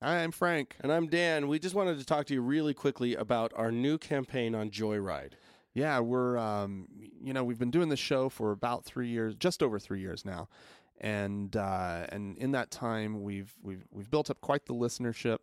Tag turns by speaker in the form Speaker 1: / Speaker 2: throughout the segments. Speaker 1: I'm Frank.
Speaker 2: And I'm Dan. We just wanted to talk to you really quickly about our new campaign on Joyride.
Speaker 1: Yeah, we're um, you know we've been doing this show for about three years, just over three years now, and uh, and in that time we've we've we've built up quite the listenership,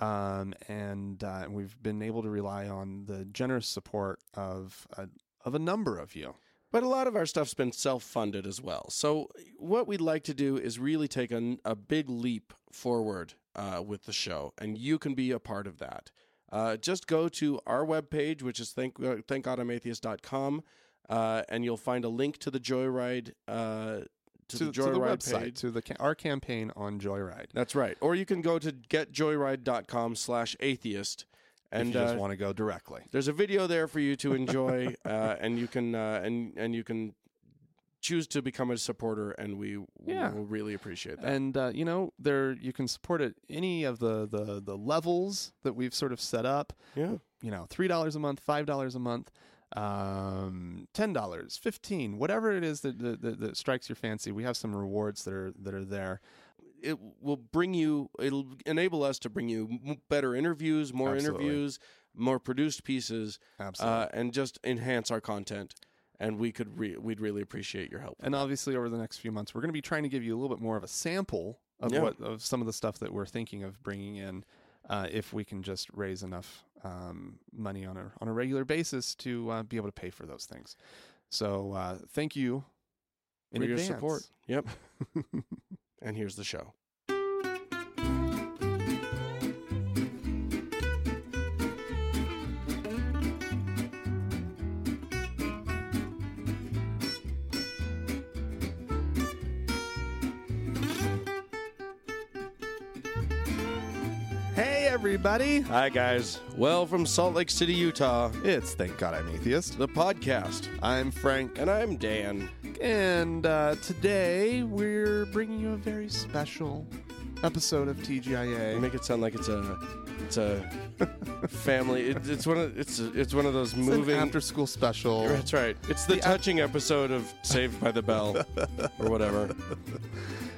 Speaker 1: um, and uh, we've been able to rely on the generous support of uh, of a number of you.
Speaker 2: But a lot of our stuff's been self funded as well. So, what we'd like to do is really take a, a big leap forward uh, with the show, and you can be a part of that. Uh, just go to our webpage, which is thank, uh, thankodamatheist.com, uh, and you'll find a link to the Joyride. Uh, to, the Joyride
Speaker 1: website,
Speaker 2: page.
Speaker 1: to the ca- our campaign on Joyride.
Speaker 2: That's right. Or you can go to getjoyride.com slash atheist.
Speaker 1: And
Speaker 2: And
Speaker 1: if you just
Speaker 2: uh,
Speaker 1: want to go directly.
Speaker 2: there's a video there for you to enjoy, uh, and you can uh, and and you can choose to become a supporter, and we
Speaker 1: Yeah.
Speaker 2: will really appreciate that.
Speaker 1: and uh, you know there you can support at any of the, the the levels that we've sort of set up
Speaker 2: yeah,
Speaker 1: you know three dollars a month five dollars a month um ten dollars fifteen whatever it is that, that, that that strikes your fancy we have some rewards that are that are there
Speaker 2: it will bring you. It'll enable us to bring you m- better interviews, more
Speaker 1: Absolutely.
Speaker 2: interviews, more produced pieces,
Speaker 1: absolutely
Speaker 2: uh, and just enhance our content. And we could re- we'd really appreciate your help.
Speaker 1: and obviously over the next few months we're going to be trying to give you a little bit more of a sample of
Speaker 2: Yeah.
Speaker 1: what of some of the stuff that we're thinking of bringing in uh, if we can just raise enough um, money on a on a regular basis to uh, be able to pay for those things so uh, thank you in
Speaker 2: for your
Speaker 1: advance.
Speaker 2: support. Yep. and here's the show.
Speaker 1: hey everybody
Speaker 2: Hi guys. Well, from Salt Lake City, Utah,
Speaker 1: it's thank god i'm atheist
Speaker 2: the podcast,
Speaker 1: i'm frank
Speaker 2: and I'm Dan.
Speaker 1: And uh, today we're bringing you a very special episode of
Speaker 2: They
Speaker 1: TGIA.
Speaker 2: make it sound like it's a it's a family. It, it's one of it's it's one of those moving.
Speaker 1: after school special.
Speaker 2: that's right. It's the, touching episode of Saved by the Bell or whatever.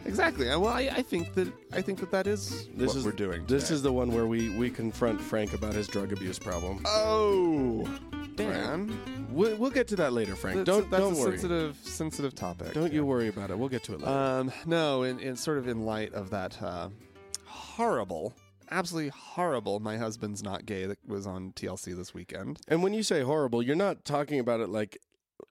Speaker 1: Exactly. Uh, Well, I, I think that I think that that is
Speaker 2: This
Speaker 1: what
Speaker 2: is
Speaker 1: we're doing.
Speaker 2: This
Speaker 1: today.
Speaker 2: is the one where we we confront Frank about his drug abuse problem.
Speaker 1: Uh, oh, Dan.
Speaker 2: We'll, we'll get to that later, Frank.
Speaker 1: That's
Speaker 2: don't
Speaker 1: a, that's
Speaker 2: don't
Speaker 1: a
Speaker 2: worry.
Speaker 1: sensitive sensitive topic.
Speaker 2: Don't you worry about it. We'll get to it later.
Speaker 1: Um, no, in, in sort of in light of that uh, horrible, absolutely horrible. My husband's not gay. That was on TLC this weekend.
Speaker 2: and when you say horrible, you're not talking about it like.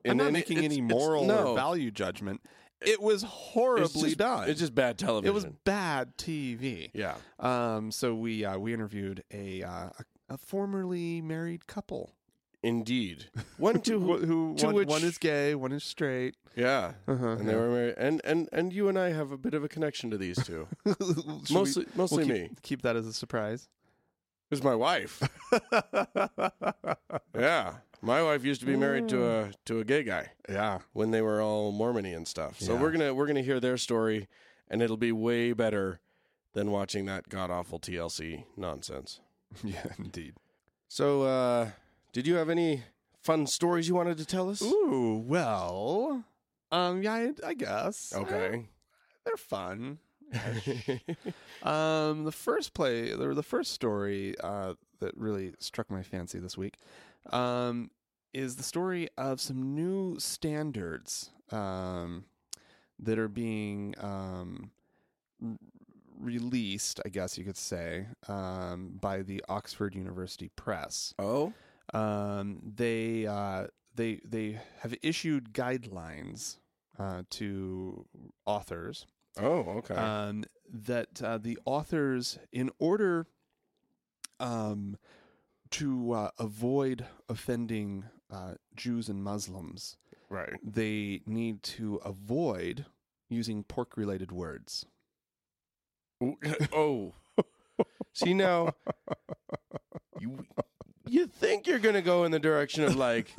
Speaker 1: I'm
Speaker 2: in
Speaker 1: not
Speaker 2: any-
Speaker 1: making
Speaker 2: it's-
Speaker 1: any
Speaker 2: it's-
Speaker 1: moral
Speaker 2: no.
Speaker 1: or value judgment. It was horribly
Speaker 2: It's just,
Speaker 1: done.
Speaker 2: It's just bad television.
Speaker 1: it was bad TV.
Speaker 2: yeah.
Speaker 1: Um, so we uh, we interviewed a, uh, a a formerly married couple
Speaker 2: Indeed. One
Speaker 1: who,
Speaker 2: two.
Speaker 1: who
Speaker 2: to
Speaker 1: one,
Speaker 2: which-
Speaker 1: one is gay, one is straight.
Speaker 2: yeah.
Speaker 1: Uh-huh,
Speaker 2: and they were married. And and and you and I have a bit of a connection to these two.
Speaker 1: Should we-
Speaker 2: mostly mostly
Speaker 1: we'll
Speaker 2: me.
Speaker 1: keep, Keep that as a surprise.
Speaker 2: It was my wife. yeah, my wife used to be married to a to a gay guy
Speaker 1: Mm. yeah.
Speaker 2: when they were all Mormony and stuff. So
Speaker 1: Yeah.
Speaker 2: we're gonna we're gonna hear their story, and it'll be way better than watching that god awful TLC nonsense.
Speaker 1: Yeah, indeed.
Speaker 2: So, uh, did you have any fun stories you wanted to tell us?
Speaker 1: Ooh, well, um, yeah, I, I guess. Uh,
Speaker 2: Okay.
Speaker 1: they're fun. Um, the first play, the, the first story uh, that really struck my fancy this week um, is the story of some new standards um, that are being um, r- released, I guess you could say, um, by the Oxford University Press.
Speaker 2: oh.
Speaker 1: Um, they uh, they they have issued guidelines uh, to authors
Speaker 2: Oh. Okay.
Speaker 1: um, that uh, the authors, in order um, to uh, avoid offending uh, Jews and Muslims,
Speaker 2: right.
Speaker 1: they need to avoid using pork related words.
Speaker 2: Ooh, oh. See now you you think you're going to go in the direction of like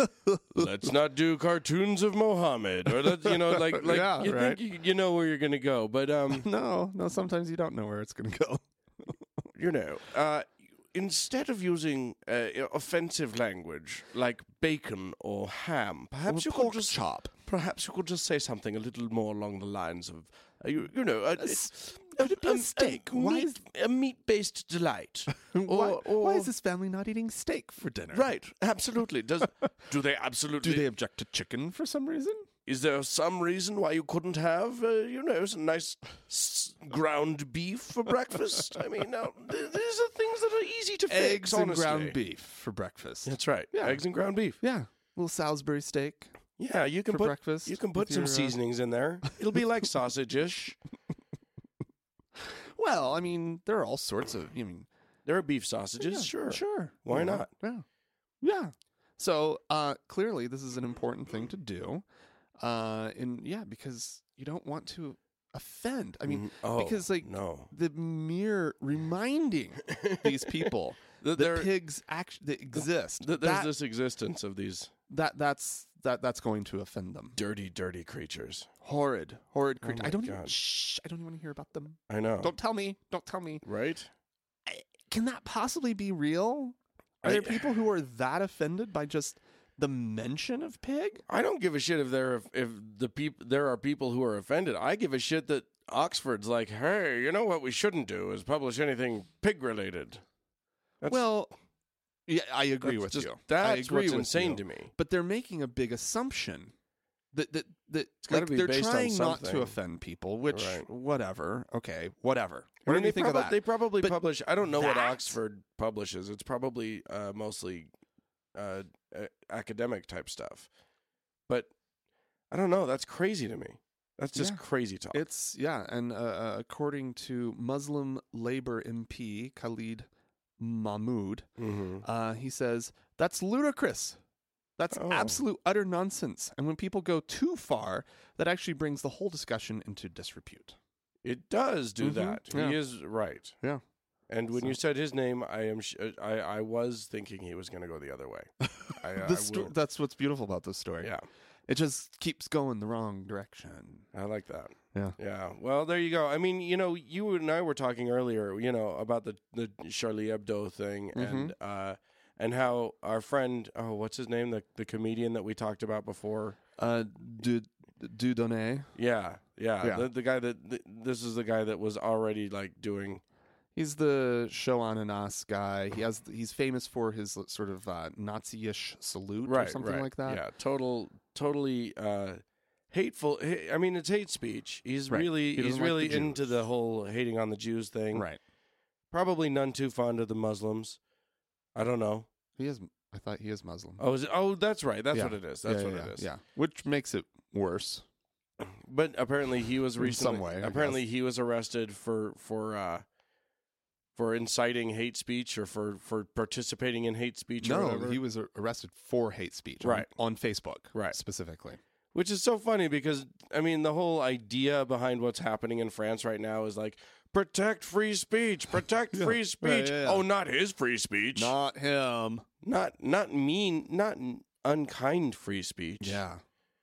Speaker 2: let's not do cartoons of Mohammed or let's you know like like
Speaker 1: Yeah,
Speaker 2: you
Speaker 1: right.
Speaker 2: think you, you know where you're going to go but um
Speaker 1: No, no, sometimes you don't know where it's going to go.
Speaker 2: you know uh instead of using uh, offensive language like bacon or ham perhaps you could just
Speaker 1: chop.
Speaker 2: perhaps you could just say something a little more along the lines of uh, you, you know uh,
Speaker 1: S- That would be a steak.
Speaker 2: A,
Speaker 1: why,
Speaker 2: meat,
Speaker 1: is,
Speaker 2: a meat-based delight?
Speaker 1: why,
Speaker 2: Or- or-
Speaker 1: why is this family not eating steak for dinner?
Speaker 2: Right, absolutely. Does do they absolutely?
Speaker 1: Do they object to chicken for some reason?
Speaker 2: Is there some reason why you couldn't have, uh, you know, some nice s- ground beef for breakfast? I mean, now, th- these are things that are easy to fix.
Speaker 1: Eggs and ground
Speaker 2: honestly.
Speaker 1: beef for breakfast.
Speaker 2: That's right.
Speaker 1: Yeah.
Speaker 2: Eggs and ground beef.
Speaker 1: Yeah. Little Salisbury steak
Speaker 2: Yeah, you can
Speaker 1: for
Speaker 2: put
Speaker 1: breakfast.
Speaker 2: you can
Speaker 1: with
Speaker 2: put some
Speaker 1: your, uh,
Speaker 2: seasonings in there. It'll be like sausage-ish.
Speaker 1: Well, I mean, there are all sorts of. I mean,
Speaker 2: There are beef sausages,
Speaker 1: yeah,
Speaker 2: sure.
Speaker 1: sure.
Speaker 2: Why
Speaker 1: Yeah,
Speaker 2: not?
Speaker 1: Yeah, yeah. So uh, clearly, this is an important thing to do, uh, and yeah, because you don't want to offend. I mean,
Speaker 2: Mm, oh,
Speaker 1: because, like,
Speaker 2: no,
Speaker 1: the mere reminding these people
Speaker 2: Th-
Speaker 1: that
Speaker 2: there-
Speaker 1: pigs actually exist
Speaker 2: th- there's
Speaker 1: that,
Speaker 2: this existence of these
Speaker 1: that that's that that's going to offend them.
Speaker 2: dirty, dirty creatures.
Speaker 1: Horrid, horrid
Speaker 2: Oh
Speaker 1: creatures.
Speaker 2: my
Speaker 1: I don't. Even,
Speaker 2: God. Oh.
Speaker 1: shh! I don't even want to hear about them.
Speaker 2: I know,
Speaker 1: Don't tell me. Don't tell me.
Speaker 2: right?
Speaker 1: can that possibly be real? Are
Speaker 2: I-
Speaker 1: there people who are that offended by just the mention of pig?
Speaker 2: I don't give a shit if there if, if the peop- there are people who are offended. I give a shit that Oxford's like, hey, you know what we shouldn't do is publish anything pig related. That's-
Speaker 1: well, yeah, I agree with
Speaker 2: That's just-
Speaker 1: you.
Speaker 2: That's
Speaker 1: I agree
Speaker 2: what's
Speaker 1: with
Speaker 2: insane
Speaker 1: you.
Speaker 2: to me.
Speaker 1: But they're making a big assumption that that that
Speaker 2: gotta
Speaker 1: like,
Speaker 2: be
Speaker 1: they're
Speaker 2: based on
Speaker 1: trying not
Speaker 2: something.
Speaker 1: to offend people. Which
Speaker 2: Right.
Speaker 1: whatever, okay, whatever. What
Speaker 2: I mean,
Speaker 1: do you
Speaker 2: they,
Speaker 1: think
Speaker 2: proba-
Speaker 1: of that?
Speaker 2: they probably
Speaker 1: But
Speaker 2: publish. I don't know what
Speaker 1: that-
Speaker 2: Oxford publishes. It's probably uh, mostly uh, a- academic type stuff. But I don't know. That's crazy to me. That's just
Speaker 1: Yeah.
Speaker 2: crazy talk.
Speaker 1: It's yeah, and uh, uh, according to Muslim Labor MP Khalid Mahmood,
Speaker 2: mm-hmm.
Speaker 1: Uh, he says, That's ludicrous. That's
Speaker 2: Oh.
Speaker 1: absolute utter nonsense. And when people go too far, that actually brings the whole discussion into disrepute.
Speaker 2: It does do
Speaker 1: Mhm.
Speaker 2: that.
Speaker 1: Yeah.
Speaker 2: He is right.
Speaker 1: Yeah.
Speaker 2: And when
Speaker 1: So-
Speaker 2: you said his name, I am sh- uh, I I was thinking he was going to go the other way. I, uh, I
Speaker 1: This sto-
Speaker 2: will-
Speaker 1: that's what's beautiful about this story.
Speaker 2: yeah,
Speaker 1: It just keeps going the wrong direction.
Speaker 2: I like that.
Speaker 1: Yeah.
Speaker 2: Yeah. Well, there you go. I mean, you know, you and I were talking earlier, you know, about the the Charlie Hebdo thing
Speaker 1: Mm-hmm.
Speaker 2: and uh and how our friend, oh, what's his name, the the comedian that we talked about before.
Speaker 1: Uh, du, Dudonnet,
Speaker 2: Yeah. Yeah.
Speaker 1: Yeah.
Speaker 2: The, the guy that th- this is the guy that was already like doing
Speaker 1: he's the show on and us guy. He has he's famous for his sort of uh, Nazi-ish salute or something like that.
Speaker 2: Yeah, total, totally uh, hateful. ha- I mean, it's hate speech. He's
Speaker 1: Right.
Speaker 2: really,
Speaker 1: He doesn't
Speaker 2: he's
Speaker 1: like
Speaker 2: really
Speaker 1: the
Speaker 2: into
Speaker 1: Jews.
Speaker 2: the whole hating on the Jews thing.
Speaker 1: Right.
Speaker 2: Probably none too fond of the Muslims. I don't know.
Speaker 1: He is. I thought he is Muslim.
Speaker 2: Oh, is it, oh, that's right. That's
Speaker 1: Yeah.
Speaker 2: what it is. That's
Speaker 1: yeah,
Speaker 2: what
Speaker 1: yeah,
Speaker 2: it
Speaker 1: yeah,
Speaker 2: is.
Speaker 1: Yeah, which makes it worse.
Speaker 2: But apparently, he was
Speaker 1: In some
Speaker 2: recently.
Speaker 1: way, I
Speaker 2: apparently,
Speaker 1: guess.
Speaker 2: he was arrested for for uh, for inciting hate speech or for for participating in hate speech. or
Speaker 1: No,
Speaker 2: whatever.
Speaker 1: he was ar- arrested for hate speech, on-
Speaker 2: Right.
Speaker 1: on, Facebook,
Speaker 2: Right.
Speaker 1: specifically.
Speaker 2: Which is so funny because I mean the whole idea behind what's happening in France right now is like protect free speech, protect free speech.
Speaker 1: yeah, yeah.
Speaker 2: Oh, not his free speech.
Speaker 1: Not him.
Speaker 2: Not not mean, not n- unkind free speech.
Speaker 1: Yeah.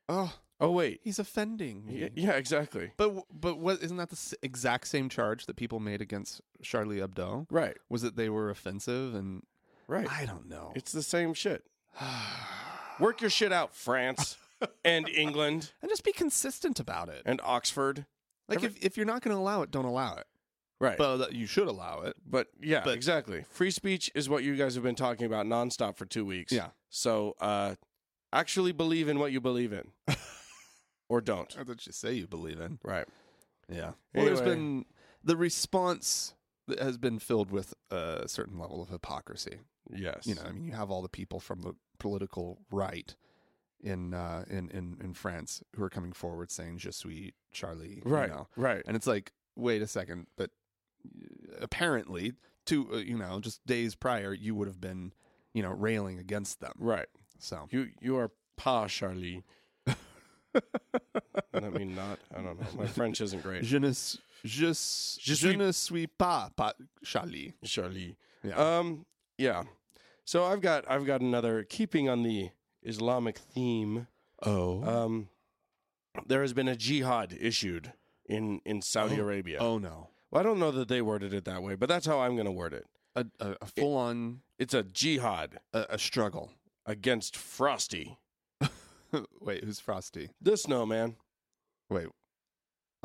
Speaker 1: Oh,
Speaker 2: Oh wait.
Speaker 1: he's offending me.
Speaker 2: Y- yeah, exactly.
Speaker 1: But w- but what isn't that the s- exact same charge that people made against Charlie Hebdo?
Speaker 2: Right.
Speaker 1: Was that they were offensive and
Speaker 2: Right.
Speaker 1: I don't know.
Speaker 2: It's the same shit. Work your shit out, France and England
Speaker 1: and just be consistent about it.
Speaker 2: and Oxford.
Speaker 1: Like if, if you're not going to allow it, don't allow it.
Speaker 2: Right.
Speaker 1: But that- you should allow it.
Speaker 2: But yeah,
Speaker 1: But-
Speaker 2: exactly. Free speech is what you guys have been talking about nonstop for two weeks.
Speaker 1: Yeah.
Speaker 2: So uh, actually believe in what you believe in, or don't.
Speaker 1: That's what you say you believe in.
Speaker 2: Right.
Speaker 1: Yeah. Well, there's
Speaker 2: Anyway.
Speaker 1: been the response that has been filled with a certain level of hypocrisy.
Speaker 2: Yes.
Speaker 1: You know, I mean, you have all the people from the political right in uh, in, in in France who are coming forward saying "Je suis Charlie," you
Speaker 2: Right.
Speaker 1: know.
Speaker 2: Right.
Speaker 1: and it's like, wait a second, but uh, apparently, two uh, you know, just days prior, you would have been you know railing against them.
Speaker 2: Right.
Speaker 1: So
Speaker 2: You you are pas Charlie. I mean, not. I don't know. My French isn't great.
Speaker 1: je ne s- je, s-
Speaker 2: Je
Speaker 1: je
Speaker 2: suis-
Speaker 1: ne suis pas, pas Charlie.
Speaker 2: Charlie.
Speaker 1: Yeah.
Speaker 2: Um. Yeah. So I've got I've got another keeping on the Islamic theme.
Speaker 1: oh.
Speaker 2: Um. There has been a jihad issued in in Saudi
Speaker 1: Oh.
Speaker 2: Arabia.
Speaker 1: oh no.
Speaker 2: Well, I don't know that they worded it that way, but that's how I'm going to word it.
Speaker 1: a, a, a full on
Speaker 2: It's a jihad
Speaker 1: a, a struggle.
Speaker 2: against Frosty,
Speaker 1: Wait, who's Frosty?
Speaker 2: the snowman.
Speaker 1: Wait,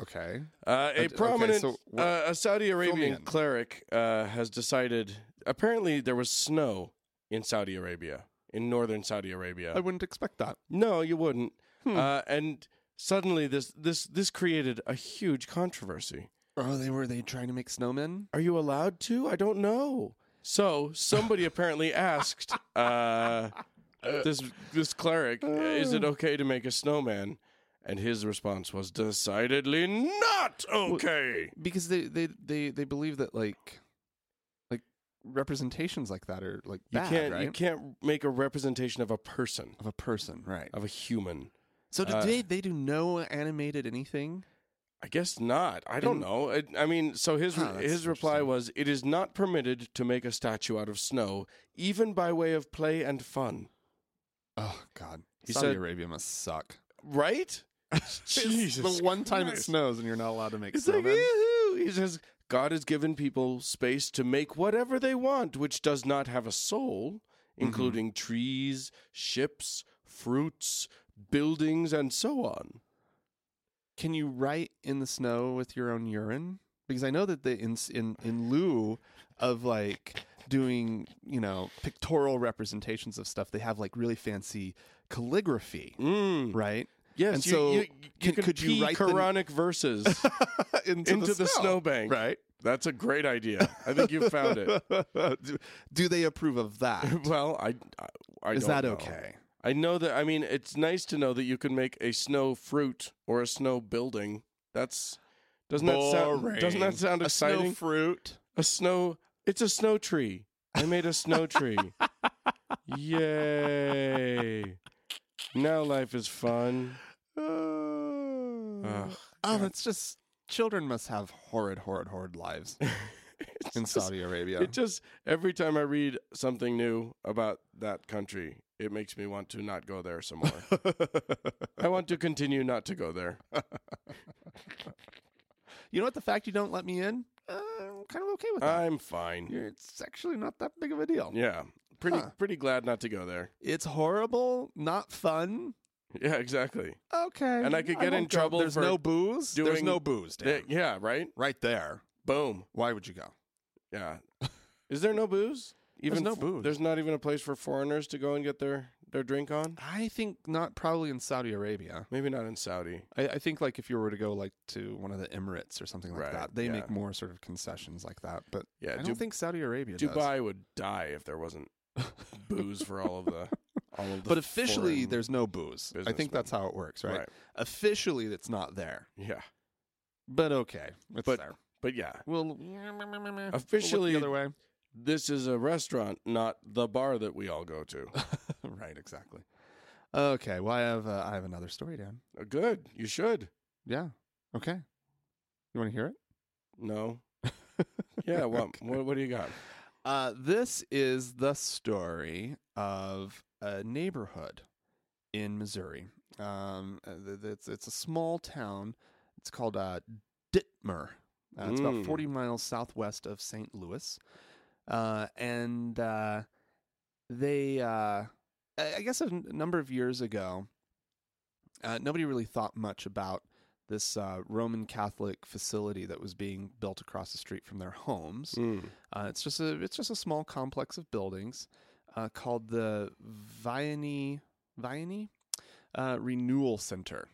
Speaker 1: Okay.
Speaker 2: Uh,
Speaker 1: Okay,
Speaker 2: a
Speaker 1: okay,
Speaker 2: prominent
Speaker 1: so what-
Speaker 2: uh, a Saudi Arabian
Speaker 1: in.
Speaker 2: cleric uh, has decided. Apparently, there was snow in Saudi Arabia, in northern Saudi Arabia.
Speaker 1: I wouldn't expect that.
Speaker 2: no, you wouldn't.
Speaker 1: Hmm.
Speaker 2: Uh, and suddenly, this this this created a huge controversy.
Speaker 1: Oh, they were they trying to make snowmen?
Speaker 2: Are you allowed to? I don't know. So somebody apparently asked uh, this this cleric,
Speaker 1: Oh.
Speaker 2: "Is it okay to make a snowman?" And his response was decidedly not okay.
Speaker 1: Because they they they they believe that like like representations like that are like
Speaker 2: You
Speaker 1: bad,
Speaker 2: can't
Speaker 1: right?
Speaker 2: you can't make a representation of a person,
Speaker 1: Of a person, right?
Speaker 2: of a human.
Speaker 1: So did
Speaker 2: Uh,
Speaker 1: they they do no animated anything?
Speaker 2: I guess not. I don't
Speaker 1: In-
Speaker 2: know. I, I mean, so his
Speaker 1: Huh, that's
Speaker 2: his reply
Speaker 1: interesting.
Speaker 2: was it is not permitted to make a statue out of snow even by way of play and fun.
Speaker 1: Oh God,
Speaker 2: He
Speaker 1: Saudi
Speaker 2: said-
Speaker 1: Arabia must suck.
Speaker 2: Right?
Speaker 1: it's the one time it
Speaker 2: Christ.
Speaker 1: snows and you're not allowed to make
Speaker 2: It's like,
Speaker 1: snowmen.
Speaker 2: "Yoo-hoo." He says, God has given people space to make whatever they want, which does not have a soul,
Speaker 1: Mm-hmm.
Speaker 2: including trees, ships, fruits, buildings, and so on.
Speaker 1: Can you write in the snow with your own urine? Because I know that they in in in lieu of like doing you know pictorial representations of stuff, they have like really fancy calligraphy,
Speaker 2: Mm.
Speaker 1: right?
Speaker 2: Yes,
Speaker 1: And
Speaker 2: you,
Speaker 1: so
Speaker 2: you, you
Speaker 1: can-
Speaker 2: can
Speaker 1: could you
Speaker 2: pee
Speaker 1: write the-
Speaker 2: Quranic verses
Speaker 1: into,
Speaker 2: into the, snowbank.
Speaker 1: right?
Speaker 2: That's a great idea. I think you found it.
Speaker 1: do, do they approve of that? Is
Speaker 2: well, I, I, I don't
Speaker 1: that
Speaker 2: know.
Speaker 1: okay?
Speaker 2: I know that. I mean, it's nice to know that you can make a snow fruit or a snow building. That's doesn't that sound doesn't that sound
Speaker 1: A snow
Speaker 2: exciting?
Speaker 1: fruit.
Speaker 2: a snow. It's a snow tree. I made a snow tree. Yay! Now life is fun.
Speaker 1: Oh,
Speaker 2: Ugh,
Speaker 1: oh, it's just children must have horrid, horrid, horrid lives
Speaker 2: It's
Speaker 1: in
Speaker 2: just-
Speaker 1: Saudi Arabia.
Speaker 2: It just every time I read something new about that country, it makes me want to not go there some more. I want to continue not to go there.
Speaker 1: you know what? The fact you don't let me in, uh, I'm kind of okay with that.
Speaker 2: I'm fine.
Speaker 1: You're- it's actually not that big of a deal.
Speaker 2: Yeah. Pretty
Speaker 1: Huh.
Speaker 2: pretty glad not to go there.
Speaker 1: It's horrible, not fun.
Speaker 2: Yeah, exactly.
Speaker 1: Okay,
Speaker 2: And I could get
Speaker 1: won't
Speaker 2: in trouble
Speaker 1: There's
Speaker 2: for
Speaker 1: no booze. There's
Speaker 2: doing
Speaker 1: no booze. Dan.
Speaker 2: Th- yeah, right?
Speaker 1: right there.
Speaker 2: Boom.
Speaker 1: Why would you go?
Speaker 2: Yeah. Is there no booze? Even
Speaker 1: no
Speaker 2: f-
Speaker 1: booze.
Speaker 2: There's not even a place for foreigners to go and get their their drink on?
Speaker 1: I think not probably in Saudi Arabia.
Speaker 2: Maybe not in Saudi.
Speaker 1: I, I think like if you were to go like to one of the Emirates or something like
Speaker 2: Right,
Speaker 1: that, they
Speaker 2: yeah.
Speaker 1: make more sort of concessions like that. But
Speaker 2: Yeah,
Speaker 1: I don't
Speaker 2: Du-
Speaker 1: think Saudi Arabia does.
Speaker 2: Dubai would die if there wasn't booze for all of the all of the
Speaker 1: But officially,
Speaker 2: foreign-
Speaker 1: there's no booze. I think
Speaker 2: businessmen.
Speaker 1: that's how it works, right? Officially, it's not there.
Speaker 2: Yeah.
Speaker 1: But okay, it's
Speaker 2: But-
Speaker 1: there.
Speaker 2: But yeah.
Speaker 1: We'll we'll look
Speaker 2: Officially,
Speaker 1: the other way.
Speaker 2: this is a restaurant, not the bar that we all go to.
Speaker 1: right, exactly. Okay, well, I have uh, I have another story, Dan.
Speaker 2: Uh, Good. You should.
Speaker 1: Yeah. Okay. You want to hear it?
Speaker 2: No. Yeah. What, what, what do you got?
Speaker 1: Uh, this is the story of a neighborhood in Missouri. Um, uh, th- th- it's it's a small town. It's called uh, Ditmer. Uh, it's about
Speaker 2: Mm.
Speaker 1: 40 miles southwest of St. Louis, uh, and uh, they, uh, I I guess, a n- number of years ago, uh, nobody really thought much about this uh, Roman Catholic facility that was being built across the street from their homes.
Speaker 2: Mm.
Speaker 1: Uh, it's just a it's just a small complex of buildings uh, called the Vianney Vianney uh, Renewal Center.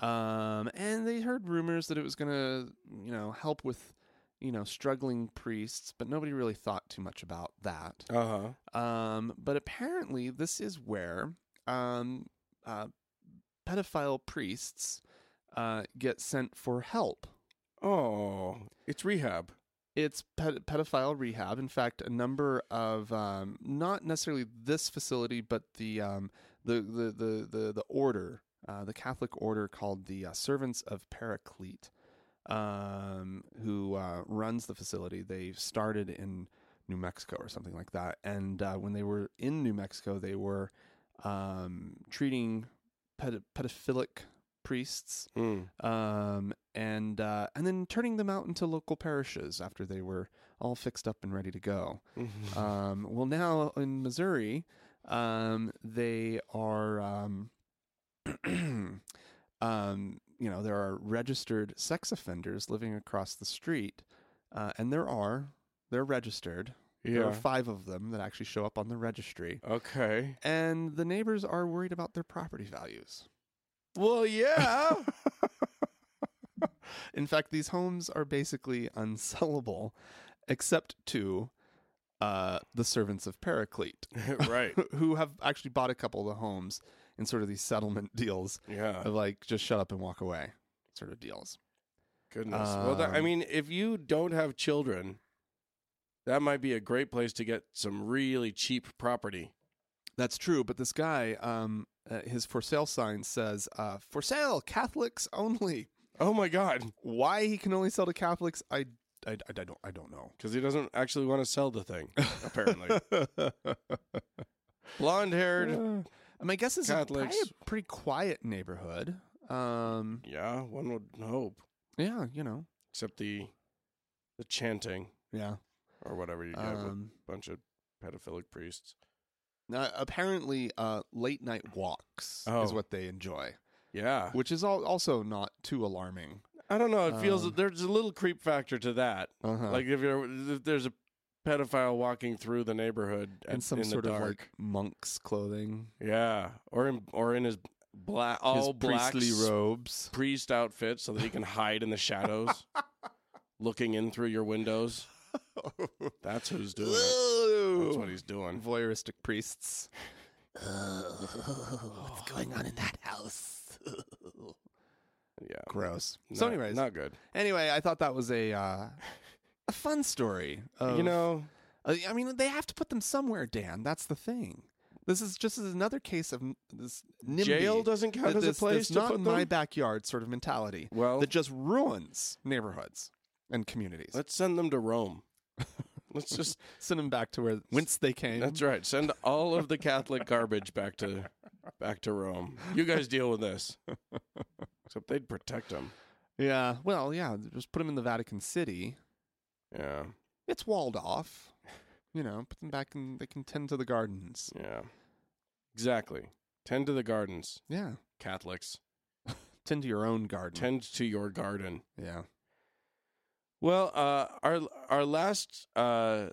Speaker 1: Um, and they heard rumors that it was going to you know help with you know struggling priests, but nobody really thought too much about that.
Speaker 2: Uh huh.
Speaker 1: Um, but apparently, this is where um, uh, pedophile priests uh, get sent for help.
Speaker 2: Oh, it's rehab.
Speaker 1: it's ped- pedophile rehab. In fact, a number of um, not necessarily this facility, but the um, the, the the the the order, uh, the Catholic order called the uh, Servants of Paraclete, um, who uh, runs the facility. They started in New Mexico or something like that, and uh, when they were in New Mexico, they were um, treating ped- pedophilic priests
Speaker 2: Mm.
Speaker 1: um, and uh, and then turning them out into local parishes after they were all fixed up and ready to go.
Speaker 2: Mm-hmm. Uh,
Speaker 1: Um, well, now in Missouri, um, they are um, um, you know, there are registered sex offenders living across the street, uh, and there are. They're registered. There are five of them that actually show up on the registry.
Speaker 2: Okay.
Speaker 1: And the neighbors are worried about their property values.
Speaker 2: Well, yeah.
Speaker 1: In fact, these homes are basically unsellable, except to uh, the servants of Paraclete,
Speaker 2: right.
Speaker 1: who have actually bought a couple of the homes in sort of these settlement deals
Speaker 2: Yeah.
Speaker 1: of like just shut up and walk away sort of deals.
Speaker 2: Goodness. well, that, I
Speaker 1: Um,
Speaker 2: mean, if you don't have children, that might be a great place to get some really cheap property.
Speaker 1: That's true, but this guy, um, uh, his for sale sign says uh, for sale Catholics only.
Speaker 2: Oh my God.
Speaker 1: Why he can only sell to Catholics, I, I, I don't I don't know.
Speaker 2: Because he doesn't actually want to sell the thing, apparently. Blonde haired.
Speaker 1: Uh, My guess is it's probably
Speaker 2: Catholics.
Speaker 1: a pretty quiet neighborhood. Um,
Speaker 2: Yeah, one would hope.
Speaker 1: yeah, you know,
Speaker 2: Except the the chanting
Speaker 1: yeah.
Speaker 2: or whatever you get with a
Speaker 1: Um,
Speaker 2: bunch of pedophilic priests.
Speaker 1: now, apparently, uh, late night walks is
Speaker 2: Oh.
Speaker 1: what they enjoy,
Speaker 2: Yeah.
Speaker 1: which is all, also not too alarming.
Speaker 2: I don't know. It feels
Speaker 1: Um,
Speaker 2: there's a little creep factor to that.
Speaker 1: Uh-huh.
Speaker 2: Like if you're if there's a pedophile walking through the neighborhood
Speaker 1: in
Speaker 2: at-
Speaker 1: some
Speaker 2: in
Speaker 1: sort
Speaker 2: the
Speaker 1: of
Speaker 2: dark.
Speaker 1: like monk's clothing,
Speaker 2: Yeah, or in or in his black
Speaker 1: his
Speaker 2: all black
Speaker 1: priestly
Speaker 2: s-
Speaker 1: robes.
Speaker 2: priest outfit, so that he can hide in the shadows, looking in through your windows. That's who's doing it. That's what he's doing.
Speaker 1: Voyeuristic priests. what's going on in that house?
Speaker 2: Yeah.
Speaker 1: Gross. So,
Speaker 2: Not-
Speaker 1: anyways,
Speaker 2: not good.
Speaker 1: anyway, I thought that was a uh, a fun story. Of,
Speaker 2: you know,
Speaker 1: Uh, I mean, they have to put them somewhere, Dan. That's the thing. This is just another case of n- this NIMBY,
Speaker 2: jail doesn't
Speaker 1: uh,
Speaker 2: count as a
Speaker 1: this-
Speaker 2: place
Speaker 1: this
Speaker 2: to
Speaker 1: not
Speaker 2: put
Speaker 1: in
Speaker 2: them. Oh.
Speaker 1: my backyard sort of mentality
Speaker 2: well,
Speaker 1: that just ruins neighborhoods and communities.
Speaker 2: let's send them to Rome. Let's just.
Speaker 1: Send them back to where whence they came.
Speaker 2: That's right. Send all of the Catholic garbage back to back to Rome. You guys deal with this. Except they'd protect them.
Speaker 1: Yeah. Well, yeah. Just put them in the Vatican City.
Speaker 2: Yeah.
Speaker 1: It's walled off. You know, put them back and they can tend to the gardens.
Speaker 2: Yeah. Exactly. Tend to the gardens,
Speaker 1: Yeah.
Speaker 2: Catholics.
Speaker 1: Tend to your own garden.
Speaker 2: Tend to your garden.
Speaker 1: yeah.
Speaker 2: Well, uh, our our last uh,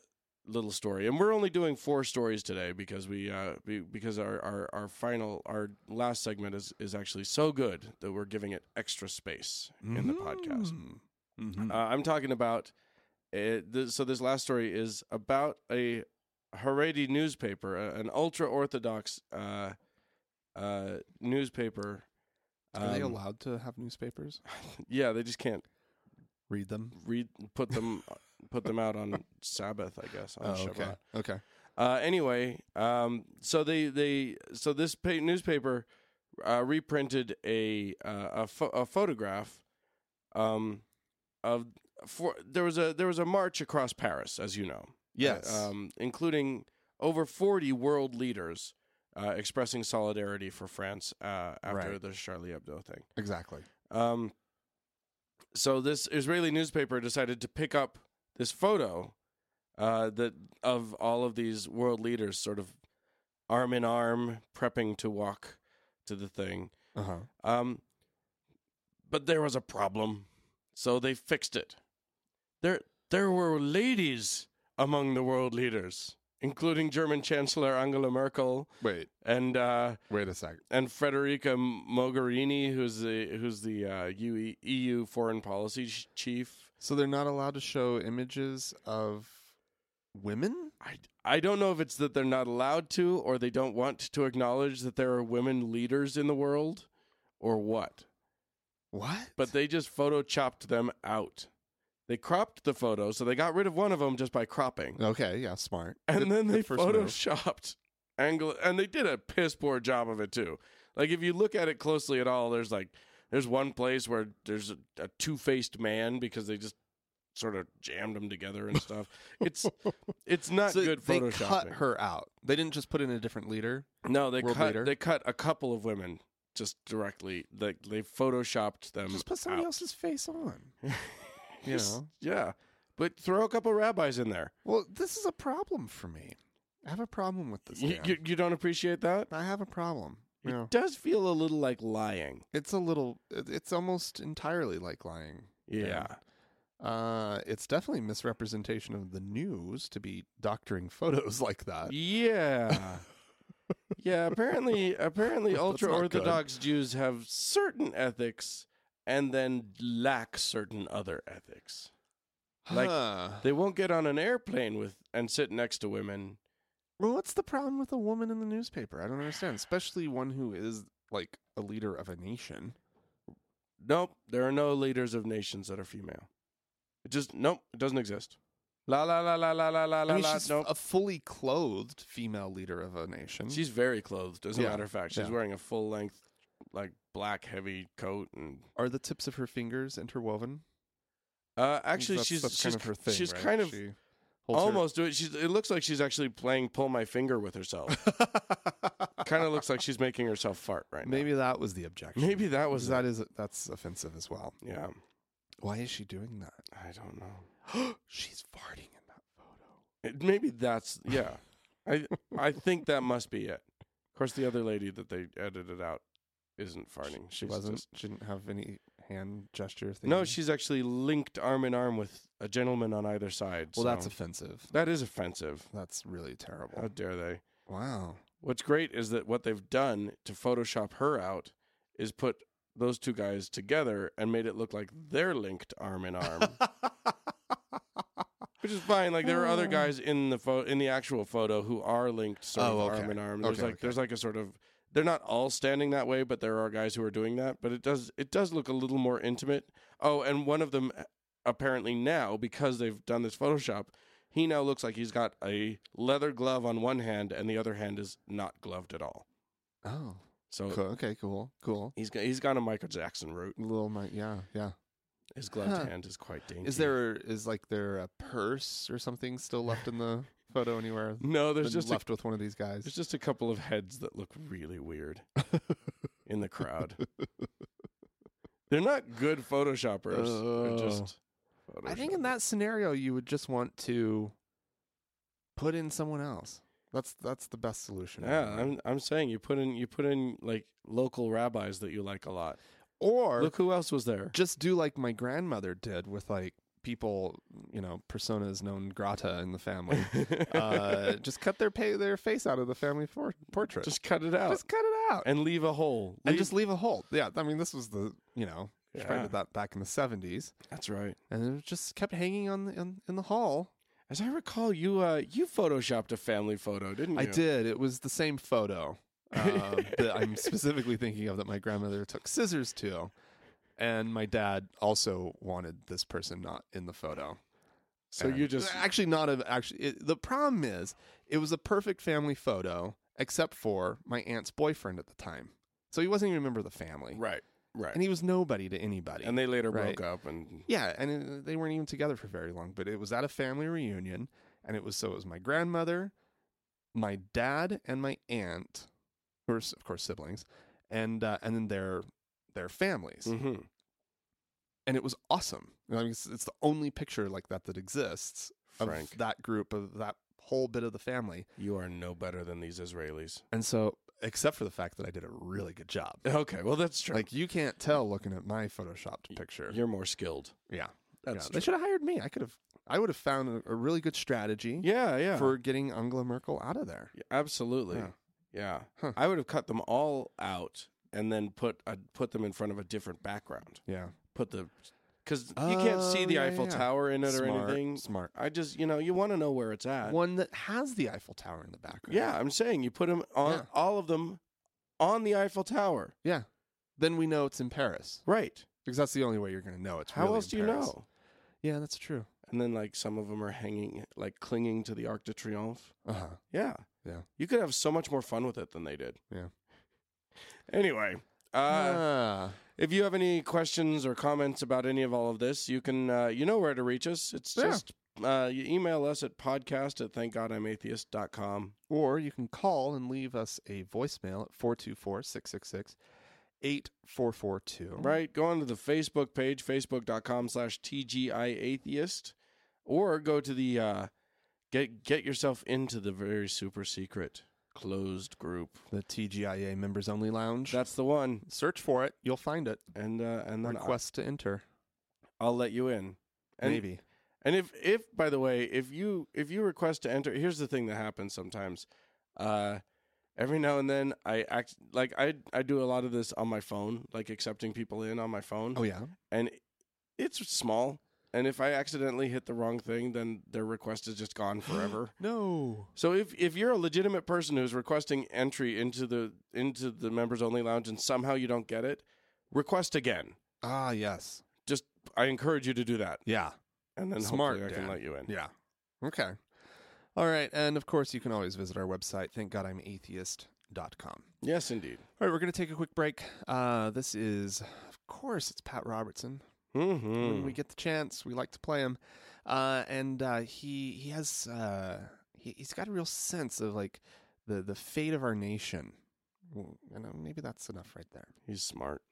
Speaker 2: little story, and we're only doing four stories today because we, uh, be, because our, our our final our last segment is is actually so good that we're giving it extra space in
Speaker 1: Mm-hmm.
Speaker 2: the podcast.
Speaker 1: Mhm.
Speaker 2: Uh, I'm talking about. Uh, this, so this last story is about a Haredi newspaper, a, an ultra orthodox uh, uh, newspaper.
Speaker 1: Are they
Speaker 2: Um,
Speaker 1: allowed to have newspapers?
Speaker 2: Yeah, they just can't
Speaker 1: Read them.
Speaker 2: read put them put them out on Sabbath, I guess. On Shabbat.
Speaker 1: Oh, okay. Okay.
Speaker 2: Uh, anyway, um, so they they so this pa- newspaper uh, reprinted a uh, a, pho- a photograph um, of for there was a there was a march across Paris, as you know.
Speaker 1: Yes.
Speaker 2: Uh, um, including over forty world leaders uh, expressing solidarity for France uh, after
Speaker 1: Right.
Speaker 2: the Charlie Hebdo thing.
Speaker 1: exactly.
Speaker 2: Um, so this Israeli newspaper decided to pick up this photo uh, that of all of these world leaders, sort of arm in arm, prepping to walk to the thing.
Speaker 1: Uh huh.
Speaker 2: Um, but there was a problem, so they fixed it. There, there were ladies among the world leaders, including German Chancellor Angela Merkel
Speaker 1: Wait.
Speaker 2: and. Uh,
Speaker 1: Wait a sec.
Speaker 2: and Federica Mogherini, who's the who's the uh, UE, EU foreign policy sh- chief.
Speaker 1: So they're not allowed to show images of women.
Speaker 2: I, I don't know if it's that they're not allowed to, or they don't want to acknowledge that there are women leaders in the world, or what.
Speaker 1: What?
Speaker 2: But they just photo chopped them out. They cropped the photo, so they got rid of one of them just by cropping,
Speaker 1: okay. Yeah. Smart.
Speaker 2: and
Speaker 1: Good-
Speaker 2: then they
Speaker 1: good first move.
Speaker 2: photoshopped Angle, and they did a piss poor job of it too. Like if you look at it closely at all, there's like there's one place where there's a, a two faced man because they just sort of jammed them together and stuff. It's it's not
Speaker 1: So
Speaker 2: good
Speaker 1: they
Speaker 2: photoshopping.
Speaker 1: cut her out. They didn't just put in a different leader.
Speaker 2: no, they
Speaker 1: world
Speaker 2: cut
Speaker 1: leader.
Speaker 2: they cut a couple of women just directly. Like they photoshopped them.
Speaker 1: Just put somebody
Speaker 2: out.
Speaker 1: else's face on. You
Speaker 2: Just-
Speaker 1: know.
Speaker 2: Yeah, but throw a couple rabbis in there.
Speaker 1: Well, this is a problem for me. I have a problem with this.
Speaker 2: You,
Speaker 1: Dan.
Speaker 2: you, you don't appreciate that?
Speaker 1: I have a problem.
Speaker 2: It
Speaker 1: Yeah.
Speaker 2: does feel a little like lying.
Speaker 1: It's a little. it- It's almost entirely like lying.
Speaker 2: Yeah.
Speaker 1: Uh, it's definitely misrepresentation of the news to be doctoring photos like that.
Speaker 2: Yeah. yeah, apparently apparently
Speaker 1: That's not
Speaker 2: ultra
Speaker 1: good.
Speaker 2: orthodox Jews have certain ethics and then lack certain other ethics. Like-
Speaker 1: Huh.
Speaker 2: They won't get on an airplane with and sit next to women.
Speaker 1: well, what's the problem with a woman in the newspaper? I don't understand, especially one who is like a leader of a nation.
Speaker 2: Nope, there are no leaders of nations that are female. It just nope, it doesn't exist. La la la la la la la
Speaker 1: I
Speaker 2: la
Speaker 1: mean,
Speaker 2: la.
Speaker 1: she's
Speaker 2: Nope.
Speaker 1: a fully clothed female leader of a nation.
Speaker 2: She's very clothed, as a
Speaker 1: Yeah,
Speaker 2: matter of fact. She's
Speaker 1: yeah.
Speaker 2: wearing a full length like black heavy coat and
Speaker 1: Are the tips of her fingers interwoven?
Speaker 2: uh actually
Speaker 1: That's-
Speaker 2: she's
Speaker 1: that's
Speaker 2: she's
Speaker 1: kind of her thing.
Speaker 2: she's
Speaker 1: right?
Speaker 2: kind of
Speaker 1: She holds her-
Speaker 2: almost doing. She's. It looks like she's actually playing pull my finger with herself. kind of looks like she's making herself fart right now.
Speaker 1: Maybe that was the objection.
Speaker 2: Maybe that was
Speaker 1: was that is that's offensive as well.
Speaker 2: Yeah,
Speaker 1: Why is she doing that?
Speaker 2: I don't know.
Speaker 1: She's farting in that photo.
Speaker 2: It, maybe that's yeah. I I think that must be it. Of course, the other lady that they edited out isn't farting.
Speaker 1: She
Speaker 2: She's
Speaker 1: wasn't.
Speaker 2: just-
Speaker 1: She didn't have any hand gesture thing.
Speaker 2: no, she's actually linked arm in arm with a gentleman on either side.
Speaker 1: Well, that's
Speaker 2: so
Speaker 1: offensive.
Speaker 2: that is offensive.
Speaker 1: That's really terrible.
Speaker 2: How dare they?
Speaker 1: wow.
Speaker 2: What's great is that what they've done to Photoshop her out is put those two guys together and made it look like they're linked arm in arm, which is fine. Like there are other guys in the photo, in the actual photo who are linked sort
Speaker 1: Oh,
Speaker 2: of
Speaker 1: okay.
Speaker 2: arm in arm. There's
Speaker 1: Okay,
Speaker 2: like
Speaker 1: okay.
Speaker 2: there's like a sort of they're not all standing that way, but there are guys who are doing that. But it does it does look a little more intimate. Oh, and one of them apparently now because they've done this Photoshop. He now looks like he's got a leather glove on one hand, and the other hand is not gloved at all.
Speaker 1: Oh.
Speaker 2: So
Speaker 1: Cool. Okay. Cool. Cool.
Speaker 2: He's got, he's got a Michael Jackson route.
Speaker 1: Little Mike. Yeah. Yeah.
Speaker 2: His gloved
Speaker 1: Huh.
Speaker 2: hand is quite dangerous.
Speaker 1: Is there is like there a purse or something still left in the photo anywhere?
Speaker 2: No, there's
Speaker 1: Been
Speaker 2: just a,
Speaker 1: left with one of these
Speaker 2: there's
Speaker 1: guys.
Speaker 2: just a couple of heads that look really weird in the crowd. They're not good photoshoppers.
Speaker 1: Oh.
Speaker 2: They're just
Speaker 1: I think in
Speaker 2: photoshoppers.
Speaker 1: that scenario, you would just want to put in someone else. That's that's the best solution.
Speaker 2: yeah, I'm I'm saying you put in you put in like local rabbis that you like a lot.
Speaker 1: or
Speaker 2: Look who else was there.
Speaker 1: just do like my grandmother did with like people, you know, personas known grata in the family. uh, just cut their pay, their face out of the family for- portrait.
Speaker 2: Just cut it out
Speaker 1: Just cut it out
Speaker 2: and leave a hole.
Speaker 1: and
Speaker 2: Leave-
Speaker 1: just leave a hole. Yeah, I mean, this was the you know. she probably
Speaker 2: Yeah.
Speaker 1: did that back in the seventies,
Speaker 2: that's right.
Speaker 1: and it was just kept hanging on the, in, in the hall.
Speaker 2: As I recall, you uh you photoshopped a family photo, didn't you?
Speaker 1: I did. It was the same photo um, that I'm specifically thinking of that my grandmother took scissors to, and my dad also wanted this person not in the photo.
Speaker 2: So
Speaker 1: And-
Speaker 2: you just
Speaker 1: actually not a actually. It, the problem is, it was a perfect family photo except for my aunt's boyfriend at the time, so he wasn't even a member of the family,
Speaker 2: right, right.
Speaker 1: and he was nobody to anybody.
Speaker 2: and they later
Speaker 1: Right.
Speaker 2: broke up and
Speaker 1: yeah, and uh, they weren't even together for very long, but it was at a family reunion, and it was so it was my grandmother, my dad, and my aunt, who are s- of course siblings, and uh, and then their their families,
Speaker 2: Mhm.
Speaker 1: and it was awesome. I mean, it's, it's the only picture like that that exists
Speaker 2: Frank,
Speaker 1: of that group of that whole bit of the family,
Speaker 2: you are no better than these Israelis.
Speaker 1: and so except for the fact that I did a really good job,
Speaker 2: Okay, well that's true.
Speaker 1: like you can't tell looking at my photoshopped picture.
Speaker 2: You're more skilled.
Speaker 1: Yeah,
Speaker 2: That's
Speaker 1: yeah. they should have hired me. I could have. I would have found a, a really good strategy.
Speaker 2: yeah, yeah.
Speaker 1: for getting Angela Merkel out of there.
Speaker 2: Yeah, absolutely. Yeah.
Speaker 1: Yeah. Huh.
Speaker 2: I would have cut them all out and then put uh, put them in front of a different background.
Speaker 1: Yeah,
Speaker 2: Put the cuz you can't see
Speaker 1: Oh,
Speaker 2: the
Speaker 1: yeah,
Speaker 2: Eiffel
Speaker 1: yeah.
Speaker 2: Tower in it or
Speaker 1: smart,
Speaker 2: anything.
Speaker 1: smart.
Speaker 2: I just, you know, you want to know where it's at.
Speaker 1: One that has the Eiffel Tower in the background.
Speaker 2: yeah, I'm saying you put them on
Speaker 1: Yeah.
Speaker 2: all of them on the Eiffel Tower.
Speaker 1: yeah. Then we know it's in Paris
Speaker 2: Right.
Speaker 1: because that's the only way you're going to know it's.
Speaker 2: How
Speaker 1: really
Speaker 2: else do
Speaker 1: in
Speaker 2: you
Speaker 1: Paris.
Speaker 2: know?
Speaker 1: Yeah, that's true.
Speaker 2: And then like some of them are hanging like clinging to the Arc de Triomphe.
Speaker 1: Uh huh.
Speaker 2: Yeah.
Speaker 1: Yeah.
Speaker 2: You could have so much more fun with it than they did.
Speaker 1: Yeah.
Speaker 2: Anyway, uh, if you have any questions or comments about any of all of this, you can, uh, you know where to reach us. It's
Speaker 1: Yeah.
Speaker 2: just, uh, you email us at podcast at thankgodimatheist.com.
Speaker 1: or you can call and leave us a voicemail at 424 666 8442.
Speaker 2: Right. Go onto the Facebook page, facebook.com slash TGI atheist, or go to the, uh, get, get yourself into the very super secret closed group.
Speaker 1: The TGIA members only lounge.
Speaker 2: That's the one.
Speaker 1: Search for it. You'll find it.
Speaker 2: And uh, and then I'll,
Speaker 1: Request to enter.
Speaker 2: I'll let you in. And,
Speaker 1: Maybe.
Speaker 2: And if if by the way, if you if you request to enter, here's the thing that happens sometimes. Uh every now and then I act like I I do a lot of this on my phone, like accepting people in on my phone.
Speaker 1: Oh yeah.
Speaker 2: And it's small. And if I accidentally hit the wrong thing, then their request is just gone forever.
Speaker 1: No.
Speaker 2: So if, if you're a legitimate person who's requesting entry into the into the members only lounge and somehow you don't get it, request again.
Speaker 1: Ah yes.
Speaker 2: I encourage you to do that,
Speaker 1: Yeah.
Speaker 2: and then
Speaker 1: Smart,
Speaker 2: hopefully I can
Speaker 1: Dan.
Speaker 2: let you in.
Speaker 1: Yeah. Okay. All right. And of course, you can always visit our website, thankgodimatheist.com.
Speaker 2: Yes, indeed.
Speaker 1: All right, we're going to take a quick break. Uh, this is, of course, it's Pat Robertson. When
Speaker 2: Mm-hmm.
Speaker 1: we get the chance, we like to play him. Uh, and uh, he he has uh, he, he's got a real sense of like the, the fate of our nation. Well, You know, maybe that's enough right there.
Speaker 2: He's smart.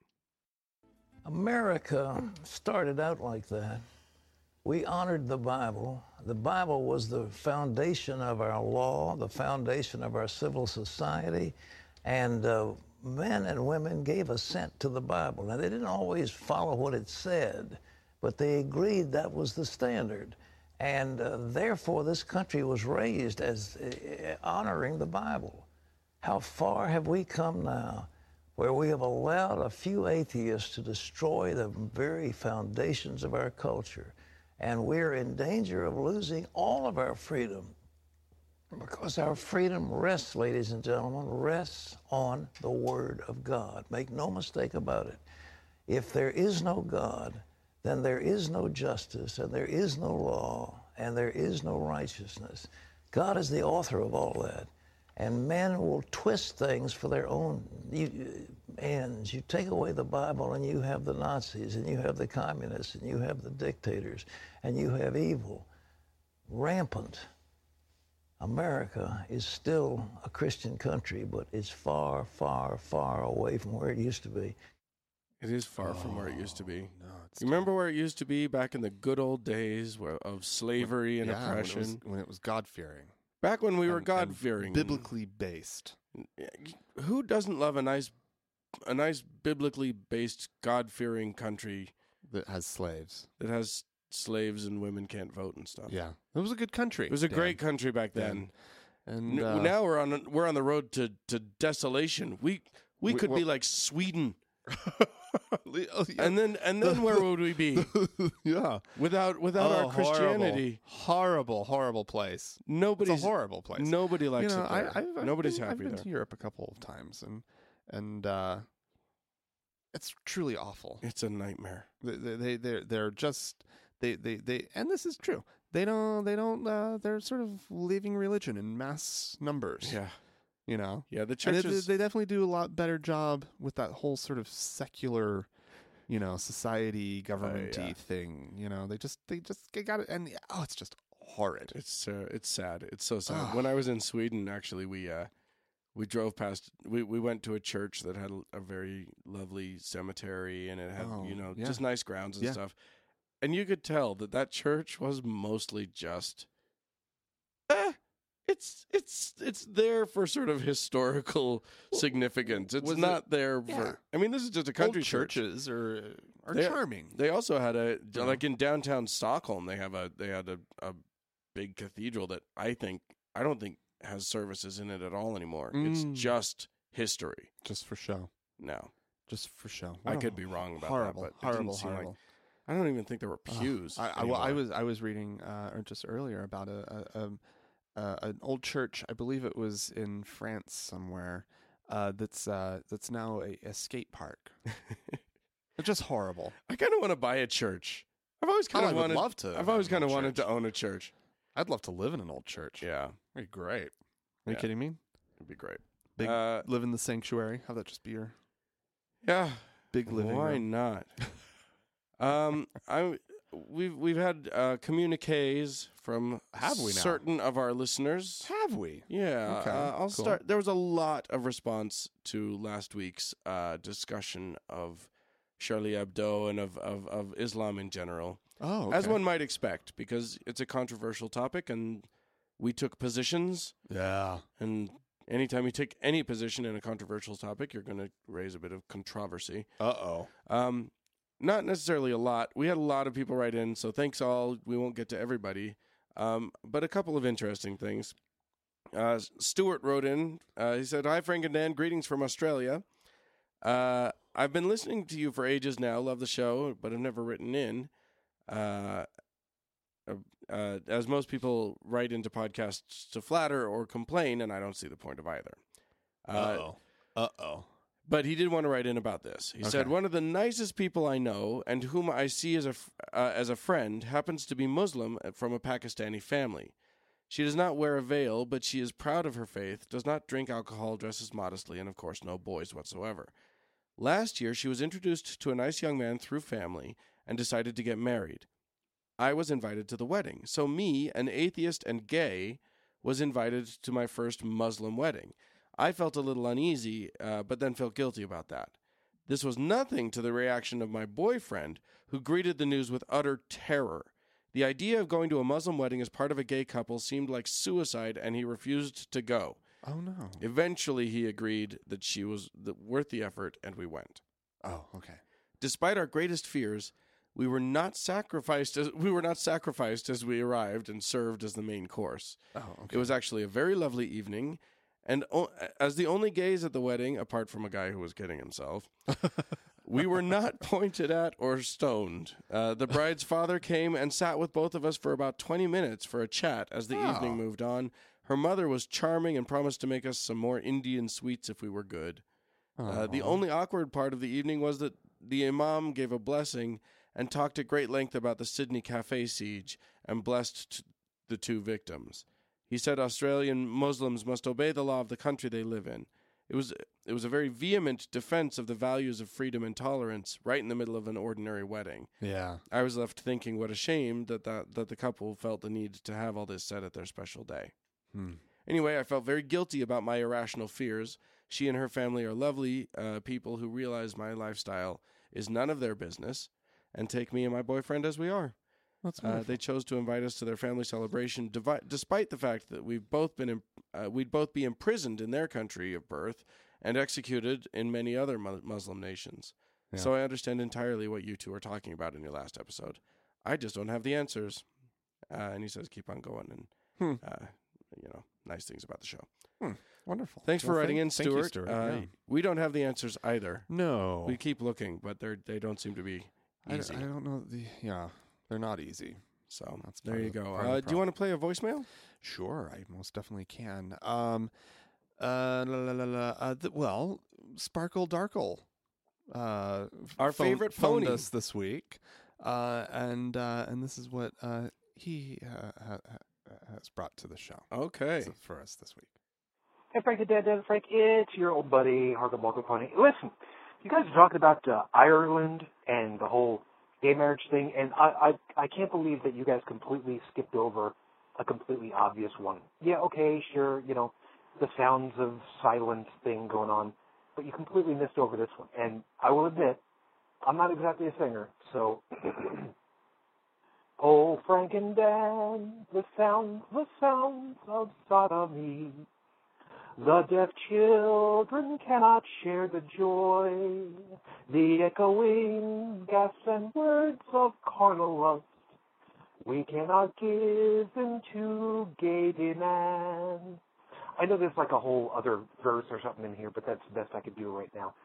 Speaker 3: America started out like that. We honored the Bible. The Bible was the foundation of our law, the foundation of our civil society, and uh, men and women gave assent to the Bible. Now, they didn't always follow what it said, but they agreed that was the standard. And uh, therefore, this country was raised as uh, honoring the Bible. How far have we come now where we have allowed a few atheists to destroy the very foundations of our culture? And we're in danger of losing all of our freedom because our freedom rests, ladies and gentlemen, rests on the Word of God. Make no mistake about it. If there is no God, then there is no justice, and there is no law, and there is no righteousness. God is the author of all that. And men will twist things for their own you- ends. You take away the Bible, and you have the Nazis, and you have the communists, and you have the dictators, and you have evil rampant. America is still a Christian country, but it's far, far, far away from where it used to be.
Speaker 2: It is far from where it used to be.
Speaker 1: No, it's
Speaker 2: You remember where it used to be back in the good old days where, of slavery and
Speaker 1: yeah, when it was-
Speaker 2: oppression?
Speaker 1: when it was God fearing.
Speaker 2: back when we were God fearing.
Speaker 1: Biblically based.
Speaker 2: Who doesn't love a nice, a nice biblically based God fearing country
Speaker 1: That has slaves.
Speaker 2: that has slaves and women can't vote and stuff?
Speaker 1: Yeah. It was a good country.
Speaker 2: It was a
Speaker 1: Dan.
Speaker 2: great country back
Speaker 1: Yeah.
Speaker 2: then.
Speaker 1: And
Speaker 2: N-
Speaker 1: uh,
Speaker 2: now we're on we're on the road to, to desolation. We we,
Speaker 1: We-
Speaker 2: could be
Speaker 1: well-
Speaker 2: like Sweden,
Speaker 1: Oh, yeah.
Speaker 2: and then and then where would we be
Speaker 1: yeah.
Speaker 2: without without
Speaker 1: Oh,
Speaker 2: our Christianity?
Speaker 1: Horrible, horrible, horrible place. It's
Speaker 2: Nobody's
Speaker 1: a horrible place.
Speaker 2: Nobody likes
Speaker 1: you know,
Speaker 2: it.
Speaker 1: I,
Speaker 2: there.
Speaker 1: I've, I've
Speaker 2: Nobody's
Speaker 1: been, I've
Speaker 2: happy
Speaker 1: been
Speaker 2: there.
Speaker 1: to Europe a couple of times, and and uh, it's truly awful.
Speaker 2: It's a nightmare.
Speaker 1: They they they they're, they're just they, they they and this is true. They don't they don't uh, they're sort of leaving religion in mass numbers.
Speaker 2: Yeah,
Speaker 1: you know.
Speaker 2: yeah. The
Speaker 1: And they,
Speaker 2: churches.
Speaker 1: they definitely do a lot better job with that whole sort of secular, you know, society governmenty
Speaker 2: yeah.
Speaker 1: thing. You know, they just they just they got it, and oh, it's just horrid.
Speaker 2: it's uh, it's sad. It's so sad.
Speaker 1: Ugh.
Speaker 2: When I was in Sweden, actually, we uh, we drove past. We, we went to a church that had a very lovely cemetery, and it had
Speaker 1: Oh,
Speaker 2: you know
Speaker 1: yeah.
Speaker 2: just nice grounds and
Speaker 1: Yeah.
Speaker 2: stuff. And you could tell that that church was mostly just, eh, it's it's it's there for sort of historical significance. It's
Speaker 1: was it-
Speaker 2: not there
Speaker 1: yeah.
Speaker 2: for. I mean, this is just a country
Speaker 1: Old
Speaker 2: church.
Speaker 1: churches are are
Speaker 2: They're-
Speaker 1: charming.
Speaker 2: They also had a
Speaker 1: Yeah.
Speaker 2: like in downtown Stockholm. They have a they had a, a big cathedral that I think I don't think has services in it at all anymore. It's
Speaker 1: Mm.
Speaker 2: just history
Speaker 1: just for show.
Speaker 2: now.
Speaker 1: Just for show.
Speaker 2: I
Speaker 1: What a
Speaker 2: could be wrong about
Speaker 1: Oh, horrible,
Speaker 2: that, but it
Speaker 1: horrible,
Speaker 2: didn't seem
Speaker 1: horrible.
Speaker 2: like I don't even think there were
Speaker 1: Ugh.
Speaker 2: pews.
Speaker 1: I, I, well, I
Speaker 2: anymore.
Speaker 1: was I was reading uh, or just earlier about a, a, um uh an old church. I believe it was in France somewhere. Uh, that's uh, that's now a, a skate park. it's just horrible.
Speaker 2: I kind of want to buy a church. I've always kind
Speaker 1: Oh, I
Speaker 2: of
Speaker 1: would
Speaker 2: wanted.
Speaker 1: love to have
Speaker 2: I've always
Speaker 1: an old
Speaker 2: kind of wanted
Speaker 1: church.
Speaker 2: to own a church.
Speaker 1: I'd love to live in an old church.
Speaker 2: Yeah,
Speaker 1: It'd be great. Are you
Speaker 2: Yeah.
Speaker 1: kidding me?
Speaker 2: it'd be great.
Speaker 1: Big
Speaker 2: Uh,
Speaker 1: live in the sanctuary. Have that just be your
Speaker 2: Yeah,
Speaker 1: big living
Speaker 2: Why
Speaker 1: room.
Speaker 2: not? um, I we've we've had uh, communiques from
Speaker 1: Have we now?
Speaker 2: certain of our listeners.
Speaker 1: Have we?
Speaker 2: Yeah,
Speaker 1: Okay,
Speaker 2: uh, I'll
Speaker 1: cool.
Speaker 2: start. There was a lot of response to last week's uh, discussion of Charlie Hebdo and of, of, of Islam in general,
Speaker 1: Oh,
Speaker 2: as
Speaker 1: okay.
Speaker 2: one might expect, because it's a controversial topic, and we took positions,
Speaker 1: Yeah.
Speaker 2: and Anytime you take any position in a controversial topic, you're going to raise a bit of controversy.
Speaker 1: Uh oh.
Speaker 2: Um, not necessarily a lot. We had a lot of people write in, so thanks all. We won't get to everybody, um, but a couple of interesting things. Uh, Stuart wrote in. Uh, he said, "Hi, Frank and Dan. Greetings from Australia. Uh, I've been listening to you for ages now. Love the show, but I've never written in. Uh, uh, uh, as most people write into podcasts to flatter or complain, and I don't see the point of either.
Speaker 1: Uh oh. Uh oh.
Speaker 2: But he did want to write in about this. He said,
Speaker 1: Okay.
Speaker 2: "One of the nicest people I know, and whom I see as a f- uh, as a friend, happens to be Muslim uh, from a Pakistani family. She does not wear a veil, but she is proud of her faith, does not drink alcohol, dresses modestly, and of course, no boys whatsoever. Last year, she was introduced to a nice young man through family and decided to get married. I was invited to the wedding, so me, an atheist and gay, was invited to my first Muslim wedding. I felt a little uneasy, uh, but then felt guilty about that. This was nothing to the reaction of my boyfriend, who greeted the news with utter terror. The idea of going to a Muslim wedding as part of a gay couple seemed like suicide, and he refused to go.
Speaker 1: Oh no.
Speaker 2: Eventually, he agreed that she was th- worth the effort, and we went.
Speaker 1: Oh okay.
Speaker 2: Despite our greatest fears, we were not sacrificed. As, we were not sacrificed as we arrived and served as the main course.
Speaker 1: Oh
Speaker 2: It was actually a very lovely evening. And o- as the only gays at the wedding, apart from a guy who was kidding himself, we were not pointed at or stoned. Uh, the bride's father came and sat with both of us for about 20 minutes for a chat as the
Speaker 1: Oh.
Speaker 2: evening moved on. Her mother was charming and promised to make us some more Indian sweets if we were good.
Speaker 1: Oh, Uh-huh.
Speaker 2: Uh, the only awkward part of the evening was that the imam gave a blessing and talked at great length about the Sydney cafe siege and blessed t- the two victims. He said Australian Muslims must obey the law of the country they live in. It was it was a very vehement defense of the values of freedom and tolerance right in the middle of an ordinary wedding.
Speaker 1: yeah.
Speaker 2: I was left thinking what a shame that that, that the couple felt the need to have all this said at their special day.
Speaker 1: Hmm.
Speaker 2: Anyway, I felt very guilty about my irrational fears. She and her family are lovely uh, people who realize my lifestyle is none of their business and take me and my boyfriend as we are.
Speaker 1: That's
Speaker 2: Uh, they chose to invite us to their family celebration, devi- despite the fact that we've both been im uh, we'd both be imprisoned in their country of birth and executed in many other mu- Muslim nations.
Speaker 1: Yeah.
Speaker 2: So I understand entirely what you two were talking about in your last episode. I just don't have the answers. Uh, and he says, "Keep on going," and
Speaker 1: Hmm.
Speaker 2: uh, you know, nice things about the show.
Speaker 1: wonderful.
Speaker 2: Thanks for
Speaker 1: Well,
Speaker 2: writing
Speaker 1: thank-
Speaker 2: in,
Speaker 1: thank you,
Speaker 2: Stuart. Uh,
Speaker 1: yeah.
Speaker 2: We don't have the answers either.
Speaker 1: No.
Speaker 2: We keep looking, but they they don't seem to be
Speaker 1: I, d-
Speaker 2: easy.
Speaker 1: I don't know. The, yeah, they're not easy.
Speaker 2: so
Speaker 1: That's
Speaker 2: there
Speaker 1: part
Speaker 2: you
Speaker 1: of the-
Speaker 2: go.
Speaker 1: part of the
Speaker 2: Uh, do you
Speaker 1: problem.
Speaker 2: want to play a voicemail?
Speaker 1: Sure, I most definitely can. Um, uh, la, la, la, la, uh, th- well, Sparkle Darkle, uh, f-
Speaker 2: Our
Speaker 1: phone-
Speaker 2: favorite
Speaker 1: phoned
Speaker 2: pony.
Speaker 1: us this week, uh, and uh, and this is what uh, he uh, ha- ha- has brought to the show
Speaker 2: Okay.
Speaker 1: so- for us this week.
Speaker 4: Hey, Frank and Dan, Dan and Frank, it's your old buddy, Harkle Balkan Pony. Listen, you guys are talking about uh, Ireland and the whole gay marriage thing, and I, I, I can't believe that you guys completely skipped over a completely obvious one. Yeah, okay, sure, you know, the sounds of silence thing going on, but you completely missed over this one. And I will admit, I'm not exactly a singer, so. oh, Frank and Dan, the sounds, the sounds of sodomy. The deaf children cannot share the joy, the echoing gas and words of carnal lust. We cannot give in to gay demand. I know there's like a whole other verse or something in here, but that's the best I could do right now.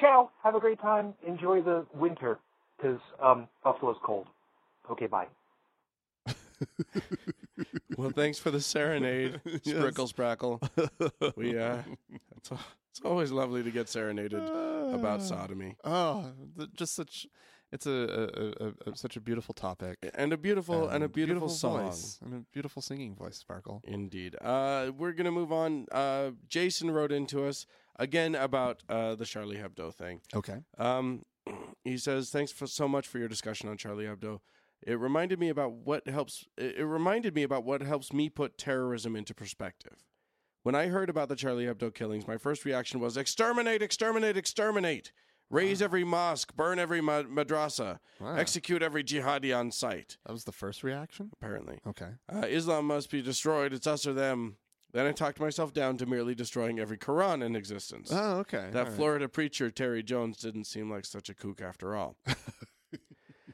Speaker 4: Ciao. Have a great time. Enjoy the winter, because um, Buffalo's cold. Okay, bye.
Speaker 2: Well, thanks for the serenade,
Speaker 1: Yes.
Speaker 2: Sprickle Sprackle. We uh, it's, al- it's always lovely to get serenaded about sodomy
Speaker 1: Oh, th- just such. It's a, a, a, a such a beautiful topic.
Speaker 2: and a beautiful and a beautiful, song.
Speaker 1: voice and a beautiful singing voice, Sparkle.
Speaker 2: Indeed. Uh, we're gonna move on. Uh, Jason wrote into us again about uh, the Charlie Hebdo thing.
Speaker 1: Okay.
Speaker 2: Um, he says, "Thanks for so much for your discussion on Charlie Hebdo. It reminded me about what helps. It it reminded me about what helps me put terrorism into perspective. When I heard about the Charlie Hebdo killings, my first reaction was exterminate, exterminate, exterminate. Raise every mosque, burn every ma- madrasa,
Speaker 1: Wow.
Speaker 2: execute every jihadi on site.
Speaker 1: that was the first reaction.
Speaker 2: Apparently,
Speaker 1: Okay.
Speaker 2: uh, Islam must be destroyed. It's us or them. Then I talked myself down to merely destroying every Quran in existence.
Speaker 1: Oh, okay.
Speaker 2: That
Speaker 1: All right.
Speaker 2: Florida preacher, Terry Jones, didn't seem like such a kook after all.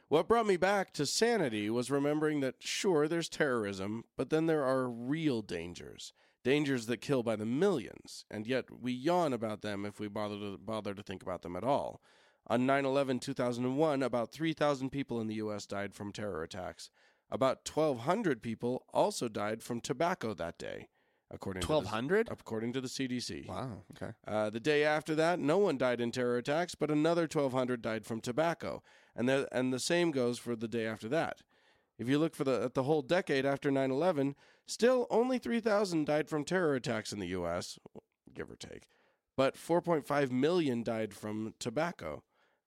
Speaker 2: what brought me back to sanity was remembering that, sure, there's terrorism, but then there are real dangers. Dangers that kill by the millions, and yet we yawn about them if we bother to, bother to think about them at all. On 9 11 2001, about 3,000 people in the U.S. died from terror attacks. About 1,200 people also died from tobacco that day, according, to, the,
Speaker 1: 1200?
Speaker 2: according to the CDC.
Speaker 1: Wow. Okay.
Speaker 2: Uh, the day after that, no one died in terror attacks, but another 1,200 died from tobacco, and the, and the same goes for the day after that. If you look for the at the whole decade after 9/11, still only 3,000 died from terror attacks in the U.S., give or take, but 4.5 million died from tobacco.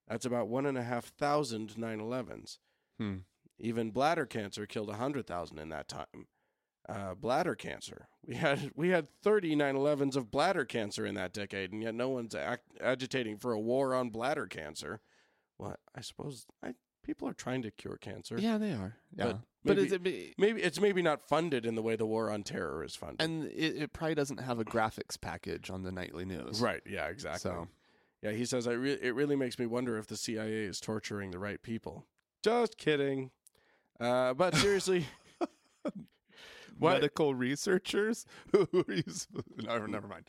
Speaker 2: That's about one and a half thousand 9/11s.
Speaker 1: Hmm.
Speaker 2: Even bladder cancer killed 100,000 in that time. Uh, bladder cancer. We had we had 30 9/11s of bladder cancer in that decade, and yet no one's ac- agitating for a war on bladder cancer. Well, I suppose I, people are trying to cure cancer.
Speaker 1: Yeah, they are. Yeah.
Speaker 2: But
Speaker 1: But,
Speaker 2: maybe-
Speaker 1: is it be-
Speaker 2: Maybe it's maybe not funded in the way the war on terror is funded.
Speaker 1: and it, it probably doesn't have a graphics package on the nightly news.
Speaker 2: right? Yeah, exactly.
Speaker 1: So-
Speaker 2: Yeah, he says I re- it really makes me wonder if the CIA is torturing the right people. Just kidding. Uh, but seriously, What-
Speaker 1: Medical researchers who are you? s- No, never mind.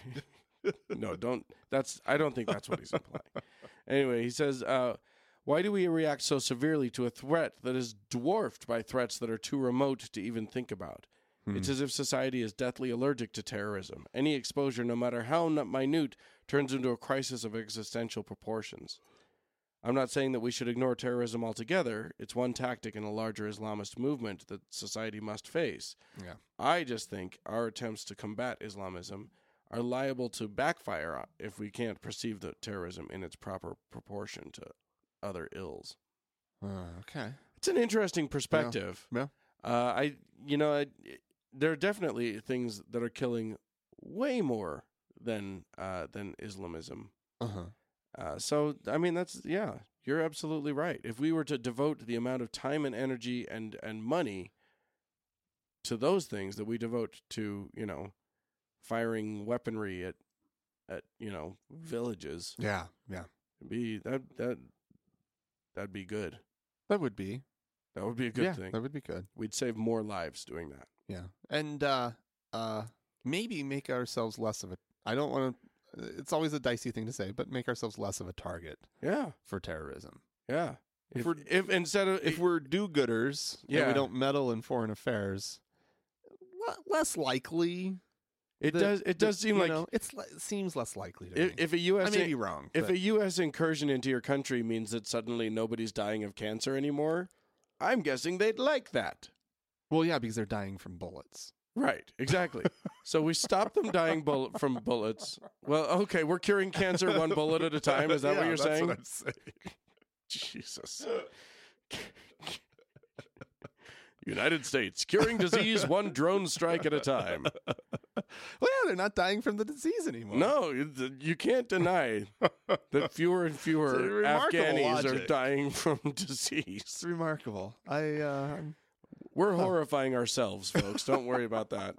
Speaker 2: no, don't. That's I don't think that's what he's implying. Anyway, he says, uh, "Why do we react so severely to a threat that is dwarfed by threats that are too remote to even think about? It's as if society is deathly allergic to terrorism. Any exposure, no matter how n- minute, turns into a crisis of existential proportions." I'm not saying that we should ignore terrorism altogether. It's one tactic in a larger Islamist movement that society must face.
Speaker 1: Yeah.
Speaker 2: I just think our attempts to combat Islamism are liable to backfire on- if we can't perceive the terrorism in its proper proportion to other ills.
Speaker 1: Uh, okay.
Speaker 2: It's an interesting perspective.
Speaker 1: Yeah.
Speaker 2: Uh, I, you know, I, there are definitely things that are killing way more than uh, than Islamism.
Speaker 1: Uh huh.
Speaker 2: Uh, so, I mean, that's yeah, you're absolutely right. If we were to devote the amount of time and energy and and money to those things that we devote to, you know, firing weaponry at at you know villages,
Speaker 1: Yeah. Yeah.
Speaker 2: it'd be that that that'd be good.
Speaker 1: That would be
Speaker 2: That would be a good
Speaker 1: yeah,
Speaker 2: thing.
Speaker 1: That would be good.
Speaker 2: We'd save more lives doing that.
Speaker 1: Yeah. And uh, uh, maybe make ourselves less of a. I don't want to. It's always a dicey thing to say, but make ourselves less of a target
Speaker 2: Yeah,
Speaker 1: for terrorism.
Speaker 2: yeah. If,
Speaker 1: If
Speaker 2: if,
Speaker 1: we're-
Speaker 2: instead of
Speaker 1: If we're do-gooders and
Speaker 2: Yeah.
Speaker 1: we don't meddle in foreign affairs, le- less likely.
Speaker 2: it
Speaker 1: that-
Speaker 2: does
Speaker 1: that,
Speaker 2: it does seem
Speaker 1: you
Speaker 2: like
Speaker 1: know, it's li- it seems less likely to
Speaker 2: if,
Speaker 1: me.
Speaker 2: if a
Speaker 1: I
Speaker 2: U.S.
Speaker 1: may be wrong.
Speaker 2: If
Speaker 1: but-
Speaker 2: a U.S. incursion into your country means that suddenly nobody's dying of cancer anymore, I'm guessing they'd like that.
Speaker 1: well, yeah, because they're dying from bullets.
Speaker 2: Right, exactly. so we stop them dying bullet from bullets. Well, okay, we're curing cancer one bullet at a time. Is that what
Speaker 1: Yeah,
Speaker 2: you're
Speaker 1: that's
Speaker 2: saying?
Speaker 1: I'm saying.
Speaker 2: Jesus. United States curing disease one drone strike at a time.
Speaker 1: Well, yeah, they're not dying from the disease anymore.
Speaker 2: No, you you can't deny that fewer and
Speaker 1: It's a
Speaker 2: fewer
Speaker 1: remarkable
Speaker 2: Afghanis are
Speaker 1: logic.
Speaker 2: dying from disease.
Speaker 1: it's remarkable. I uh, I'm-
Speaker 2: We're horrifying ourselves, folks. Don't worry about that.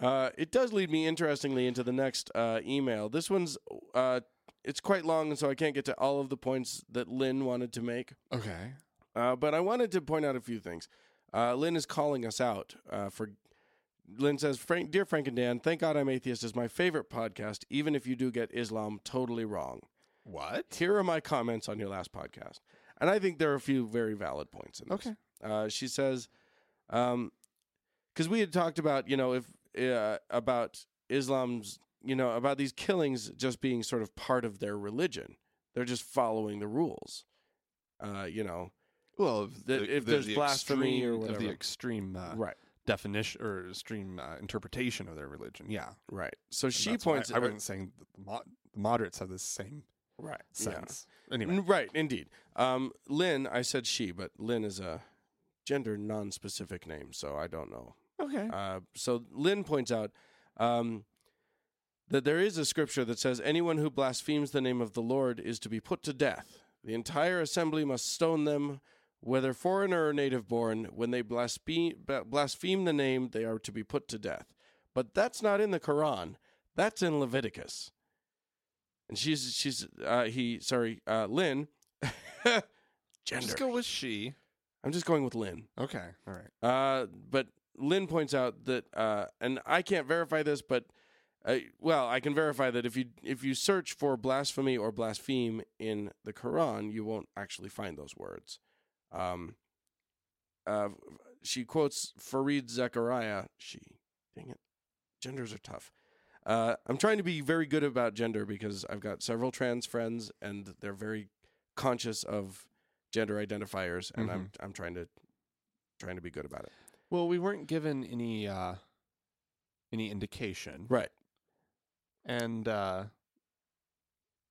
Speaker 2: Uh, it does lead me interestingly into the next uh, email. This one's uh, it's quite long, and so I can't get to all of the points that Lynn wanted to make.
Speaker 1: okay.
Speaker 2: Uh, but I wanted to point out a few things. Uh, Lynn is calling us out uh, for. Lynn says, Frank, "Dear Frank and Dan, thank God I'm atheist is my favorite podcast, even if you do get Islam totally wrong.
Speaker 1: What?
Speaker 2: Here are my comments on your last podcast, and I think there are a few very valid points in this.
Speaker 1: Okay.
Speaker 2: Uh, she says, because we had talked about, you know, if uh, about Islam's, you know, about these killings just being sort of part of their religion. They're just following the rules. Uh, you know,
Speaker 1: Well, if,
Speaker 2: The- if there's blasphemy
Speaker 1: extreme-
Speaker 2: or
Speaker 1: of
Speaker 2: whatever.
Speaker 1: the extreme uh,
Speaker 2: right,
Speaker 1: definition or extreme uh, interpretation of their religion, yeah. And
Speaker 2: right. So she
Speaker 1: that's why
Speaker 2: points. uh,
Speaker 1: I, wasn't saying that the, mo- the moderates have the same
Speaker 2: right yeah. Mm,
Speaker 1: sense. Anyway,
Speaker 2: N- Right, indeed. Um, Lynn, I said she, but Lynn is a gender non-specific name, so I don't know.
Speaker 1: okay.
Speaker 2: Uh, so Lynn points out um, that there is a scripture that says anyone who blasphemes the name of the Lord is to be put to death. The entire assembly must stone them. whether foreigner or native born, when they blaspheme, blaspheme the name, they are to be put to death. But that's not in the Quran. That's in Leviticus. And she's she's uh, he sorry uh, Lynn, gender.
Speaker 1: Just go with she.
Speaker 2: I'm just going with Lynn.
Speaker 1: Okay. All right.
Speaker 2: Uh, but Lynn points out that, uh, and I can't verify this, but uh, well, I can verify that if you if you search for blasphemy or blaspheme in the Quran, you won't actually find those words. Um, uh, she quotes Farid Zechariah. She, dang it, genders are tough. Uh, I'm trying to be very good about gender because I've got several trans friends, and they're very conscious of gender identifiers, and I'm I'm trying to trying to be good about it.
Speaker 1: Well, we weren't given any uh any indication.
Speaker 2: Right.
Speaker 1: And uh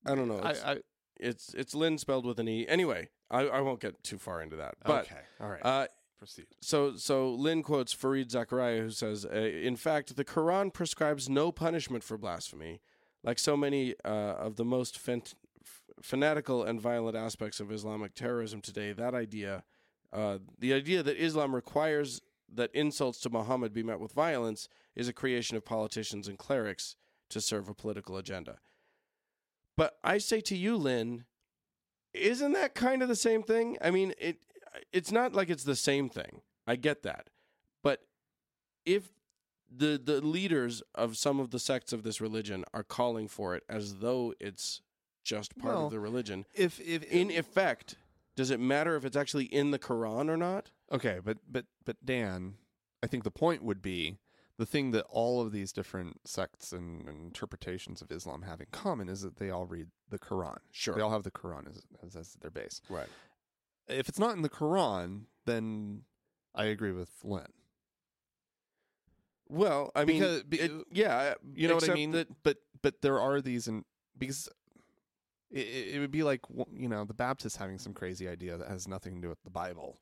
Speaker 2: I don't know.
Speaker 1: I,
Speaker 2: It's,
Speaker 1: I
Speaker 2: it's it's Lynn spelled with an e. Anyway, I, I won't get too far into that. But
Speaker 1: okay. All right.
Speaker 2: uh,
Speaker 1: Proceed.
Speaker 2: so so Lynn quotes Farid Zachariah, who says, uh, "In fact, the Quran prescribes no punishment for blasphemy, like so many uh, of the most fant- f- fanatical and violent aspects of Islamic terrorism today. That idea, uh, the idea that Islam requires that insults to Muhammad be met with violence, is a creation of politicians and clerics to serve a political agenda." But I say to you, Lynn, isn't that kind of the same thing? I mean, it it's not like it's the same thing. I get that. But if the the leaders of some of the sects of this religion are calling for it as though it's just part
Speaker 1: Well,
Speaker 2: of the religion,
Speaker 1: If if
Speaker 2: in effect, does it matter if it's actually in the Quran or not?
Speaker 1: Okay, but but but Dan, I think the point would be the thing that all of these different sects and, and interpretations of Islam have in common is that they all read the Quran.
Speaker 2: Sure.
Speaker 1: They all have the Quran as as, as their base.
Speaker 2: Right.
Speaker 1: If it's not in the Quran, then I agree with Lynn.
Speaker 2: Well, I mean,
Speaker 1: Because- be-
Speaker 2: it- yeah,
Speaker 1: You know what I
Speaker 2: except
Speaker 1: mean?
Speaker 2: that-
Speaker 1: but but there are these and because it, it it would be like you know the Baptists having some crazy idea that has nothing to do with the Bible.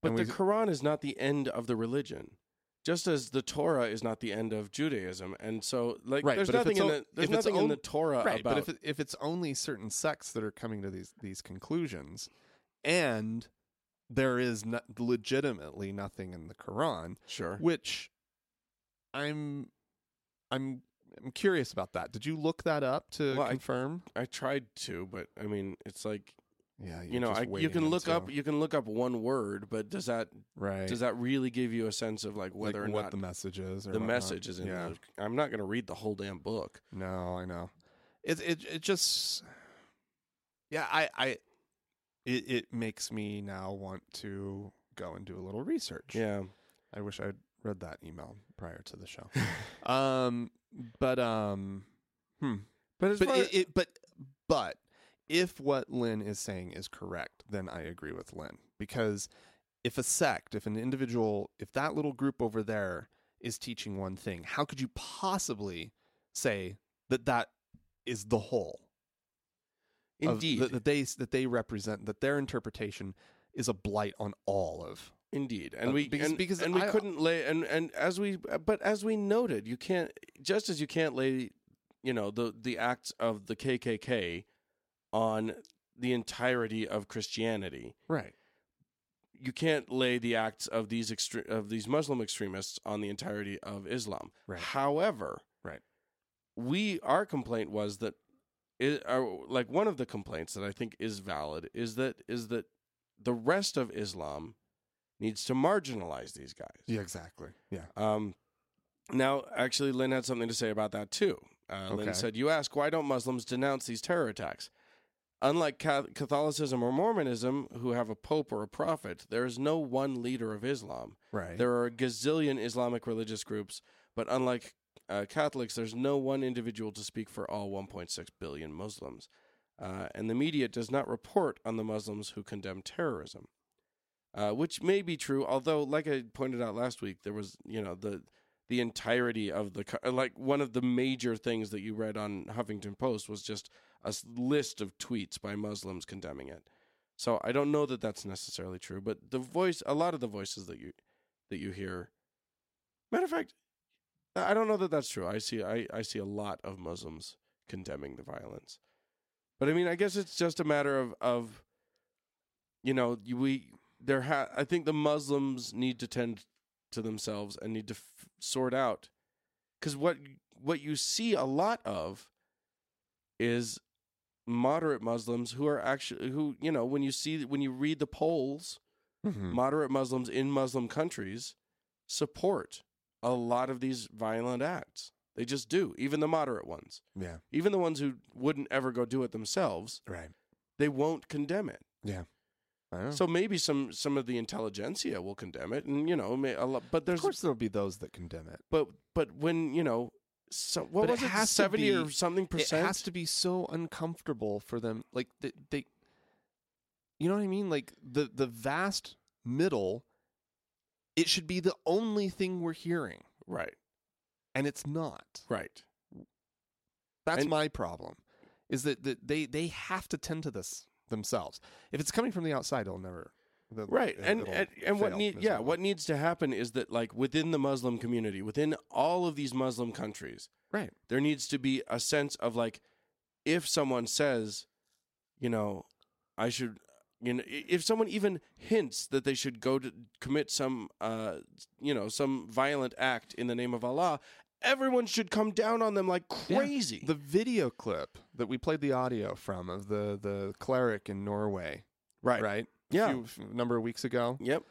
Speaker 2: But
Speaker 1: And
Speaker 2: the
Speaker 1: we-
Speaker 2: Quran is not the end of the religion, just as the Torah is not the end of Judaism. And so, like,
Speaker 1: Right,
Speaker 2: there's
Speaker 1: but if
Speaker 2: nothing
Speaker 1: it's
Speaker 2: in
Speaker 1: o-
Speaker 2: the there's
Speaker 1: if it's
Speaker 2: nothing in
Speaker 1: own-
Speaker 2: the Torah
Speaker 1: right
Speaker 2: Uh, about.
Speaker 1: but if, it, if it's only certain sects that are coming to these these conclusions and there is no, legitimately nothing in the quran
Speaker 2: sure,
Speaker 1: which i'm i'm i'm curious about that did you look that up to
Speaker 2: Well, I-
Speaker 1: confirm
Speaker 2: I tried to, but I mean, it's like
Speaker 1: yeah
Speaker 2: you know, I, you can look up you can look up one word, but does that
Speaker 1: right
Speaker 2: does that really give you a sense of like whether
Speaker 1: like
Speaker 2: or
Speaker 1: what
Speaker 2: not
Speaker 1: the message is or
Speaker 2: the
Speaker 1: whatnot.
Speaker 2: message is in?
Speaker 1: yeah
Speaker 2: The, I'm not going to read the whole damn book.
Speaker 1: no i know it it it just yeah i i it, it makes me now want to go and do a little research
Speaker 2: Yeah,
Speaker 1: I wish I'd read that email prior to the show. um, but um, hmm.
Speaker 2: but as
Speaker 1: but
Speaker 2: far-
Speaker 1: it, it, but but if what Lynn is saying is correct, then I agree with Lynn because if a sect, if an individual, if that little group over there is teaching one thing, how could you possibly say that that is the whole? of-
Speaker 2: indeed,
Speaker 1: that, that they that they represent that their interpretation is a blight on all of
Speaker 2: Indeed, and
Speaker 1: Uh,
Speaker 2: we
Speaker 1: because-
Speaker 2: and,
Speaker 1: because
Speaker 2: and we
Speaker 1: I-
Speaker 2: couldn't lay and and as we but as we noted, you can't just as you can't lay you know the the acts of the KKK on the entirety of Christianity.
Speaker 1: right.
Speaker 2: You can't lay the acts of these extre- of these Muslim extremists on the entirety of Islam.
Speaker 1: Right.
Speaker 2: However,
Speaker 1: Right.
Speaker 2: we our complaint was that it, our, like one of the complaints that I think is valid is that is that the rest of Islam needs to marginalize these guys.
Speaker 1: Yeah, exactly. Yeah.
Speaker 2: Um, now, actually, Lynn had something to say about that too. Uh,
Speaker 1: Okay.
Speaker 2: Lynn said, "You ask why don't Muslims denounce these terror attacks? Unlike Ca- Catholicism or Mormonism, who have a pope or a prophet, there is no one leader of Islam.
Speaker 1: Right.
Speaker 2: There are a gazillion Islamic religious groups, but unlike uh, Catholics, there's no one individual to speak for all 1.6 billion Muslims. Uh, and the media does not report on the Muslims who condemn terrorism, uh, which may be true. Although, like I pointed out last week, there was you know the the entirety of the co- uh, like one of the major things that you read on Huffington Post was just a s- list of tweets by Muslims condemning it. So I don't know that that's necessarily true, but the voice, a lot of the voices that you that you hear. Matter of fact, I I don't know that that's true. I see, I, I see a lot of Muslims condemning the violence, but I mean, I guess it's just a matter of of you know you- we there ha- I think the Muslims need to tend to themselves and need to f- sort out because what what you see a lot of is moderate Muslims who are actually who you know when you see when you read the polls,
Speaker 1: Mhm.
Speaker 2: moderate Muslims in Muslim countries support a lot of these violent acts. They just do, even the moderate ones,
Speaker 1: Yeah.
Speaker 2: even the ones who wouldn't ever go do it themselves.
Speaker 1: Right.
Speaker 2: They won't condemn it.
Speaker 1: I know.
Speaker 2: So maybe some some of the intelligentsia will condemn it, and you know, may, a lot, but
Speaker 1: of
Speaker 2: there's
Speaker 1: course there'll be those that condemn it.
Speaker 2: but but when you know, so, what
Speaker 1: But it
Speaker 2: was it,
Speaker 1: has to
Speaker 2: seventy or
Speaker 1: be-
Speaker 2: something percent?
Speaker 1: It has to be so uncomfortable for them. Like they, they you know what I mean? Like the the vast middle. It should be the only thing we're hearing,
Speaker 2: right,
Speaker 1: and it's not.
Speaker 2: right.
Speaker 1: That's
Speaker 2: And-
Speaker 1: my problem. Is that, that they they have to tend to this themselves. If it's coming from the outside, it'll never. the-
Speaker 2: right
Speaker 1: it-
Speaker 2: and
Speaker 1: it'll
Speaker 2: and, and what
Speaker 1: fail
Speaker 2: need yeah
Speaker 1: miserably.
Speaker 2: what needs to happen is that like within the muslim community within all of these muslim countries
Speaker 1: Right.
Speaker 2: there needs to be a sense of like if someone says you know i should you know i- if someone even hints that they should go to commit some uh you know some violent act in the name of allah everyone should come down on them like
Speaker 1: Yeah.
Speaker 2: crazy
Speaker 1: The video clip that we played the audio from of the the cleric in Norway,
Speaker 2: right
Speaker 1: right?
Speaker 2: yeah
Speaker 1: A few, number of weeks ago,
Speaker 2: yep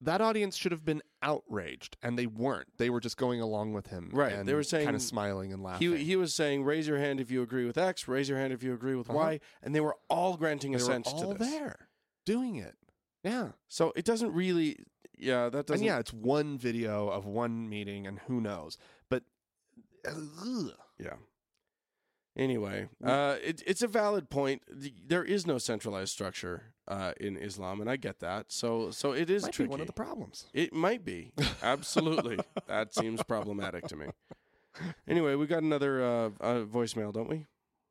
Speaker 1: that audience should have been outraged, and they weren't. They were just going along with him,
Speaker 2: Right,
Speaker 1: And
Speaker 2: they were saying-
Speaker 1: kind of smiling and laughing.
Speaker 2: He, he was saying, raise your hand if you agree with X, raise your hand if you agree with
Speaker 1: Uh-huh.
Speaker 2: Y, and they were all granting
Speaker 1: they were
Speaker 2: assent
Speaker 1: all
Speaker 2: to this.
Speaker 1: there doing it. Yeah,
Speaker 2: So it doesn't really, yeah, that doesn't.
Speaker 1: and yeah, it's one video of one meeting, and who knows? But ugh.
Speaker 2: yeah. Anyway,
Speaker 1: Mm.
Speaker 2: uh, it, it's a valid point. The- There is no centralized structure uh, in Islam, and I get that. So so it is
Speaker 1: might
Speaker 2: tricky.
Speaker 1: be one of the problems.
Speaker 2: It might be. Absolutely. that seems problematic to me. Anyway, we got another uh, uh, voicemail, don't we?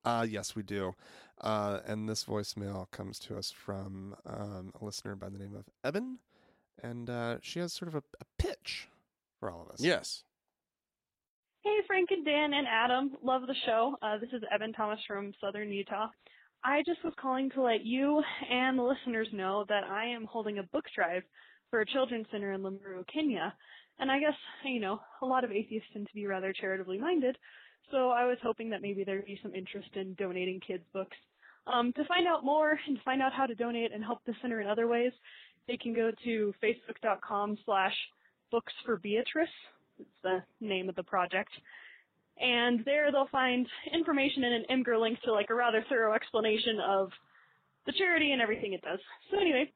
Speaker 1: Uh, yes, we do. Uh, and this voicemail comes to us from um, a listener by the name of Eben. And uh, she has sort of a, a pitch for all of us.
Speaker 2: Yes.
Speaker 5: Hey, Frank and Dan and Adam. Love the show. Uh, this is Evan Thomas from Southern Utah. I just was calling to let you and the listeners know that I am holding a book drive for a children's center in Limuru, Kenya. And I guess, you know, a lot of atheists tend to be rather charitably minded. So I was hoping that maybe there'd be some interest in donating kids' books. Um, to find out more and to find out how to donate and help the center in other ways, they can go to facebook.com slash books for Beatrice. It's the name of the project. And there they'll find information and an Imgur link to like a rather thorough explanation of the charity and everything it does. So anyway,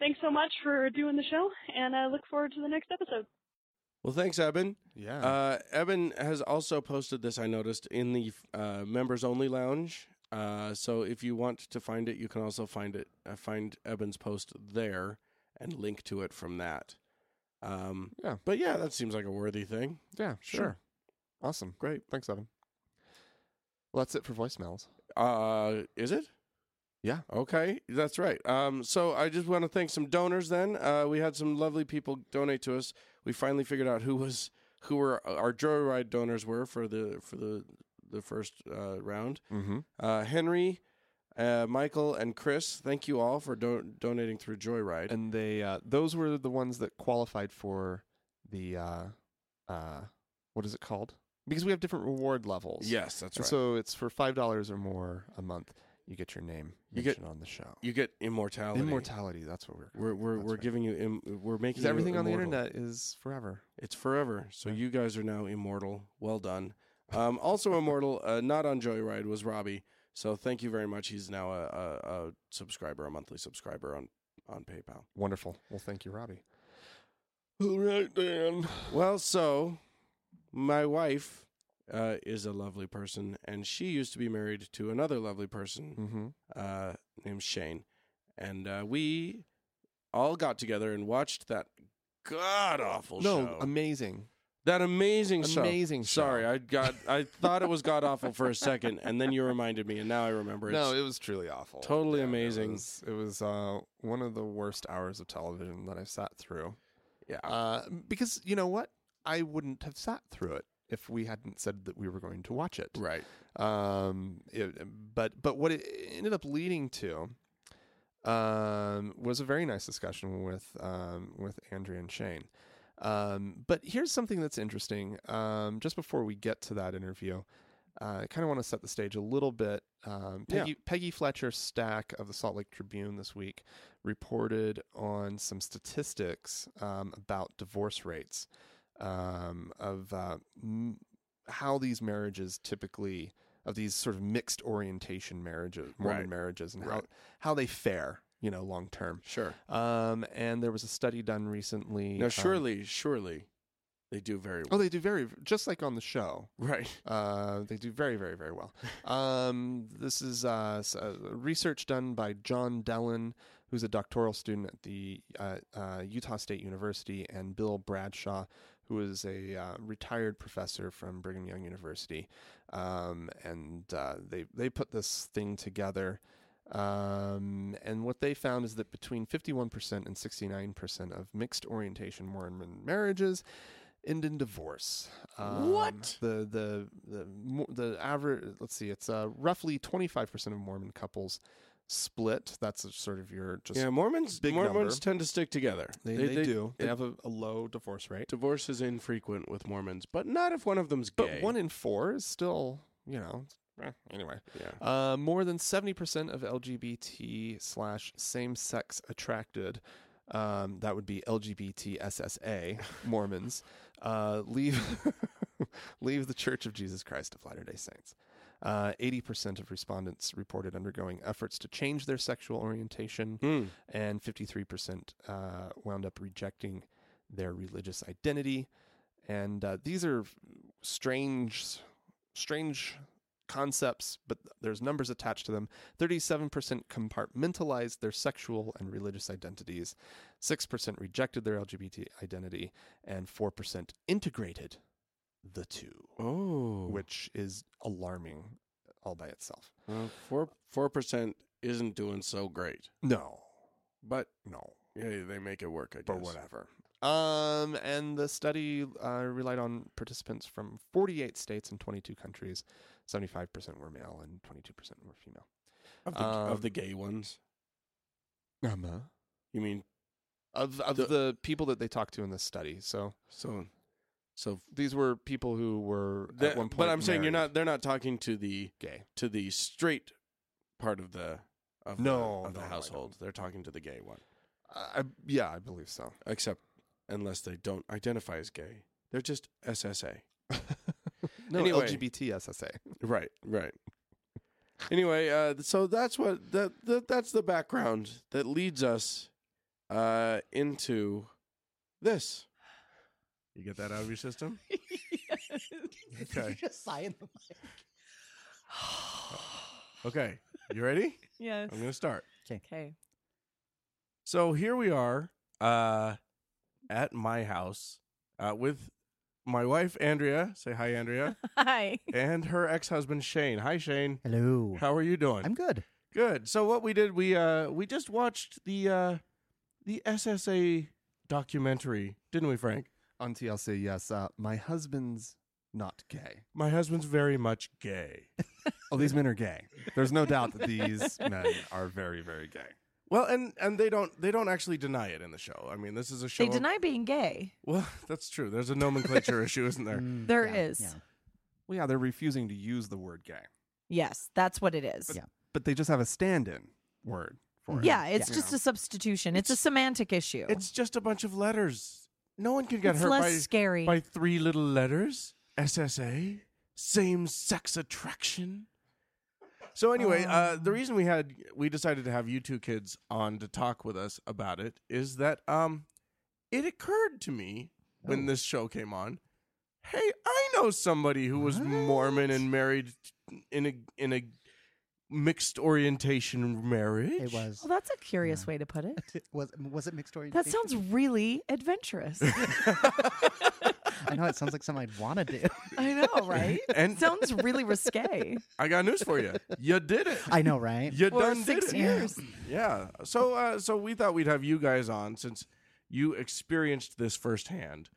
Speaker 5: thanks so much for doing the show and I look forward to the next episode.
Speaker 2: Well, thanks, Eben.
Speaker 1: Yeah.
Speaker 2: Uh, Evan has also posted this, I noticed, in the uh, members only lounge. Uh, so if you want to find it, you can also find it, uh, find Evan's post there and link to it from that. Um,
Speaker 1: Yeah.
Speaker 2: But yeah, that seems like a worthy thing.
Speaker 1: yeah, sure.
Speaker 2: sure.
Speaker 1: Awesome.
Speaker 2: Great.
Speaker 1: Thanks, Evan. Well, that's it for voicemails.
Speaker 2: Uh, is it?
Speaker 1: Yeah.
Speaker 2: Okay, that's right. Um, so I just want to thank some donors. Then uh, we had some lovely people donate to us. We finally figured out who was who were our joyride donors were for the for the the first uh, round.
Speaker 1: Mm-hmm.
Speaker 2: uh, Henry, uh, Michael, and Chris. Thank you all for do- donating through Joyride.
Speaker 1: And they uh, those were the ones that qualified for the uh, uh, what is it called? Because we have different reward levels.
Speaker 2: yes, that's
Speaker 1: And
Speaker 2: right.
Speaker 1: so it's for five dollars or more a month. You get your name
Speaker 2: You get-
Speaker 1: mentioned on the show.
Speaker 2: you get
Speaker 1: Oh,
Speaker 2: immortality.
Speaker 1: Immortality. That's what we're.
Speaker 2: We're we're,
Speaker 1: That's
Speaker 2: we're
Speaker 1: right.
Speaker 2: giving you Im- we're making
Speaker 1: Because everything
Speaker 2: you
Speaker 1: on the
Speaker 2: immortal.
Speaker 1: internet is forever.
Speaker 2: It's forever. So you guys are now immortal. Well done. Um, also immortal, uh, not on Joyride, was Robbie. So thank you very much. He's now a, a, a subscriber, a monthly subscriber on on PayPal.
Speaker 1: Wonderful. Well, thank you, Robbie. All right, Dan.
Speaker 2: Well, so my wife uh, is a lovely person, and she used to be married to another lovely person
Speaker 1: Mm-hmm.
Speaker 2: uh, named Shane, and uh, we all got together and watched that god awful
Speaker 1: No,
Speaker 2: show.
Speaker 1: amazing.
Speaker 2: that amazing, show.
Speaker 1: amazing show.
Speaker 2: Sorry, I got. I thought it was god awful for a second, and then you reminded me, and now I remember. It's,
Speaker 1: No, it was truly awful.
Speaker 2: totally
Speaker 1: Yeah, it
Speaker 2: amazing.
Speaker 1: was- It was, uh, one of the worst hours of television that I've sat through.
Speaker 2: yeah,
Speaker 1: Uh, because you know what? I wouldn't have sat through it if we hadn't said that we were going to watch it.
Speaker 2: right.
Speaker 1: Um, it, but but what it ended up leading to um, was a very nice discussion with um, with Andrea and Shane. Um, but here's something that's interesting. Um, just before we get to that interview, uh, I kind of want to set the stage a little bit. Um,
Speaker 6: Yeah.
Speaker 1: Peggy, Peggy Fletcher Stack of the Salt Lake Tribune this week reported on some statistics um, about divorce rates um, of uh, m- how these marriages typically of these sort of mixed orientation marriages, Mormon
Speaker 6: Right.
Speaker 1: marriages, and
Speaker 6: Right.
Speaker 1: how how they fare, you know, long term.
Speaker 6: Sure.
Speaker 1: Um, and there was a study done recently.
Speaker 6: Now,
Speaker 1: um,
Speaker 6: surely, surely, they do very
Speaker 1: oh,
Speaker 6: well.
Speaker 1: they do very just like on the show.
Speaker 6: right.
Speaker 1: Uh, they do very, very, very well. Um, this is uh, s- uh, research done by John Dellin, who's a doctoral student at the uh, uh, Utah State University, and Bill Bradshaw, who is a uh, retired professor from Brigham Young University. Um, and uh, they they put this thing together. Um, and what they found is that between 51% and 69% of mixed orientation Mormon marriages end in divorce. Um,
Speaker 6: What?
Speaker 1: The, the, the, mo- the average, let's see, it's uh, roughly 25% of Mormon couples split. That's a sort of your just.
Speaker 6: Yeah, Mormons.
Speaker 1: big
Speaker 6: Mormons
Speaker 1: number.
Speaker 6: tend to stick together.
Speaker 1: They, they, do. They
Speaker 6: it-
Speaker 1: have a, a low divorce rate.
Speaker 6: divorce is infrequent with Mormons, but not if one of them's gay.
Speaker 1: But one in four is still, you know, eh, anyway.
Speaker 6: yeah.
Speaker 1: Uh, more than 70% of LGBT slash same sex attracted, um, that would be LGBTSSA Mormons, uh, leave, leave the Church of Jesus Christ of Latter day Saints. Uh, 80% of respondents reported undergoing efforts to change their sexual orientation,
Speaker 6: Hmm.
Speaker 1: and 53% uh, wound up rejecting their religious identity. And uh, these are strange, strange concepts, but there's numbers attached to them. 37% compartmentalized their sexual and religious identities, 6% rejected their LGBT identity, and 4% integrated the two,
Speaker 6: Oh,
Speaker 1: which is alarming all by itself.
Speaker 6: Well, four four percent isn't doing so great,
Speaker 1: No,
Speaker 6: but
Speaker 1: no.
Speaker 6: yeah, they make it work. I guess.
Speaker 1: But whatever. Um, and the study uh, relied on participants from 48 states and 22 countries. 75% were male and 22% were female.
Speaker 6: of the,
Speaker 1: Um,
Speaker 6: of the gay ones. You mean
Speaker 1: Of of Uh-huh. the,
Speaker 6: The-
Speaker 1: people that they talked to in this study, so
Speaker 6: so? So
Speaker 1: these were people who were
Speaker 6: that-
Speaker 1: at one point.
Speaker 6: but I'm saying you're
Speaker 1: married
Speaker 6: not. They're not talking to the
Speaker 1: gay.
Speaker 6: to the straight part of the of
Speaker 1: No,
Speaker 6: the, of
Speaker 1: no,
Speaker 6: the
Speaker 1: I
Speaker 6: household. They're talking to the gay one,
Speaker 1: I, I- yeah, I believe so.
Speaker 6: except unless they don't identify as gay. They're just SSA.
Speaker 1: No,
Speaker 6: Anyway.
Speaker 1: LGBT SSA.
Speaker 6: Right, right. Anyway, uh, so that's what that, that that's the background that leads us uh, into this. You get that out of your system? Okay.
Speaker 3: you just sigh in the mic.
Speaker 2: Okay, you ready?
Speaker 7: Yes.
Speaker 2: I'm gonna start.
Speaker 7: Okay.
Speaker 2: So here we are uh, at my house uh, with my wife Andrea. Say hi, Andrea,
Speaker 7: Hi.
Speaker 2: and her ex-husband Shane. Hi, Shane.
Speaker 3: Hello.
Speaker 2: How are you doing?
Speaker 3: I'm good.
Speaker 2: good. So what we did, we uh, we just watched the uh, the SSA documentary, didn't we, Frank?
Speaker 1: On TLC, yes. Uh, my husband's not gay.
Speaker 2: My husband's very much gay.
Speaker 1: Oh, these men are gay. There's no doubt that these men are very, very gay.
Speaker 2: Well, and and they don't they don't actually deny it in the show. I mean, this is a show.
Speaker 7: They deny being gay.
Speaker 2: Well, that's true. There's a nomenclature issue, isn't there?
Speaker 7: There
Speaker 3: There
Speaker 7: Mm. yeah,
Speaker 3: is.
Speaker 7: is. yeah.
Speaker 1: Well, yeah, they're refusing to use the word gay,
Speaker 7: Yes, that's what it is.
Speaker 3: Yeah.
Speaker 1: but they just have a stand-in word for it.
Speaker 7: Yeah, it's
Speaker 1: You
Speaker 7: just
Speaker 1: know.
Speaker 7: a substitution. It's, a semantic issue.
Speaker 2: It's just a bunch of letters. No one can get
Speaker 7: It's
Speaker 2: hurt
Speaker 7: less
Speaker 2: by
Speaker 7: scary.
Speaker 2: by three little letters. SSA, same sex attraction. So anyway, uh,
Speaker 3: Um.
Speaker 2: the reason we had we decided to have you two kids on to talk with us about it is that um, it occurred to me
Speaker 3: Oh.
Speaker 2: when this show came on. Hey, I know somebody who was Mormon and married in a in a mixed orientation marriage.
Speaker 3: It was.
Speaker 7: well, that's a curious way to put it.
Speaker 3: was was it mixed
Speaker 7: That
Speaker 3: orientation?
Speaker 7: sounds really adventurous.
Speaker 3: I know it sounds like something I'd want to do.
Speaker 7: I know, right?
Speaker 2: And-
Speaker 7: sounds really risque.
Speaker 2: I got news for you. You did it.
Speaker 3: I know, right?
Speaker 2: You
Speaker 7: For
Speaker 2: done
Speaker 7: six
Speaker 2: did it.
Speaker 7: years.
Speaker 2: Yeah. So uh, so we thought we'd have you guys on since you experienced this firsthand.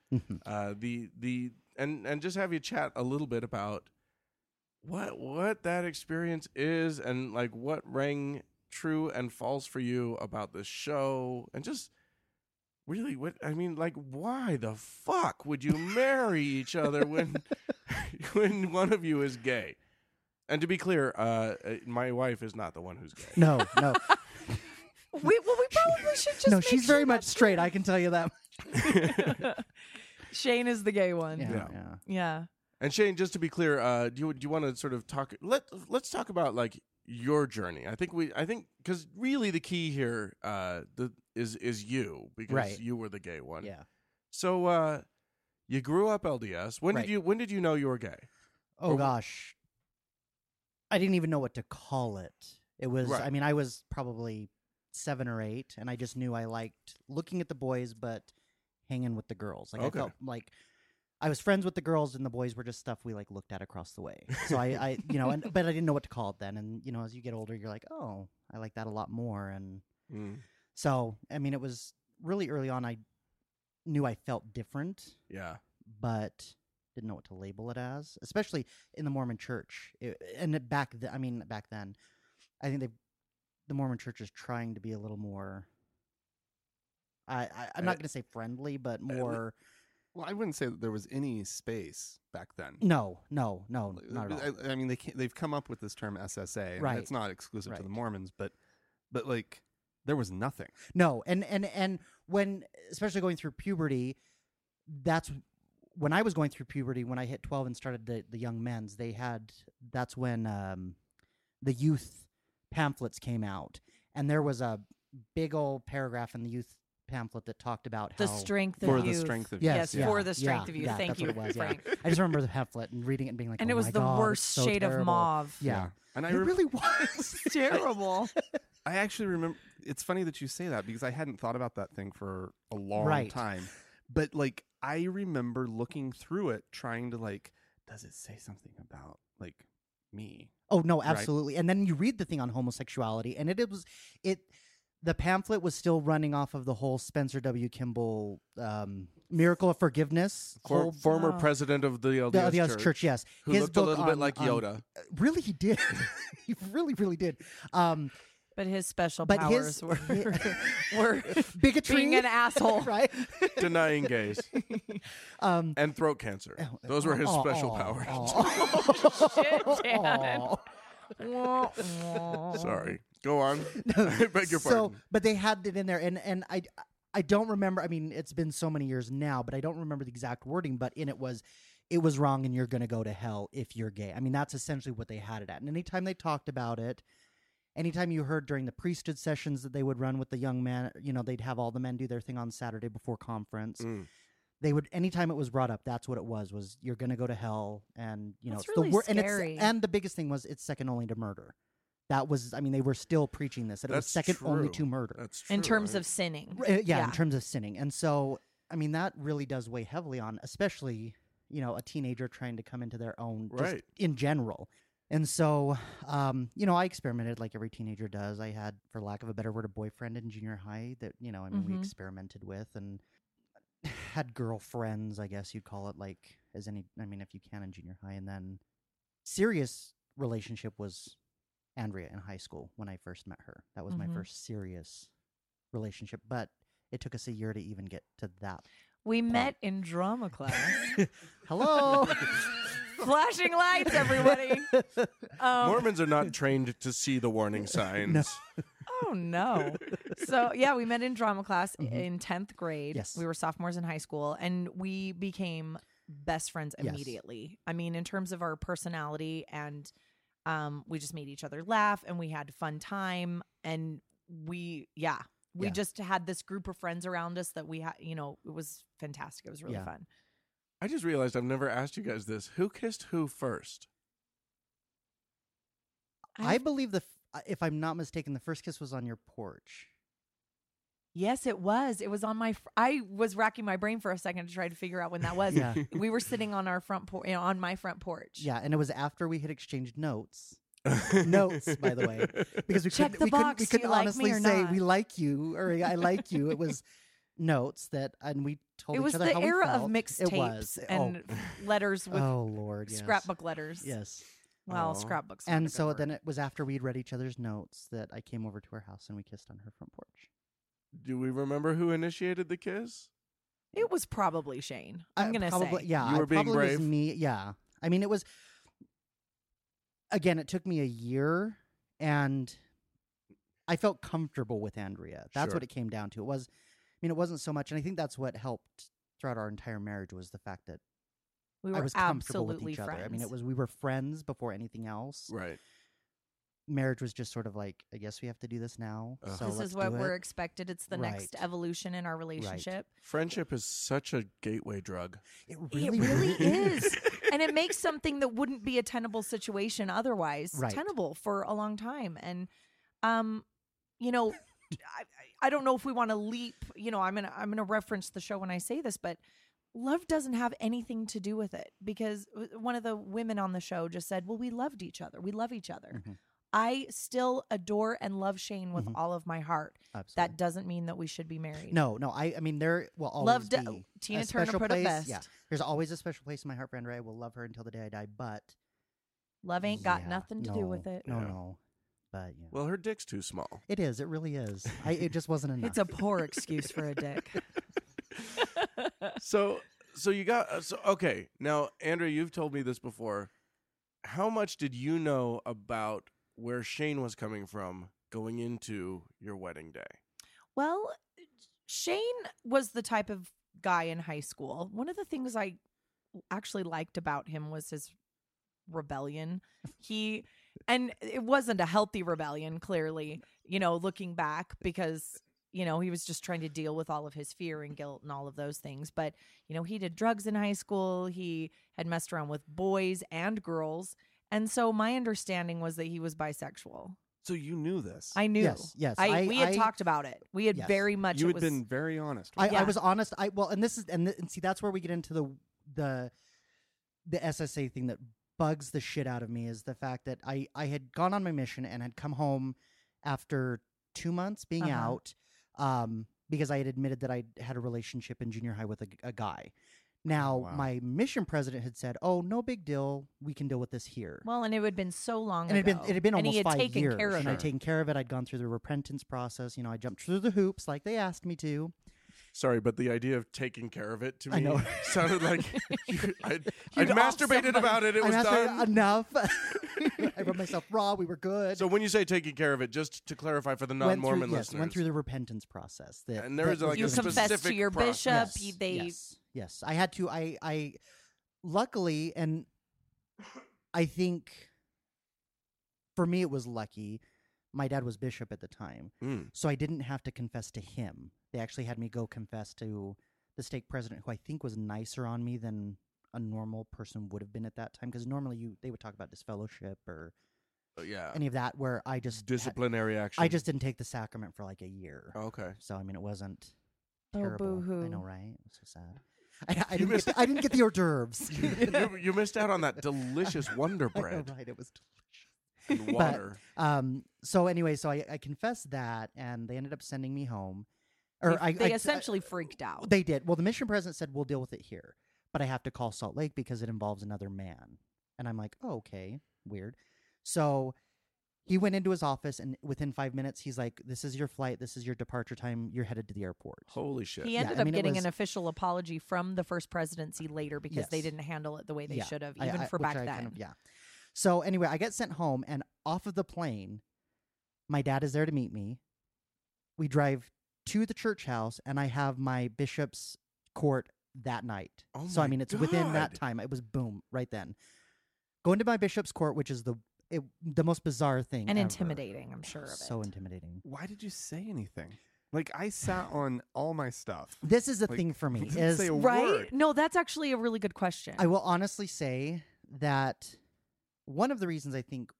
Speaker 2: uh, the the and and just have you chat a little bit about what what that experience is and like what rang
Speaker 8: true and false for you about this show and just really what I mean like why the fuck would you marry each other when when one of you is gay? And to be clear, uh, uh, my wife is not the one who's gay.
Speaker 9: No, no,
Speaker 10: We, well, we probably should just.
Speaker 9: no.
Speaker 10: make
Speaker 9: She's
Speaker 10: sure
Speaker 9: very much
Speaker 10: that's
Speaker 9: straight. I can tell you that.
Speaker 10: clear. Shane is the gay one.
Speaker 9: Yeah,
Speaker 10: Yeah.
Speaker 9: yeah.
Speaker 8: Yeah.
Speaker 9: yeah.
Speaker 8: And Shane, just to be clear, uh, do you do you want to sort of talk? Let Let's talk about like your journey. I think we, I think, because really the key here, uh, the is is you because
Speaker 9: Right.
Speaker 8: you were the gay one. So, uh, you grew up LDS. When
Speaker 9: Right.
Speaker 8: did you When did you know you were gay?
Speaker 9: Oh
Speaker 8: Or wh-
Speaker 9: gosh, I didn't even know what to call it. It was.
Speaker 8: Right.
Speaker 9: I mean, I was probably seven or eight, and I just knew I liked looking at the boys, but hanging with the girls. Like
Speaker 8: Okay.
Speaker 9: I felt like I was friends with the girls, and the boys were just stuff we like looked at across the way. So I, I you know, and but I didn't know what to call it then. And you know, as you get older, you're like, oh, I like that a lot more, and So, I mean, it was really early on. I knew I felt different,
Speaker 8: Yeah.
Speaker 9: but didn't know what to label it as, especially in the Mormon Church. It, and it back, th- I mean, back then, I think they, the Mormon Church is trying to be a little more. I, I I'm
Speaker 8: Uh,
Speaker 9: not going to say friendly, but
Speaker 8: le-
Speaker 9: more.
Speaker 1: Well, I wouldn't say that there was any space back then.
Speaker 9: No, no, no,
Speaker 1: Like,
Speaker 9: Mm, not at all.
Speaker 1: I, I mean, they can they've come up with this term SSA, and
Speaker 9: Right.
Speaker 1: it's not exclusive to the
Speaker 9: Right.
Speaker 1: Mormons, but but like there was nothing.
Speaker 9: No, and and and when especially going through puberty, that's when I was going through puberty. When I hit twelve and started the the young men's, they had that's when um, the youth pamphlets came out, and there was a big old paragraph in the youth pamphlet that talked about
Speaker 7: The
Speaker 9: how
Speaker 7: strength of
Speaker 1: for
Speaker 7: youth.
Speaker 1: the strength of
Speaker 7: Yes,
Speaker 9: yeah,
Speaker 7: for the strength
Speaker 9: yeah,
Speaker 7: of you.
Speaker 9: yeah,
Speaker 7: Thank
Speaker 9: that's
Speaker 7: you,
Speaker 9: what it was, yeah.
Speaker 7: Frank.
Speaker 9: I just remember the pamphlet and reading it and being like,
Speaker 7: and it
Speaker 9: "Oh
Speaker 7: was
Speaker 9: my
Speaker 7: the
Speaker 9: God, it's
Speaker 7: worst
Speaker 9: so
Speaker 7: shade
Speaker 9: terrible."
Speaker 7: of mauve.
Speaker 9: Yeah,
Speaker 1: and I
Speaker 9: it
Speaker 1: re-
Speaker 9: really was.
Speaker 7: It's terrible.
Speaker 1: I actually remember. It's funny that you say that because I hadn't thought about that thing for a long
Speaker 9: Right.
Speaker 1: time. But like, I remember looking through it, trying to like, does it say something about like me?
Speaker 9: Oh no,
Speaker 1: Right.
Speaker 9: absolutely. And then you read the thing on homosexuality, and it, it was it. The pamphlet was still running off of the whole Spencer W. Kimball um, "Miracle of Forgiveness."
Speaker 8: For,
Speaker 9: whole-
Speaker 8: former
Speaker 7: Oh.
Speaker 8: president of the LDS,
Speaker 9: the, the LDS
Speaker 8: Church,
Speaker 9: Church. yes,
Speaker 8: who looked a little bit
Speaker 9: on- um,
Speaker 8: like
Speaker 9: on-
Speaker 8: Yoda.
Speaker 9: really, he did. he really, really did. Um,
Speaker 7: But his special
Speaker 9: but
Speaker 7: powers
Speaker 9: his
Speaker 7: were,
Speaker 9: hi-
Speaker 7: were
Speaker 9: bigotry,
Speaker 7: being an asshole.
Speaker 9: right?
Speaker 8: denying gays
Speaker 9: Um,
Speaker 8: and throat cancer.
Speaker 9: oh,
Speaker 8: Those were his
Speaker 9: oh,
Speaker 8: special
Speaker 9: oh,
Speaker 8: powers.
Speaker 9: oh.
Speaker 7: Shit, Dan.
Speaker 9: Oh.
Speaker 8: Sorry. Go on.
Speaker 9: No,
Speaker 8: I beg your
Speaker 9: So,
Speaker 8: pardon.
Speaker 9: but they had it in there, and and I I don't remember. I mean, it's been so many years now, but I don't remember the exact wording. But in it was, it was wrong, and you're going to go to hell if you're gay. I mean, that's essentially what they had it at. And anytime they talked about it, anytime you heard during the priesthood sessions that they would run with the young men, you know, they'd have all the men do their thing on Saturday before conference.
Speaker 8: Mm.
Speaker 9: They would anytime it was brought up, that's what it was. Was you're going to go to hell, and you know,
Speaker 7: That's
Speaker 9: it's
Speaker 7: really
Speaker 9: the wor- and it's
Speaker 7: scary.
Speaker 9: and the biggest thing was it's second only to murder. That was, I mean, they were still preaching this that it was
Speaker 8: That's
Speaker 9: second only
Speaker 8: true.
Speaker 9: to murder.
Speaker 8: That's true.
Speaker 7: in terms
Speaker 8: I-
Speaker 7: of sinning.
Speaker 9: R- uh, yeah, in terms of sinning, and so I mean that really does weigh heavily on, especially you know, a teenager trying to come into their own, just
Speaker 8: Right.
Speaker 9: in general. And so, um, you know, I experimented like every teenager does. I had, for lack of a better word, a boyfriend in junior high that you know, I mean, we
Speaker 7: Mhm.
Speaker 9: experimented with and had girlfriends, I guess you'd call it, like as any. I mean, if you can in junior high, and then serious relationship was Andrea in high school when I first met her. That was
Speaker 7: Mhm.
Speaker 9: my first serious relationship, but it took us a year to even get to that.
Speaker 7: we met in drama class.
Speaker 9: Hello.
Speaker 7: Flashing lights, everybody. Um,
Speaker 8: Mormons are not trained to see the warning signs.
Speaker 7: Oh no. So yeah, we met in drama class
Speaker 9: Mhm.
Speaker 7: in 10th grade.
Speaker 9: Yes.
Speaker 7: We were sophomores in high school and we became best friends
Speaker 9: Yes.
Speaker 7: immediately. I mean, in terms of our personality and um we just made each other laugh and we had a fun time and we yeah, we
Speaker 9: Yeah.
Speaker 7: just had this group of friends around us that we had, you know, it was fantastic. It was really
Speaker 9: Yeah.
Speaker 7: fun.
Speaker 8: I just realized I've never asked you guys this. Who kissed who first?
Speaker 9: I believe the, f- uh, if I'm not mistaken, the first kiss was on your porch.
Speaker 7: Yes, it was. It was on my. Fr- I was racking my brain for a second to try to figure out when that was.
Speaker 9: Yeah.
Speaker 7: We were sitting on our front porch, you know, on my front porch.
Speaker 9: Yeah, and it was after we had exchanged notes Notes, by the way. because we
Speaker 7: Check
Speaker 9: couldn't,
Speaker 7: the
Speaker 9: we couldn't, we
Speaker 7: box, do you
Speaker 9: couldn't
Speaker 7: like me
Speaker 9: honestly
Speaker 7: or
Speaker 9: say
Speaker 7: not?
Speaker 9: we like you or I like you. It was notes that, and we told
Speaker 7: It
Speaker 9: each
Speaker 7: was
Speaker 9: other
Speaker 7: the
Speaker 9: how we
Speaker 7: era of
Speaker 9: felt. It was.
Speaker 7: mixtapes
Speaker 9: Oh.
Speaker 7: and letters with
Speaker 9: oh Lord, yes.
Speaker 7: scrapbook letters.
Speaker 9: Yes,
Speaker 7: Well,
Speaker 8: Aw.
Speaker 7: scrapbooks. not a
Speaker 9: And
Speaker 7: good
Speaker 9: so
Speaker 7: word.
Speaker 9: then it was after we'd read each other's notes that I came over to her house and we kissed on her front porch.
Speaker 8: Do we remember who initiated the kiss?
Speaker 7: it was probably Shane. I'm
Speaker 9: I
Speaker 7: gonna
Speaker 9: probably,
Speaker 7: say.
Speaker 9: yeah,
Speaker 8: You
Speaker 9: I
Speaker 8: were being
Speaker 9: probably was
Speaker 8: brave.
Speaker 9: me, yeah. I mean, it was. Again, it took me a year, and I felt comfortable with Andrea. That's
Speaker 8: Sure.
Speaker 9: what it came down to. It was, I mean, it wasn't so much, and I think that's what helped throughout our entire marriage was the fact that
Speaker 7: we were
Speaker 9: I was comfortable with
Speaker 7: absolutely
Speaker 9: each
Speaker 7: friends.
Speaker 9: other. I mean, it was we were friends before anything else.
Speaker 8: Right.
Speaker 9: Marriage was just sort of like, I guess we have to do this now.
Speaker 8: Uh-huh.
Speaker 9: So
Speaker 7: this
Speaker 9: let's
Speaker 7: is what
Speaker 9: do
Speaker 7: we're
Speaker 9: it.
Speaker 7: expected. It's the next
Speaker 9: Right.
Speaker 7: evolution in our relationship.
Speaker 8: Friendship is such a gateway drug.
Speaker 9: It really,
Speaker 7: It really
Speaker 9: is.
Speaker 7: is. and it makes something that wouldn't be a tenable situation otherwise
Speaker 9: Right.
Speaker 7: tenable for a long time. And, um, you know, I, I- I don't know if we want to leap. You know, I'm gonna I'm gonna reference the show when I say this, but love doesn't have anything to do with it because w- one of the women on the show just said, "Well, we loved each other. We love each other."
Speaker 9: Mhm.
Speaker 7: I still adore and love Shane with
Speaker 9: Mhm.
Speaker 7: all of my heart.
Speaker 9: Absolutely.
Speaker 7: That doesn't mean that we should be married.
Speaker 9: No, no. I, I mean, there will always
Speaker 7: love
Speaker 9: be
Speaker 7: do- Tina
Speaker 9: a
Speaker 7: Turner
Speaker 9: special
Speaker 7: put
Speaker 9: place.
Speaker 7: it best.
Speaker 9: Yeah, there's always a special place in my heart for Andrea. I will love her until the day I die. But
Speaker 7: Love ain't got
Speaker 9: yeah,
Speaker 7: nothing to do with
Speaker 9: no,
Speaker 7: it.
Speaker 9: No,
Speaker 8: Yeah.
Speaker 9: no. But yeah,
Speaker 8: Well, her dick's too small.
Speaker 9: it is. It really is. I, it just wasn't enough.
Speaker 7: It's a poor excuse for a dick.
Speaker 8: so, so you got uh, so okay. Now, Andrew, you've told me this before. How much did you know about where Shane was coming from going into your wedding day?
Speaker 7: Well, Shane was the type of guy in high school. One of the things I actually liked about him was his rebellion. He and it wasn't a healthy rebellion clearly, you know, looking back because you know, he was just trying to deal with all of his fear and guilt and all of those things. But, you know, he did drugs in high school. He had messed around with boys and girls. And so my understanding was that he was bisexual.
Speaker 1: So you knew this.
Speaker 7: I knew.
Speaker 9: Yes, yes,
Speaker 7: I,
Speaker 9: I-
Speaker 7: we had
Speaker 9: I-
Speaker 7: talked about it. We had
Speaker 9: Yes.
Speaker 7: very much.
Speaker 1: you
Speaker 7: it
Speaker 1: had
Speaker 7: was,
Speaker 1: been very honest.
Speaker 9: I,
Speaker 1: with
Speaker 7: Yeah.
Speaker 9: I was honest. I well, and this is and, th- and see that's where we get into the the the SSA thing that bugs the shit out of me is the fact that I I had gone on my mission and had come home after two months being
Speaker 7: Uh-huh.
Speaker 9: out um, because I had admitted that I had a relationship in junior high with a, g- a guy.
Speaker 7: Oh,
Speaker 9: Now
Speaker 1: wow.
Speaker 9: my mission president had said, "Oh, no big deal. We can deal with this here."
Speaker 7: Well, and it had been so long
Speaker 9: and it had been
Speaker 7: ago.
Speaker 9: it had been
Speaker 7: and
Speaker 9: almost
Speaker 7: he had
Speaker 9: five
Speaker 7: taken
Speaker 9: years,
Speaker 7: care of
Speaker 9: and
Speaker 7: it.
Speaker 9: I'd taken care of it. I'd gone through the repentance process. You know, I jumped through the hoops like they asked me to.
Speaker 8: Sorry, but the idea of taking care of it to me
Speaker 9: I know.
Speaker 8: sounded like you- I'd, I'd
Speaker 7: You'd off
Speaker 8: masturbated
Speaker 7: somebody.
Speaker 8: about it. It was
Speaker 9: I mastered
Speaker 8: done.
Speaker 9: enough. I rubbed myself raw. We were good.
Speaker 8: So when you say taking care of it, just to clarify for the
Speaker 9: went
Speaker 8: non-Mormon
Speaker 9: through, yes,
Speaker 8: listeners,
Speaker 9: went through the repentance process. That,
Speaker 8: And there
Speaker 9: that
Speaker 8: is,
Speaker 9: was
Speaker 8: like, a
Speaker 7: you
Speaker 9: given to me.
Speaker 8: confess
Speaker 7: confessed to
Speaker 8: specific
Speaker 7: your
Speaker 8: process.
Speaker 7: bishop. he- they
Speaker 9: yes, yes. I had to. I, I, luckily, and I think for me it was lucky. My dad was bishop at the time,
Speaker 8: Mm.
Speaker 9: so I didn't have to confess to him. They actually had me go confess to the stake president, who I think was nicer on me than a normal person would have been at that time. Because normally you they would talk about disfellowship or
Speaker 8: Oh, yeah,
Speaker 9: any of that, where I just had-
Speaker 8: disciplinary action. Oh,
Speaker 9: I just didn't take the sacrament for like a year.
Speaker 8: okay.
Speaker 9: So I mean, it wasn't
Speaker 7: Oh,
Speaker 9: terrible. I
Speaker 7: boo-hoo.
Speaker 9: know, right? It was so sad. I, I,
Speaker 8: You
Speaker 9: didn't get
Speaker 8: missed-
Speaker 9: the, I didn't get the hors d'oeuvres.
Speaker 8: you, you missed out on that delicious Wonder
Speaker 9: I know,
Speaker 8: Bread
Speaker 9: right? It was
Speaker 8: and
Speaker 9: delicious. But-
Speaker 8: water.
Speaker 9: Um. So anyway, so I, I confessed that, and they ended up sending me home. Or
Speaker 7: they,
Speaker 9: I,
Speaker 7: they
Speaker 9: I-
Speaker 7: essentially freaked out.
Speaker 9: I, they did. Well, the mission president said we'll deal with it here, but I have to call Salt Lake because it involves another man. And I'm like, oh, okay, weird. So he went into his office, and within five minutes, he's like, "This is your flight. This is your departure time. You're headed to the airport."
Speaker 8: Holy shit!
Speaker 7: he
Speaker 9: Yeah,
Speaker 7: ended
Speaker 9: I
Speaker 7: up
Speaker 9: mean, it
Speaker 7: getting
Speaker 9: was-
Speaker 7: an official apology from the first presidency later because they
Speaker 9: Yes.
Speaker 7: didn't handle it the way they
Speaker 9: Yeah,
Speaker 7: should have,
Speaker 9: I-
Speaker 7: even
Speaker 9: I-
Speaker 7: for
Speaker 9: which
Speaker 7: back
Speaker 9: I
Speaker 7: then.
Speaker 9: kind of- yeah. So anyway, I get sent home, and off of the plane, my dad is there to meet me. We drive to the church house, and I have my bishop's court that night.
Speaker 8: Oh
Speaker 9: so I
Speaker 8: my
Speaker 9: mean, it's within that
Speaker 8: God.
Speaker 9: time. It was boom right then. Going to my bishop's court, which is the it, the most bizarre thing
Speaker 7: And
Speaker 9: ever.
Speaker 7: intimidating, I'm sure of
Speaker 9: So
Speaker 7: it.
Speaker 9: intimidating.
Speaker 1: Why did you say anything? Like I sat on all my stuff.
Speaker 9: This is the
Speaker 1: Like,
Speaker 9: thing for
Speaker 1: you
Speaker 9: me
Speaker 1: didn't
Speaker 9: is
Speaker 1: say a
Speaker 7: right?
Speaker 1: word.
Speaker 7: No, that's actually a really good question.
Speaker 9: I will honestly say that one of the reasons I think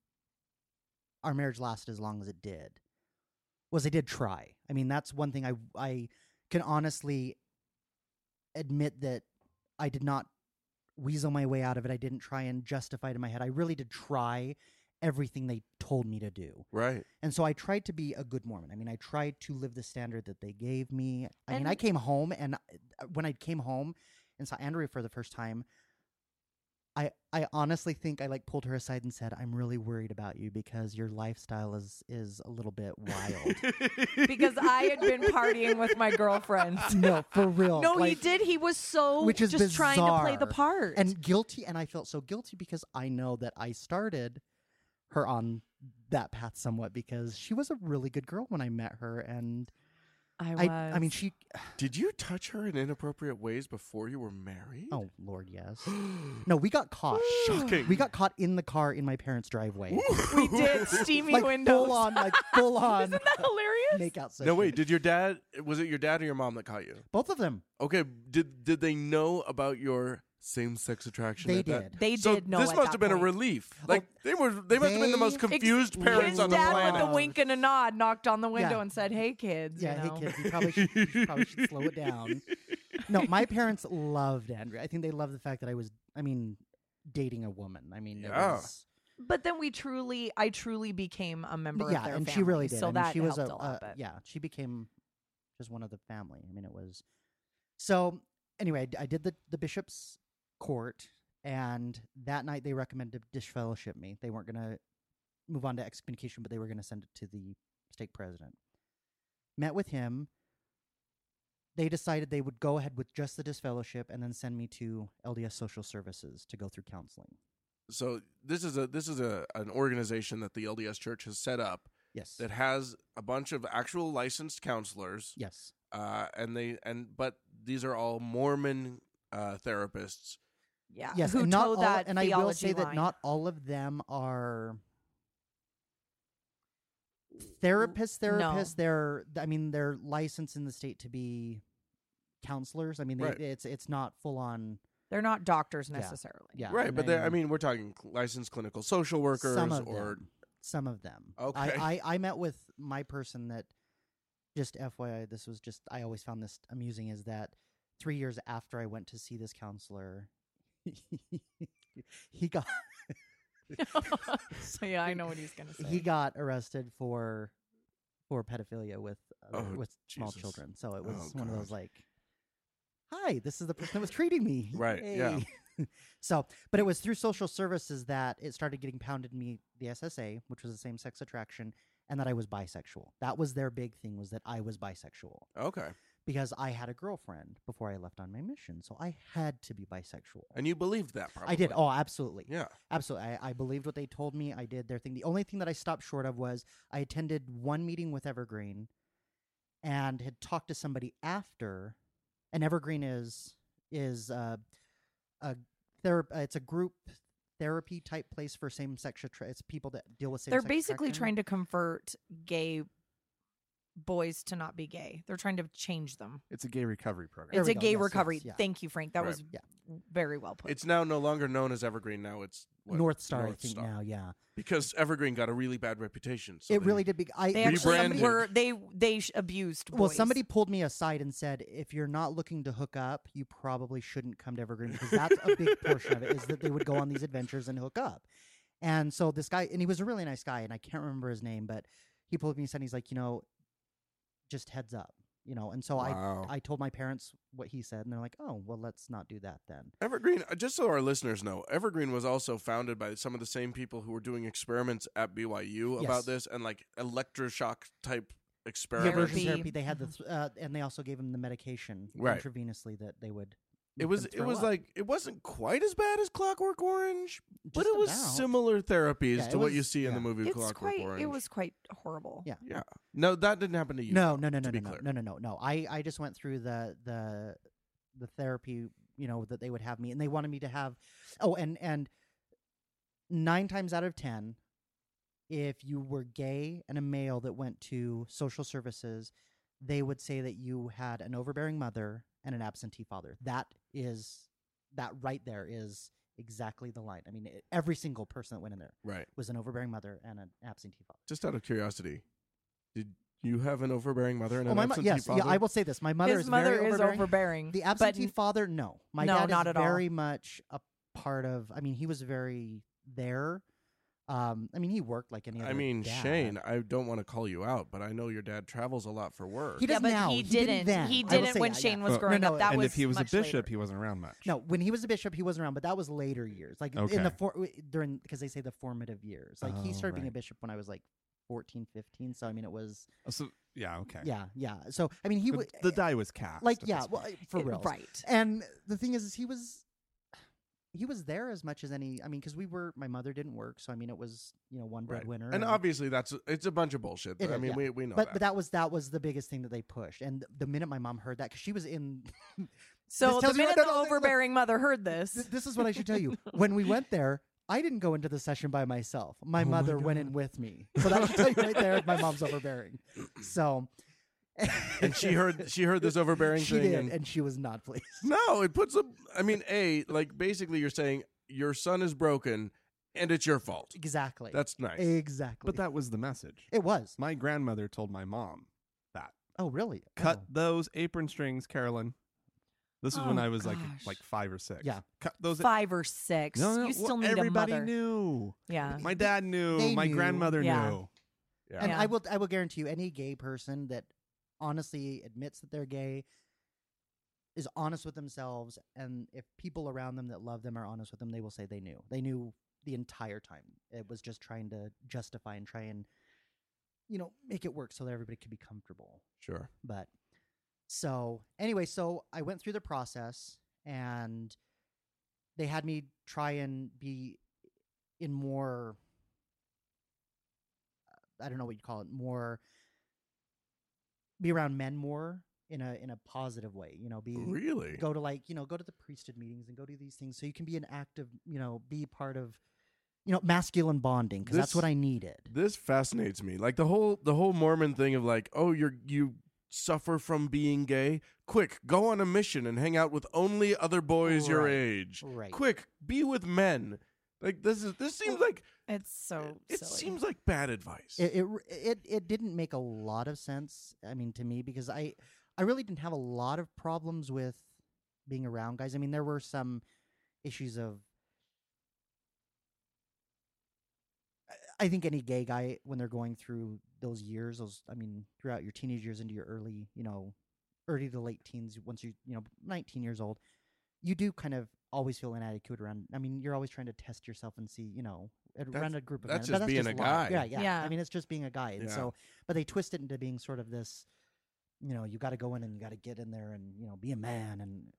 Speaker 9: our marriage lasted as long as it did was I did try. I mean, that's one thing I I can honestly admit that I did not weasel my way out of it. I didn't try and justify it in my head. I really did try everything they told me to do.
Speaker 8: Right.
Speaker 9: And so I tried to be a good Mormon. I mean, I tried to live the standard that they gave me. I mean, I
Speaker 7: And-
Speaker 9: came home and uh, when I came home and saw Andrea for the first time, I I honestly think I like pulled her aside and said, "I'm really worried about you because your lifestyle is is a little bit wild."
Speaker 7: because I had been partying with my girlfriend.
Speaker 9: no, for real.
Speaker 7: No, he
Speaker 9: like-
Speaker 7: did. He was so
Speaker 9: which is
Speaker 7: just trying to play the
Speaker 9: bizarre.
Speaker 7: part.
Speaker 9: and guilty and i felt so guilty because i know that i started her on that path somewhat because she was a really good girl when i met her and
Speaker 7: I was.
Speaker 9: i i mean she
Speaker 2: Did you touch her in inappropriate ways before you were married?
Speaker 9: oh lord yes no we got caught
Speaker 2: Shocking.
Speaker 9: we got caught in the car in my parents driveway
Speaker 7: we did steamy
Speaker 9: like
Speaker 7: windows.
Speaker 9: full on like full on
Speaker 7: Isn't that hilarious?
Speaker 9: make out session.
Speaker 2: No, wait. Did your dad? Was it your dad or your mom that caught you?
Speaker 9: both of them
Speaker 2: Okay. Did did they know about your same sex attraction?
Speaker 9: They
Speaker 2: at that-
Speaker 9: did. Oh,
Speaker 7: They
Speaker 2: so
Speaker 7: did know.
Speaker 2: This
Speaker 7: at
Speaker 2: must
Speaker 7: that
Speaker 2: have been
Speaker 7: point.
Speaker 2: a relief. Like they were. They must have been the most
Speaker 9: they-
Speaker 7: Ex-
Speaker 2: confused parents
Speaker 7: his
Speaker 2: on the
Speaker 7: dad
Speaker 2: planet.
Speaker 7: with a wink and a nod knocked on the window
Speaker 9: Yeah.
Speaker 7: and said, "Hey kids,
Speaker 9: yeah
Speaker 7: you
Speaker 9: hey
Speaker 7: know."
Speaker 9: kids you probably should, you should- probably should slow it down no my parents loved andrew i think they loved the fact that i was i mean dating a woman i mean it
Speaker 2: Yeah.
Speaker 9: was
Speaker 7: But then we truly, I truly became a member
Speaker 9: yeah,
Speaker 7: of their
Speaker 9: and
Speaker 7: family.
Speaker 9: she really did.
Speaker 7: So
Speaker 9: I mean,
Speaker 7: that
Speaker 9: she was
Speaker 7: helped a,
Speaker 9: a,
Speaker 7: lot.
Speaker 9: uh,
Speaker 7: but-
Speaker 9: yeah, she became just one of the family. I mean, it was so. Anyway, I d- I, did the the bishop's court, and that night they recommended disfellowship me. They weren't going to move on to excommunication, but they were going to send it to the stake president. Met with him. They decided they would go ahead with just the disfellowship and then send me to LDS Social Services to go through counseling.
Speaker 2: so this is a this is a an organization that the LDS Church has set up
Speaker 9: Yes.
Speaker 2: that has a bunch of actual licensed counselors.
Speaker 9: yes.
Speaker 2: Uh, and they and but these are all Mormon uh, therapists.
Speaker 7: yeah.
Speaker 9: yes,
Speaker 7: Who
Speaker 9: and not
Speaker 7: told
Speaker 9: all,
Speaker 7: that
Speaker 9: and I will
Speaker 7: theology
Speaker 9: say that
Speaker 7: line?
Speaker 9: not all of them are therapists.
Speaker 7: no.
Speaker 9: Therapists, they're I mean they're licensed in the state to be counselors. I mean they,
Speaker 2: Right.
Speaker 9: it's it's not full on.
Speaker 7: they're not doctors
Speaker 9: Yeah.
Speaker 7: necessarily.
Speaker 9: Yeah,
Speaker 2: right,
Speaker 9: and
Speaker 2: but they, I mean, we're talking cl- licensed clinical social workers
Speaker 9: some of
Speaker 2: or
Speaker 9: them, some of them.
Speaker 2: Okay.
Speaker 9: I, I I met with my person that just FYI, this was just I always found this amusing is that three years after I went to see this counselor, he got
Speaker 7: so yeah, I know what he's gonna say.
Speaker 9: he got arrested for for pedophilia with other-
Speaker 2: Oh,
Speaker 9: with small
Speaker 2: Jesus.
Speaker 9: children. So it was
Speaker 2: Oh,
Speaker 9: one of those
Speaker 2: God.
Speaker 9: like, "Hi, this is the person that was treating me."
Speaker 2: Right, yeah.
Speaker 9: Yay. so, but it was through social services that it started getting pounded in me the SSA, which was the same sex attraction, and that I was bisexual. That was their big thing was that I was bisexual
Speaker 2: okay.
Speaker 9: because I had a girlfriend before I left on my mission, so I had to be bisexual.
Speaker 2: And you believed that probably.
Speaker 9: I did. Oh, absolutely.
Speaker 2: yeah.
Speaker 9: Absolutely. I, I believed what they told me. I did their thing. The only thing that I stopped short of was I attended one meeting with Evergreen and had talked to somebody after. And Evergreen is is uh, a therap- uh, it's a group therapy type place for same sex attra- it's people that deal with same
Speaker 7: they're
Speaker 9: sex
Speaker 7: basically
Speaker 9: attraction.
Speaker 7: trying to convert gay boys to not be gay. They're trying to change them.
Speaker 1: It's a gay recovery program.
Speaker 9: There
Speaker 7: it's
Speaker 9: we
Speaker 7: a
Speaker 9: go.
Speaker 7: gay
Speaker 9: Yes, yes,
Speaker 7: recovery.
Speaker 9: yeah.
Speaker 7: Thank you, Frank. That
Speaker 2: Right.
Speaker 7: was
Speaker 9: Yeah.
Speaker 7: very well put.
Speaker 2: It's now no longer known as Evergreen. Now it's what?
Speaker 9: North Star,
Speaker 2: North
Speaker 9: I think
Speaker 2: Star.
Speaker 9: now, yeah.
Speaker 2: because Evergreen got a really bad reputation. So
Speaker 9: it
Speaker 2: they-
Speaker 9: really did. Be- I
Speaker 7: they actually
Speaker 2: Rebranded.
Speaker 7: were they they sh- abused. Boys.
Speaker 9: Well, somebody pulled me aside and said, if you're not looking to hook up, you probably shouldn't come to Evergreen because that's a big portion of it is that they would go on these adventures and hook up. And so this guy, and he was a really nice guy, and I can't remember his name, but he pulled me aside and he's like, you know, just heads up, you know. And so
Speaker 2: Wow.
Speaker 9: Oh, I, I told my parents what he said, and they're like, oh, well, let's not do that then.
Speaker 2: Evergreen, uh, just so our listeners know, Evergreen was also founded by some of the same people who were doing experiments at BYU
Speaker 9: Yes.
Speaker 2: about this and like electroshock type
Speaker 9: Conversion
Speaker 2: experiments.
Speaker 7: Therapy.
Speaker 9: They had the, th- uh, and they also gave him the medication
Speaker 2: Right.
Speaker 9: intravenously that they would.
Speaker 2: It was it was like it wasn't quite as bad as Clockwork Orange, but it was similar
Speaker 9: similar.
Speaker 2: therapies
Speaker 9: Yeah, it
Speaker 2: to what you
Speaker 9: was-
Speaker 2: see in the
Speaker 9: yeah.
Speaker 2: movie
Speaker 7: it's
Speaker 2: Clockwork
Speaker 7: quite
Speaker 2: Orange.
Speaker 7: it was quite horrible.
Speaker 9: Yeah.
Speaker 2: yeah. No, that didn't happen to you.
Speaker 9: no, no, no,
Speaker 2: to
Speaker 9: no,
Speaker 2: be
Speaker 9: no, no,
Speaker 2: clear.
Speaker 9: no, no, no, no. I, I just went through the the the therapy, you know, that they would have me, and they wanted me to have. Oh, and and nine times out of ten, if you were gay and a male that went to social services, they would say that you had an overbearing mother and an absentee father. That is that right there is exactly the line. I mean, e- every single person that went in there
Speaker 2: Right.
Speaker 9: was an overbearing mother and an absentee father.
Speaker 2: Just out of curiosity, did you have an overbearing mother and an
Speaker 9: Oh, my mo-
Speaker 2: absentee
Speaker 9: yes,
Speaker 2: father?
Speaker 9: yeah, I will say this. My mother
Speaker 7: His
Speaker 9: is
Speaker 7: mother
Speaker 9: very
Speaker 7: is
Speaker 9: overbearing.
Speaker 7: overbearing.
Speaker 9: The
Speaker 7: but
Speaker 9: absentee
Speaker 7: n-
Speaker 9: father, no. My
Speaker 7: No,
Speaker 9: dad
Speaker 7: not
Speaker 9: is
Speaker 7: at all.
Speaker 9: very much a part of. I mean, he was very there, Um, I mean, he worked like any other.
Speaker 8: I mean,
Speaker 9: dad.
Speaker 8: Shane, I don't want to call you out, but I know your dad travels a lot for work.
Speaker 9: He
Speaker 7: Yeah,
Speaker 9: does
Speaker 7: but
Speaker 9: now.
Speaker 7: he didn't.
Speaker 9: then.
Speaker 7: He
Speaker 9: I will
Speaker 7: didn't
Speaker 9: say
Speaker 7: when
Speaker 9: that, yeah.
Speaker 7: Shane was
Speaker 9: No,
Speaker 7: growing
Speaker 9: no,
Speaker 7: up. That
Speaker 9: and
Speaker 1: and
Speaker 7: was
Speaker 1: if he was a
Speaker 7: much
Speaker 1: bishop,
Speaker 7: later.
Speaker 1: he wasn't around much.
Speaker 9: No, when he was a bishop, he wasn't around, but that was later years, like in
Speaker 1: Okay.
Speaker 9: the for, during because they say the formative years. Like he
Speaker 1: Oh,
Speaker 9: started being a
Speaker 1: right.
Speaker 9: bishop when I was like 14, 15. So I mean, it was
Speaker 1: Oh, so yeah, okay.
Speaker 9: yeah, yeah. So I mean, he
Speaker 1: the,
Speaker 9: was
Speaker 1: the die was cast.
Speaker 9: eh, like
Speaker 1: at
Speaker 9: yeah,
Speaker 1: this
Speaker 9: well,
Speaker 1: point.
Speaker 9: I- for
Speaker 7: It-
Speaker 9: real,
Speaker 7: Right.
Speaker 9: And the thing is, is he was he was there as much as any. I mean, because we were my mother didn't work, so I mean, it was you know one
Speaker 8: Right.
Speaker 9: breadwinner
Speaker 8: And obviously, that's it's a bunch of bullshit.
Speaker 9: It
Speaker 8: I
Speaker 9: is,
Speaker 8: mean,
Speaker 9: yeah.
Speaker 8: we, we know
Speaker 9: But
Speaker 8: that.
Speaker 9: but that was that was the biggest thing that they pushed, and the minute my mom heard that, because she was in
Speaker 7: So the
Speaker 9: tells you-
Speaker 7: minute
Speaker 9: no,
Speaker 7: the
Speaker 9: no, no, no.
Speaker 7: overbearing mother heard
Speaker 9: Th-
Speaker 7: this,
Speaker 9: this is what I should tell you. When we went there, I didn't go into the session by myself. My
Speaker 8: Oh my
Speaker 9: mother went in with me. So that should tell you right there if my mom's overbearing. So
Speaker 8: and she heard she heard this overbearing
Speaker 9: she
Speaker 8: thing.
Speaker 9: did,
Speaker 8: and-
Speaker 9: and she was not pleased.
Speaker 8: no, it puts a. I mean, a like basically, you're saying your son is broken, and it's your fault.
Speaker 9: Exactly.
Speaker 8: That's nice.
Speaker 9: exactly.
Speaker 1: But that was the message.
Speaker 9: it was.
Speaker 1: My grandmother told my mom that
Speaker 9: Oh really?
Speaker 1: cut
Speaker 9: Oh.
Speaker 1: those apron strings, Carolyn. This was when
Speaker 7: Oh,
Speaker 1: I was like
Speaker 7: gosh.
Speaker 1: like five or six.
Speaker 9: Yeah.
Speaker 1: cut those.
Speaker 7: five or six,
Speaker 1: no, no,
Speaker 7: you
Speaker 1: well,
Speaker 7: still need a
Speaker 1: everybody
Speaker 7: mother.
Speaker 1: knew.
Speaker 7: Yeah.
Speaker 1: My dad knew.
Speaker 9: Uh, They
Speaker 1: my
Speaker 9: knew.
Speaker 1: grandmother
Speaker 7: Yeah.
Speaker 1: knew.
Speaker 8: Yeah.
Speaker 9: And
Speaker 7: Yeah.
Speaker 9: I will I will guarantee you any gay person that honestly admits that they're gay is honest with themselves and if people around them that love them are honest with them they will say they knew. They knew the entire time. It was just trying to justify and try and you know make it work so that everybody could be comfortable.
Speaker 8: Sure.
Speaker 9: But so anyway, so I went through the process and they had me try and be in more I don't know what you'd call it, more be around men more in a in a positive way, you know, be
Speaker 8: Really?
Speaker 9: go to like, you know, go to the priesthood meetings and go to these things so you can be an active, you know, be part of you know, masculine bonding because that's
Speaker 8: This-
Speaker 9: what I needed.
Speaker 8: This fascinates me. Like the whole the whole Mormon thing of like, oh, you're you suffer from being gay. Quick, go on a mission and hang out with only other boys your
Speaker 9: Right.
Speaker 8: age.
Speaker 9: Right.
Speaker 8: Quick, be with men. Like this is this seems like
Speaker 7: It's so
Speaker 8: it
Speaker 7: silly.
Speaker 8: seems like bad advice.
Speaker 9: it, it r- it it didn't make a lot of sense. I mean, to me, because I I really didn't have a lot of problems with being around guys. I mean, there were some issues of. I- I think any gay guy when they're going through those years, those I mean, throughout your teenage years into your early, you know, early to late teens, once you you know, nineteen years old, you do kind of always feel inadequate around. I mean, you're always trying to test yourself and see, you know, at-
Speaker 8: That's-
Speaker 9: around a group of
Speaker 8: that's
Speaker 9: men.
Speaker 8: just
Speaker 9: but
Speaker 8: being
Speaker 9: just
Speaker 8: a guy.
Speaker 9: life. Yeah, yeah,
Speaker 7: Yeah.
Speaker 9: I mean, it's just being a guy, and
Speaker 8: Yeah.
Speaker 9: so but they twist it into being sort of this, you know, you got to go in and you got to get in there and you know be a man and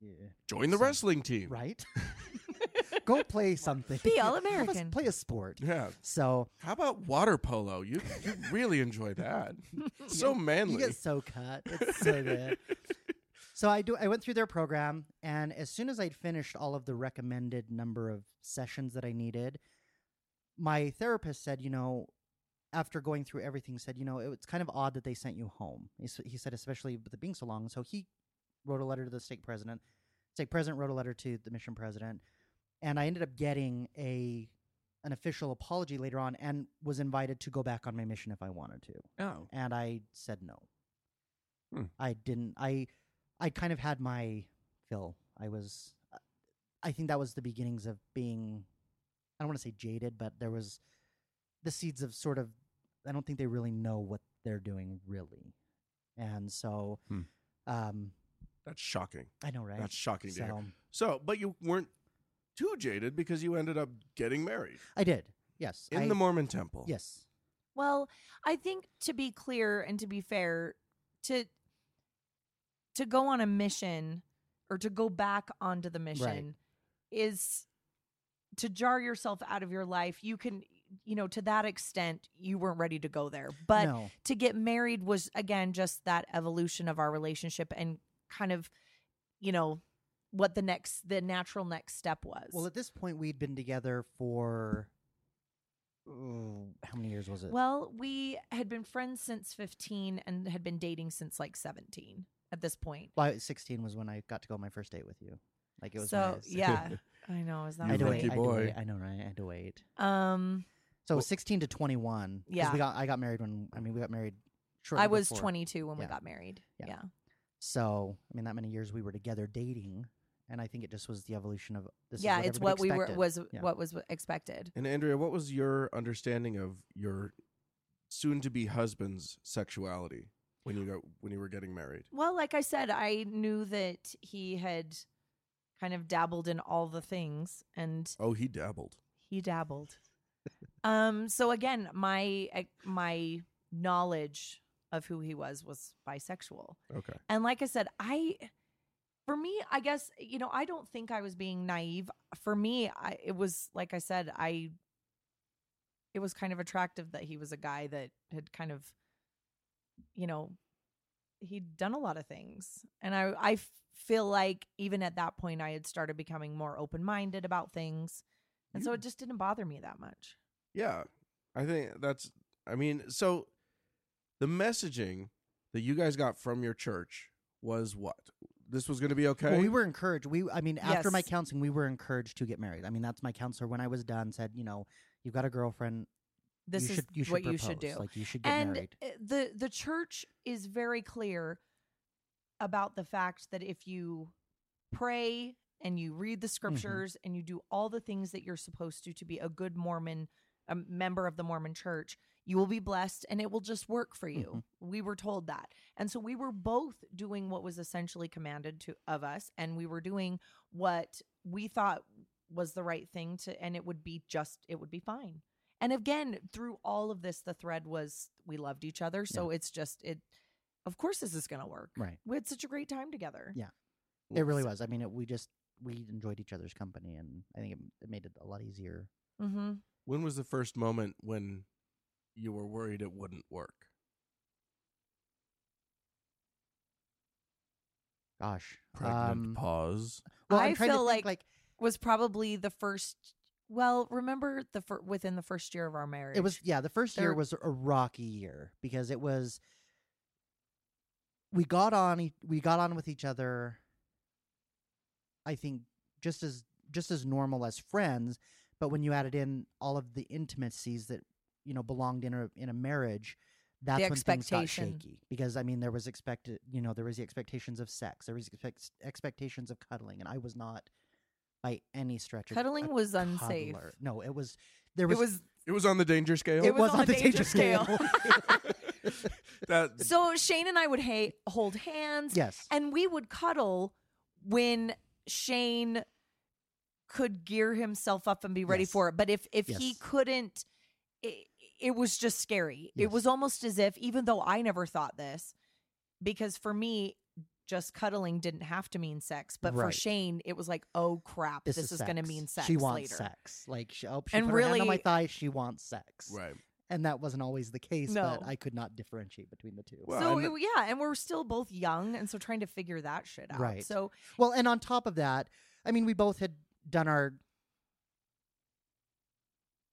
Speaker 9: yeah,
Speaker 8: Join the
Speaker 9: So-
Speaker 8: wrestling team.
Speaker 9: right. go play something.
Speaker 7: Be
Speaker 9: Yeah,
Speaker 7: all
Speaker 9: have us
Speaker 7: American.
Speaker 9: Play a sport.
Speaker 8: Yeah.
Speaker 9: So
Speaker 8: How about water polo? You you really enjoy that. so manly.
Speaker 9: you get so cut. It's so good. So I do. I went through their program, and as soon as I'd finished all of the recommended number of sessions that I needed, my therapist said, you know, after going through everything, said, you know, it, it's kind of odd that they sent you home. He, s- he said, especially with it being so long. So he wrote a letter to the state president. State president wrote a letter to the mission president, and I ended up getting a an official apology later on, and was invited to go back on my mission if I wanted to
Speaker 1: Oh,
Speaker 9: and I said no.
Speaker 1: Hmm.
Speaker 9: I didn't. I I kind of had my fill. I was. I think that was the beginnings of being. I don't want to say jaded, but there was the seeds of sort of. I don't think they really know what they're doing really, and so.
Speaker 1: Hmm.
Speaker 9: Um,
Speaker 8: That's shocking.
Speaker 9: I know, right?
Speaker 8: That's shocking to hear.
Speaker 9: so
Speaker 8: So, but you weren't too jaded because you ended up getting married
Speaker 9: I did. Yes.
Speaker 8: in
Speaker 9: I-
Speaker 8: the Mormon temple.
Speaker 9: Yes.
Speaker 7: Well, I think to be clear and to be fair, to to go on a mission or to go back onto the mission is to jar yourself out of your life. You can you know, to that extent, you weren't ready to go there. But
Speaker 9: no.
Speaker 7: to get married was again just that evolution of our relationship and kind of, you know, what the next the natural next step was.
Speaker 9: Well, at this point, we'd been together for. oh, how many years was it?
Speaker 7: Well, we had been friends since 15 and had been dating since like 17 at this point.
Speaker 9: Well, I- 16 was when I got to go on my first date with you. Like it was. when I
Speaker 7: so,
Speaker 9: was-
Speaker 7: yeah. I know. Is that
Speaker 9: I
Speaker 8: You
Speaker 9: had to
Speaker 8: lucky
Speaker 9: wait. I had to
Speaker 8: boy.
Speaker 9: wait. I know, right? I had to wait.
Speaker 7: Um,
Speaker 9: So it
Speaker 8: Well-
Speaker 9: was 16 to 21. 'cause
Speaker 7: Yeah.
Speaker 9: We got. I got married when. I mean, we got married. Shortly
Speaker 7: I was
Speaker 9: before.
Speaker 7: 22 when we
Speaker 9: Yeah.
Speaker 7: got married.
Speaker 9: Yeah.
Speaker 7: Yeah.
Speaker 9: So I mean, that many years we were together dating, and I think it just was the evolution of this.
Speaker 7: yeah,
Speaker 9: is what
Speaker 7: it's what
Speaker 9: everybody
Speaker 7: we were
Speaker 9: expected.
Speaker 7: was
Speaker 9: Yeah.
Speaker 7: what was expected.
Speaker 8: And Andrea, what was your understanding of your soon-to-be husband's sexuality when you got when you were getting married?
Speaker 7: Well, like I said, I knew that he had kind of dabbled in all the things and
Speaker 8: Oh, he dabbled.
Speaker 7: he dabbled. um so again, my eh, my knowledge of who he was was bisexual.
Speaker 8: Okay.
Speaker 7: And like I said, I for me, I guess, you know, I don't think I was being naive. For me, I it was like I said, I it was kind of attractive that he was a guy that had kind of you know, he'd done a lot of things. And I I f- feel like even at that point I had started becoming more open-minded about things. And so it just didn't bother me that much.
Speaker 8: Yeah. I think that's I mean, so the messaging that you guys got from your church was what? This was going to be okay.
Speaker 9: Well, we were encouraged. We, I mean, after my
Speaker 7: Yes.
Speaker 9: counseling, we were encouraged to get married. I mean, that's my counselor when I was done said, you know, you've got a girlfriend.
Speaker 7: This
Speaker 9: you
Speaker 7: is
Speaker 9: should, you should
Speaker 7: what you should
Speaker 9: propose.
Speaker 7: do.
Speaker 9: Like you should get
Speaker 7: and
Speaker 9: married.
Speaker 7: uh, the the church is very clear about the fact that if you pray and you read
Speaker 9: Mm-hmm.
Speaker 7: the scriptures and you do all the things that you're supposed to to be a good mormon a member of the mormon church you will be blessed and it will just work for you
Speaker 9: Mm-hmm.
Speaker 7: we were told that and so we were both doing what was essentially commanded to of us and we were doing what we thought was the right thing to and it would be just it would be fine and again through all of this the thread was we loved each other so it's just it of course this is going to work
Speaker 9: Right.
Speaker 7: we had such a great time together
Speaker 9: Yeah. It really was. I mean, it, we just we enjoyed each other's company, and I think it, it made it a lot easier.
Speaker 7: mm-hmm.
Speaker 8: When was the first moment when you were worried it wouldn't work?
Speaker 9: Gosh,
Speaker 8: Pregnant
Speaker 9: um,
Speaker 8: pause.
Speaker 9: well,
Speaker 7: I
Speaker 9: I'm trying to
Speaker 7: feel like-
Speaker 9: think, like
Speaker 7: was probably the first well remember the fir- within the first year of our marriage
Speaker 9: it was. Yeah, the first year
Speaker 7: There-
Speaker 9: was a rocky year because it was we got on e- we got on with each other. I think just as just as normal as friends, but when you added in all of the intimacies that you know belonged in a in a marriage, that's when things got
Speaker 7: expectation.
Speaker 9: shaky. Because I mean, there was expected, you know, there was the expectations of sex, there was expect- expectations of cuddling, and I was not by any stretch. a-
Speaker 7: Cuddling
Speaker 9: a
Speaker 7: was unsafe.
Speaker 9: cuddler. No, it was. There
Speaker 7: it
Speaker 9: was.
Speaker 7: was
Speaker 8: It was on the danger scale.
Speaker 9: it
Speaker 7: was on the danger
Speaker 8: that
Speaker 7: so shane and i would ha- hold hands
Speaker 9: yes.
Speaker 7: and we would cuddle when shane could gear himself up and be ready
Speaker 9: Yes.
Speaker 7: for it but if if he
Speaker 9: Yes.
Speaker 7: couldn't it, it was just scary it
Speaker 9: Yes.
Speaker 7: was almost as if even though i never thought this because for me just cuddling didn't have to mean sex but for
Speaker 9: Right.
Speaker 7: shane it was like oh crap this, is, going to
Speaker 9: sex.
Speaker 7: mean sex
Speaker 9: She wants
Speaker 7: later
Speaker 9: sex. Like she, oh, she
Speaker 7: And
Speaker 9: put her hand on my
Speaker 7: really-
Speaker 9: thigh. She wants sex.
Speaker 8: right.
Speaker 9: And that wasn't always the case.
Speaker 7: No.
Speaker 9: But I could not differentiate between the two.
Speaker 8: Well,
Speaker 7: so
Speaker 8: and-
Speaker 7: it- yeah and we're still both young and so trying to figure that shit out
Speaker 9: Right.
Speaker 7: so
Speaker 9: Well, and on top of that, I mean, we both had done our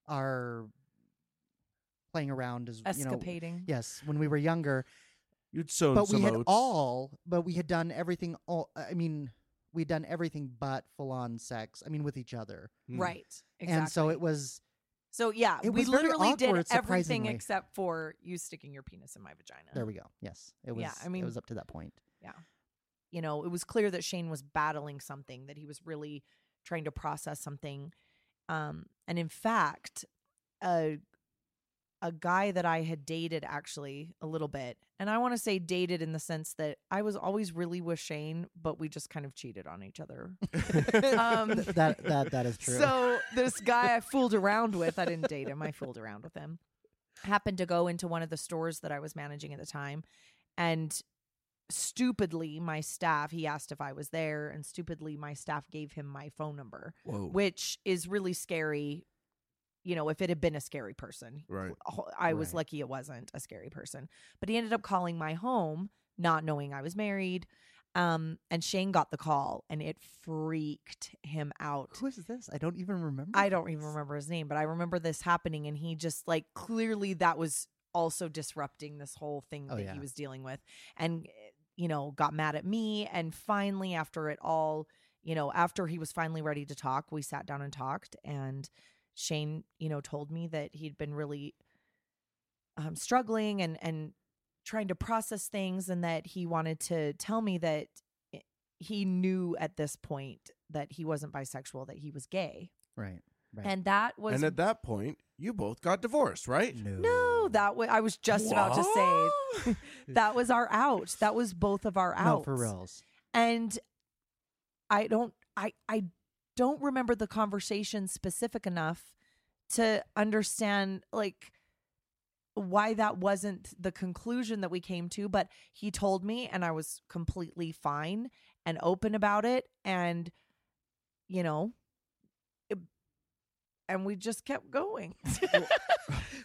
Speaker 9: our playing around as you know,
Speaker 7: escapading
Speaker 9: yes, when we were younger.
Speaker 8: You'd sown
Speaker 9: But
Speaker 8: some
Speaker 9: we had
Speaker 8: oats.
Speaker 9: all, but we had done everything. All I mean, we'd done everything but full on sex. I mean, with each other,
Speaker 8: Mm.
Speaker 7: right exactly.
Speaker 9: and so it was.
Speaker 7: So yeah,
Speaker 9: It
Speaker 7: we
Speaker 9: was very
Speaker 7: literally did
Speaker 9: awkward,
Speaker 7: everything
Speaker 9: surprisingly.
Speaker 7: except for you sticking your penis in my vagina.
Speaker 9: There we go. Yes, it was.
Speaker 7: Yeah, I mean-
Speaker 9: it was up to that point.
Speaker 7: You know, it was clear that Shane was battling something that he was really trying to process something. Um, and in fact, a a guy that I had dated actually a little bit, and I want to say dated in the sense that I was always really with Shane, but we just kind of cheated on each other. Um,
Speaker 9: Th- that that that is true.
Speaker 7: So this guy I fooled around with, I didn't date him. I fooled around with him. Happened to go into one of the stores that I was managing at the time, and stupidly, my staff he asked if I was there, and stupidly, my staff gave him my phone number,
Speaker 8: Whoa.
Speaker 7: which is really scary. You know, if it had been a scary person,
Speaker 8: Right.
Speaker 7: I was
Speaker 9: Right.
Speaker 7: lucky it wasn't a scary person. But he ended up calling my home, not knowing I was married. Um, and Shane got the call, and it freaked him out.
Speaker 9: Who is this? I don't even remember.
Speaker 7: I don't even
Speaker 9: this.
Speaker 7: remember his name, but I remember this happening, and he just like clearly that was also disrupting this whole thing
Speaker 9: Oh,
Speaker 7: that
Speaker 9: yeah.
Speaker 7: he was dealing with, and eh, you know got mad at me. And finally, after it all, you know, after he was finally ready to talk, we sat down and talked, and Shane, you know, told me that he'd been really um, struggling and and trying to process things, and that he wanted to tell me that he knew at this point that he wasn't bisexual, that he was gay.
Speaker 9: Right. Right.
Speaker 7: And that was
Speaker 8: and at that point, you both got divorced, right?
Speaker 9: no.
Speaker 7: no, that was I was just about to say
Speaker 8: say.
Speaker 7: that was our out. That was both of our outs.
Speaker 9: No, for reals.
Speaker 7: And I don't I I don't remember the conversation specific enough to understand like why that wasn't the conclusion that we came to, but he told me and I was completely fine and open about it and you know it, and we just kept going.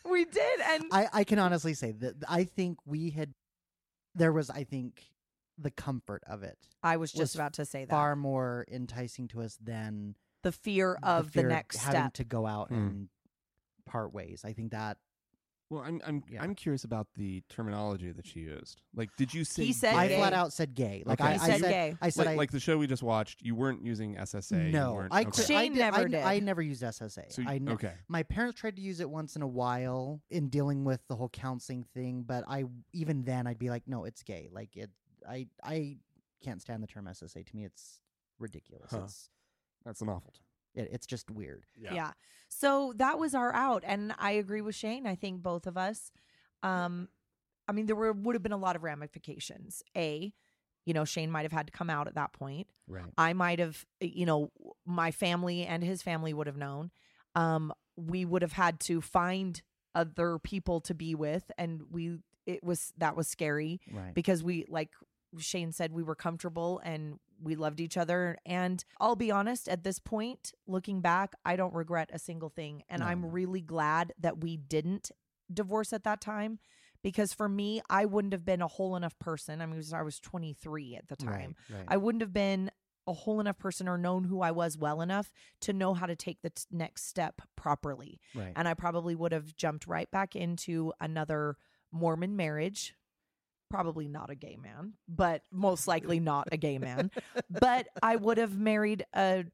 Speaker 7: we did and
Speaker 9: I, I can honestly say that I think we had, there was, I think, the comfort of it
Speaker 7: I was just
Speaker 9: was
Speaker 7: about to say that.
Speaker 9: far more enticing to us than
Speaker 7: the fear of the,
Speaker 9: fear
Speaker 7: next
Speaker 9: having
Speaker 7: step.
Speaker 9: to go out
Speaker 1: Hmm.
Speaker 9: and part ways. I think that
Speaker 1: Well, I'm I'm
Speaker 9: Yeah.
Speaker 1: I'm curious about the terminology that she used. Like, did you say
Speaker 7: He said
Speaker 9: I
Speaker 7: gay.
Speaker 9: flat out said gay. Like
Speaker 1: Okay.
Speaker 9: I,
Speaker 7: He
Speaker 9: I
Speaker 7: said
Speaker 9: said,
Speaker 7: gay.
Speaker 9: I said
Speaker 1: like,
Speaker 9: I,
Speaker 1: like the show we just watched? You weren't using SSA. you
Speaker 9: no.
Speaker 1: weren't-
Speaker 9: I,
Speaker 1: okay.
Speaker 9: cou-
Speaker 7: Shane
Speaker 9: I did-
Speaker 7: never
Speaker 9: I,
Speaker 7: did.
Speaker 9: I never used SSA.
Speaker 1: So you-
Speaker 9: I ne-
Speaker 1: okay.
Speaker 9: My parents tried to use it once in a while in dealing with the whole counseling thing, but I even then I'd be like, no, it's gay. Like it, I I can't stand the term SSA. To me, it's ridiculous.
Speaker 8: Huh.
Speaker 9: It's
Speaker 1: That's an awful. term.
Speaker 9: it, it's just weird.
Speaker 7: Yeah. So that was our out. And I agree with Shane. I think both of us, um, I mean, there were, would have been a lot of ramifications. A, you know, Shane might have had to come out at that point.
Speaker 9: Right.
Speaker 7: I might have, you know, my family and his family would have known. Um, we would have had to find other people to be with. And we, it was, that was scary
Speaker 9: Right.
Speaker 7: because we like Shane said we were comfortable and we loved each other and I'll be honest at this point looking back I don't regret a single thing and
Speaker 9: No,
Speaker 7: I'm
Speaker 9: no.
Speaker 7: really glad that we didn't divorce at that time because for me I wouldn't have been a whole enough person I mean I was 23 at the time
Speaker 9: Right.
Speaker 7: I wouldn't have been a whole enough person or known who I was well enough to know how to take the t- next step properly
Speaker 9: right.
Speaker 7: and I probably would have jumped right back into another Mormon marriage. Probably not a gay man, but most likely not a gay man. but I would have married a,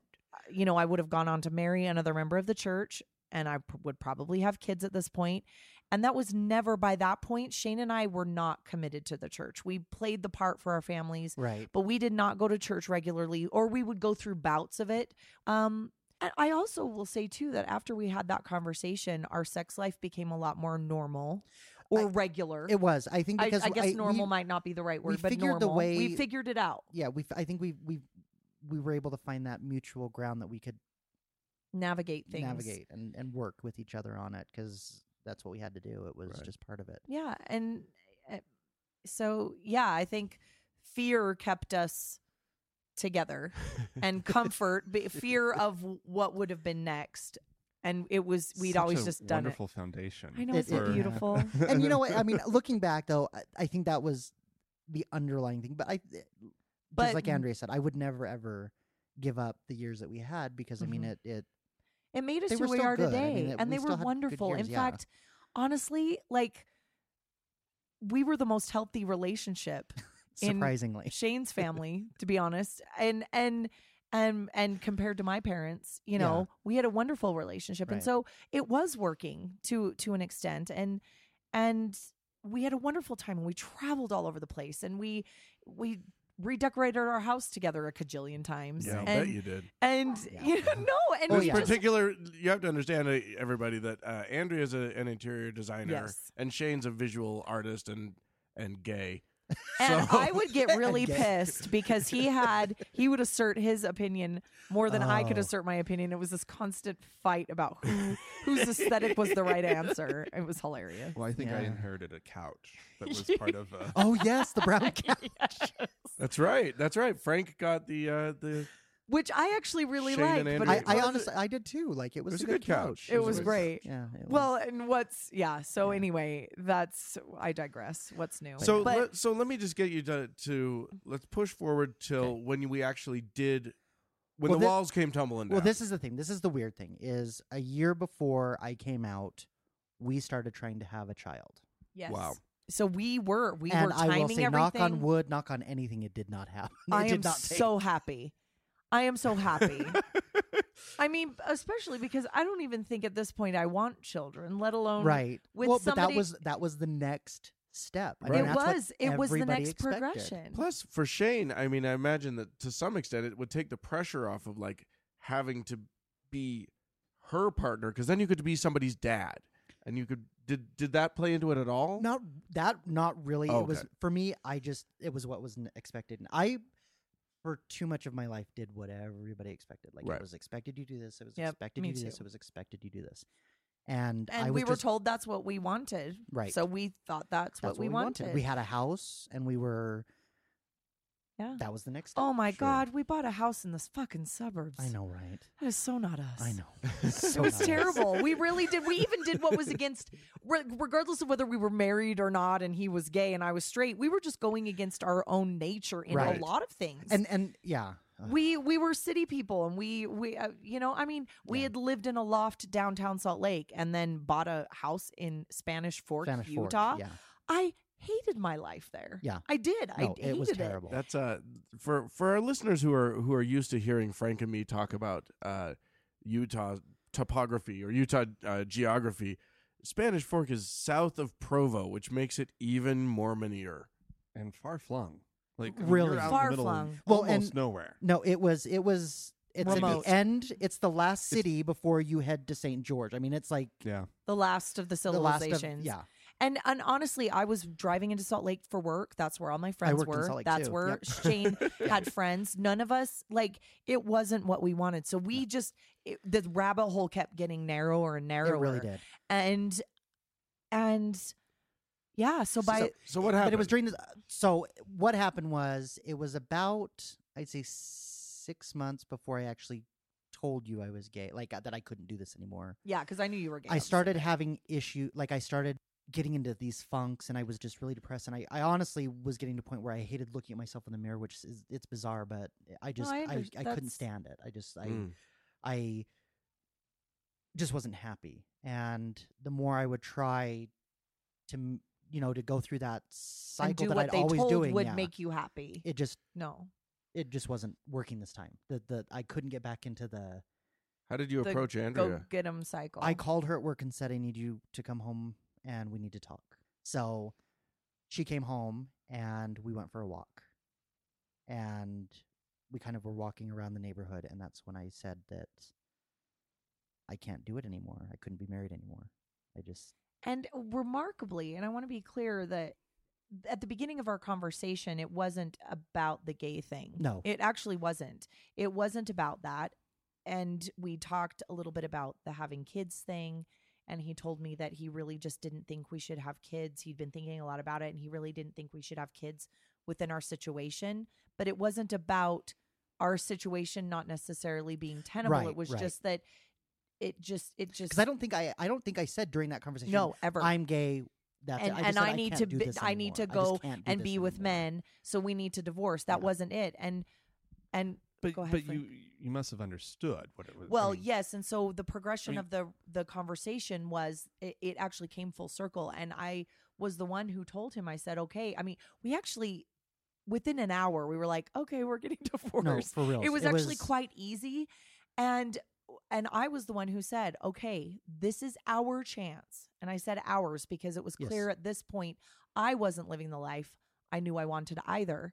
Speaker 7: you know, I would have gone on to marry another member of the church and I p- would probably have kids at this point. And that was never by that point. Shane and I were not committed to the church. We played the part for our families
Speaker 9: right.
Speaker 7: but we did not go to church regularly or we would go through bouts of it um and i also will say too that after we had that conversation our sex life became a lot more normal or
Speaker 9: I-
Speaker 7: regular
Speaker 9: It was. I think
Speaker 7: I,
Speaker 9: because
Speaker 7: I guess
Speaker 9: we-
Speaker 7: normal might not be the right
Speaker 9: we
Speaker 7: word but
Speaker 9: figured
Speaker 7: normal
Speaker 9: the
Speaker 7: we
Speaker 9: way-
Speaker 7: figured it out
Speaker 9: yeah we f- i think we we we were able to find that mutual ground that we could
Speaker 7: navigate things
Speaker 9: navigate and and work with each other on it because that's what we had to do it was
Speaker 8: Right.
Speaker 9: just part of it
Speaker 7: yeah and uh, so yeah i think fear kept us together and comfort be- fear of what would have been next and it was we'd
Speaker 1: Such
Speaker 7: always
Speaker 1: a
Speaker 7: just done it
Speaker 1: wonderful foundation.
Speaker 7: I know
Speaker 9: It-
Speaker 7: it's so
Speaker 9: it-
Speaker 7: beautiful.
Speaker 9: and you know what i mean looking back though i, I think that was the underlying thing but i eh,
Speaker 7: But-
Speaker 9: just like andrea said i would never ever give up the years that we had because i mean
Speaker 7: Mhm.
Speaker 9: it it
Speaker 7: It made us
Speaker 9: They
Speaker 7: who
Speaker 9: were
Speaker 7: we
Speaker 9: still
Speaker 7: are
Speaker 9: good. I
Speaker 7: today,
Speaker 9: mean, it-
Speaker 7: and
Speaker 9: we
Speaker 7: they
Speaker 9: still
Speaker 7: were
Speaker 9: had good
Speaker 7: wonderful.
Speaker 9: years,
Speaker 7: In
Speaker 9: yeah.
Speaker 7: fact, honestly, like we were the most healthy relationship In-
Speaker 9: surprisingly
Speaker 7: Shane's family, to be honest, and and and and compared to my parents, you
Speaker 9: Yeah.
Speaker 7: know, we had a wonderful relationship, and
Speaker 9: Right.
Speaker 7: so it was working to to an extent, and and we had a wonderful time, and we traveled all over the place, and we we redecorated our house together a cajillion times,
Speaker 8: Yeah, I
Speaker 7: and
Speaker 8: bet you did.
Speaker 7: and
Speaker 9: Yeah.
Speaker 7: you know, no, and
Speaker 9: Oh,
Speaker 7: we
Speaker 9: yeah.
Speaker 7: just-
Speaker 8: Particular, you have to understand uh, everybody that uh, Andrea is an interior designer,
Speaker 7: Yes.
Speaker 8: and Shane's a visual artist and and gay.
Speaker 7: And
Speaker 8: So-
Speaker 7: I would get really
Speaker 9: Gay.
Speaker 7: pissed because he had he would assert his opinion more than I could
Speaker 9: Oh.
Speaker 7: assert my opinion. It was this constant fight about who whose aesthetic was the right answer. It was hilarious.
Speaker 1: Well, I think I
Speaker 9: Yeah.
Speaker 1: inherited a couch that was part of. Uh,
Speaker 9: oh yes the brown cat
Speaker 8: That's right. That's right. Frank got the uh, the.
Speaker 7: Which I actually really
Speaker 8: Shane
Speaker 7: liked,
Speaker 8: and
Speaker 7: but
Speaker 8: Andrew.
Speaker 9: I,
Speaker 7: it
Speaker 9: I
Speaker 7: was-
Speaker 9: honestly i did too like it was,
Speaker 8: was
Speaker 9: a
Speaker 8: a
Speaker 9: good
Speaker 8: good couch.
Speaker 7: it was great.
Speaker 9: yeah it was.
Speaker 7: Well, eh, and what's yeah, so
Speaker 9: Yeah.
Speaker 7: anyway, that's I digress. What's new?
Speaker 8: So
Speaker 7: but
Speaker 8: let, so let me just get you to, to let's push forward till
Speaker 9: Okay.
Speaker 8: when we actually did when
Speaker 9: Well,
Speaker 8: the
Speaker 9: thi-
Speaker 8: walls came tumbling down.
Speaker 9: Well, this is the thing. This is the weird thing is a year before I came out, we started trying to have a child.
Speaker 7: yes.
Speaker 1: Wow.
Speaker 7: So we were we
Speaker 9: and
Speaker 7: were
Speaker 9: I
Speaker 7: timing
Speaker 9: will say
Speaker 7: everything.
Speaker 9: knock on wood, knock on anything, it did not happen. It
Speaker 7: I
Speaker 9: did
Speaker 7: am
Speaker 9: not take-
Speaker 7: so happy. I am so happy. I mean, especially because I don't even think at this point I want children, let alone
Speaker 9: right.
Speaker 7: with
Speaker 9: well, but
Speaker 7: somebody-
Speaker 9: that was that was the next step. I
Speaker 8: Right.
Speaker 9: mean,
Speaker 7: It
Speaker 9: that's what
Speaker 7: was. It was the
Speaker 9: everybody
Speaker 7: next
Speaker 9: expected.
Speaker 7: progression.
Speaker 8: Plus, for Shane, I mean, I imagine that to some extent it would take the pressure off of like having to be her partner because then you could be somebody's dad, and you could did did that play into it at all?
Speaker 9: Not that, not really.
Speaker 8: Oh,
Speaker 9: It was
Speaker 8: okay.
Speaker 9: for me. I just it was what was n- expected, and I for too much of my life did what everybody expected. Like
Speaker 8: Right.
Speaker 9: it was expected you do this. It was
Speaker 7: Yep,
Speaker 9: expected
Speaker 7: me
Speaker 9: you do this.
Speaker 7: too.
Speaker 9: It was expected you do this. And,
Speaker 7: and
Speaker 9: I
Speaker 7: we
Speaker 9: was
Speaker 7: were
Speaker 9: just-
Speaker 7: told that's what we wanted.
Speaker 9: Right.
Speaker 7: So we thought that's, what,
Speaker 9: that's
Speaker 7: we wanted.
Speaker 9: We had a house, and we were.
Speaker 7: Yeah.
Speaker 9: That was the next.
Speaker 7: oh
Speaker 9: step.
Speaker 7: my
Speaker 9: Sure.
Speaker 7: God, we bought a house in this fucking suburbs.
Speaker 9: I know, right?
Speaker 7: That is so not us.
Speaker 9: I know.
Speaker 7: it was terrible. We really did. We even did what was against, re- regardless of whether we were married or not, and he was gay and I was straight. We were just going against our own nature in
Speaker 9: Right.
Speaker 7: a lot of things.
Speaker 9: And and yeah, Ugh.
Speaker 7: we we were city people, and we we uh, you know I mean we
Speaker 9: Yeah.
Speaker 7: had lived in a loft downtown Salt Lake, and then bought a house in Spanish Fork,
Speaker 9: Spanish Fork,
Speaker 7: Utah.
Speaker 9: yeah.
Speaker 7: I hated my life there.
Speaker 9: Yeah.
Speaker 7: I did. I
Speaker 9: No,
Speaker 7: hated
Speaker 9: it was terrible.
Speaker 8: That's uh for for our listeners who are who are used to hearing Frank and me talk about uh Utah topography or Utah uh, geography. Spanish Fork is south of Provo, which makes it even Mormonier.
Speaker 1: and far flung. Like
Speaker 9: Really?
Speaker 1: you're out
Speaker 7: Far
Speaker 1: in the middle of
Speaker 7: flung.
Speaker 9: Well,
Speaker 1: almost
Speaker 9: and-
Speaker 1: nowhere.
Speaker 9: No, it was it was it's
Speaker 7: Remote.
Speaker 9: the end. It's the last city before you head to St. George. I mean, it's like
Speaker 1: Yeah,
Speaker 7: The last of the
Speaker 9: the last
Speaker 7: civilizations.
Speaker 9: of yeah.
Speaker 7: And and honestly, I was driving into Salt Lake for work. That's where all my friends
Speaker 9: worked in
Speaker 7: were.
Speaker 9: Salt Lake
Speaker 7: That's
Speaker 9: too.
Speaker 7: where
Speaker 9: Yep.
Speaker 7: Shane had friends. None of us like it wasn't what we wanted. So we just it, the rabbit hole kept getting narrower and
Speaker 9: It
Speaker 7: narrower.
Speaker 9: really did.
Speaker 7: And and yeah. So by
Speaker 8: So what
Speaker 9: But
Speaker 8: happened?
Speaker 9: it was during this. So what happened was it was about I'd say six months before I actually told you I was gay, like that I couldn't do this anymore.
Speaker 7: yeah, because I knew you were gay.
Speaker 9: I
Speaker 7: obviously.
Speaker 9: started having issue like I started getting into these funks and I was just really depressed and I, I honestly was getting to a point where I hated looking at myself in the mirror which is it's bizarre but I just
Speaker 7: I
Speaker 9: I,
Speaker 7: under-
Speaker 9: I, couldn't
Speaker 7: that's- Hmm.
Speaker 9: stand it I just I
Speaker 8: Mm.
Speaker 9: I just wasn't happy. And the more I would try to, m- you know, to go through
Speaker 7: and
Speaker 9: that cycle
Speaker 7: do
Speaker 9: that
Speaker 7: what
Speaker 9: I'd
Speaker 7: they
Speaker 9: always
Speaker 7: told
Speaker 9: doing,
Speaker 7: would
Speaker 9: yeah,
Speaker 7: make you happy.
Speaker 9: it just
Speaker 7: no.
Speaker 9: it just wasn't working this time. The the I couldn't get back into the.
Speaker 8: How did you
Speaker 7: The
Speaker 8: approach
Speaker 7: Go
Speaker 8: Andrea?
Speaker 7: get him cycle.
Speaker 9: I called her at work and said, "I need you to come home and we need to talk." So she came home and we went for a walk, and we kind of were walking around the neighborhood, and that's when I said that I can't do it anymore. I couldn't be married anymore. I just
Speaker 7: And remarkably, and I want to be clear that at the beginning of our conversation, it wasn't about the gay thing.
Speaker 9: No.
Speaker 7: It actually wasn't. It wasn't about that. And we talked a little bit about the having kids thing. And he told me that he really just didn't think we should have kids. He'd been thinking a lot about it and he really didn't think we should have kids within our situation. But it wasn't about our situation not necessarily being tenable.
Speaker 9: Right,
Speaker 7: it was
Speaker 9: right.
Speaker 7: just that it just, it just,
Speaker 9: because I don't think I I don't think I said during that conversation.
Speaker 7: no, ever.
Speaker 9: I'm gay. That's
Speaker 7: and
Speaker 9: it. I
Speaker 7: I
Speaker 9: just
Speaker 7: and
Speaker 9: said,
Speaker 7: I need
Speaker 9: can't
Speaker 7: to
Speaker 9: do
Speaker 7: be-
Speaker 9: this
Speaker 7: I need to
Speaker 9: anymore. I just
Speaker 7: go
Speaker 9: can't do
Speaker 7: and
Speaker 9: this
Speaker 7: be with
Speaker 9: anymore."
Speaker 7: men, so we need to divorce. That
Speaker 9: Yeah.
Speaker 7: wasn't it. And and
Speaker 1: but
Speaker 7: Go ahead,
Speaker 1: but
Speaker 7: Frank.
Speaker 1: you you must have understood what it was. I
Speaker 7: well,
Speaker 1: mean,
Speaker 7: yes. And so the progression
Speaker 1: mean-
Speaker 7: of the the conversation was it, it actually came full circle, and I was the one who told him. I said, okay. I mean, we actually within an hour we were like, okay, we're getting
Speaker 9: No,
Speaker 7: divorced.
Speaker 9: for real.
Speaker 7: it was actually quite easy, and and I was the one who said, okay, this is our chance. And I said ours because it was
Speaker 9: Yes.
Speaker 7: clear at this point I wasn't living the life I knew I wanted either.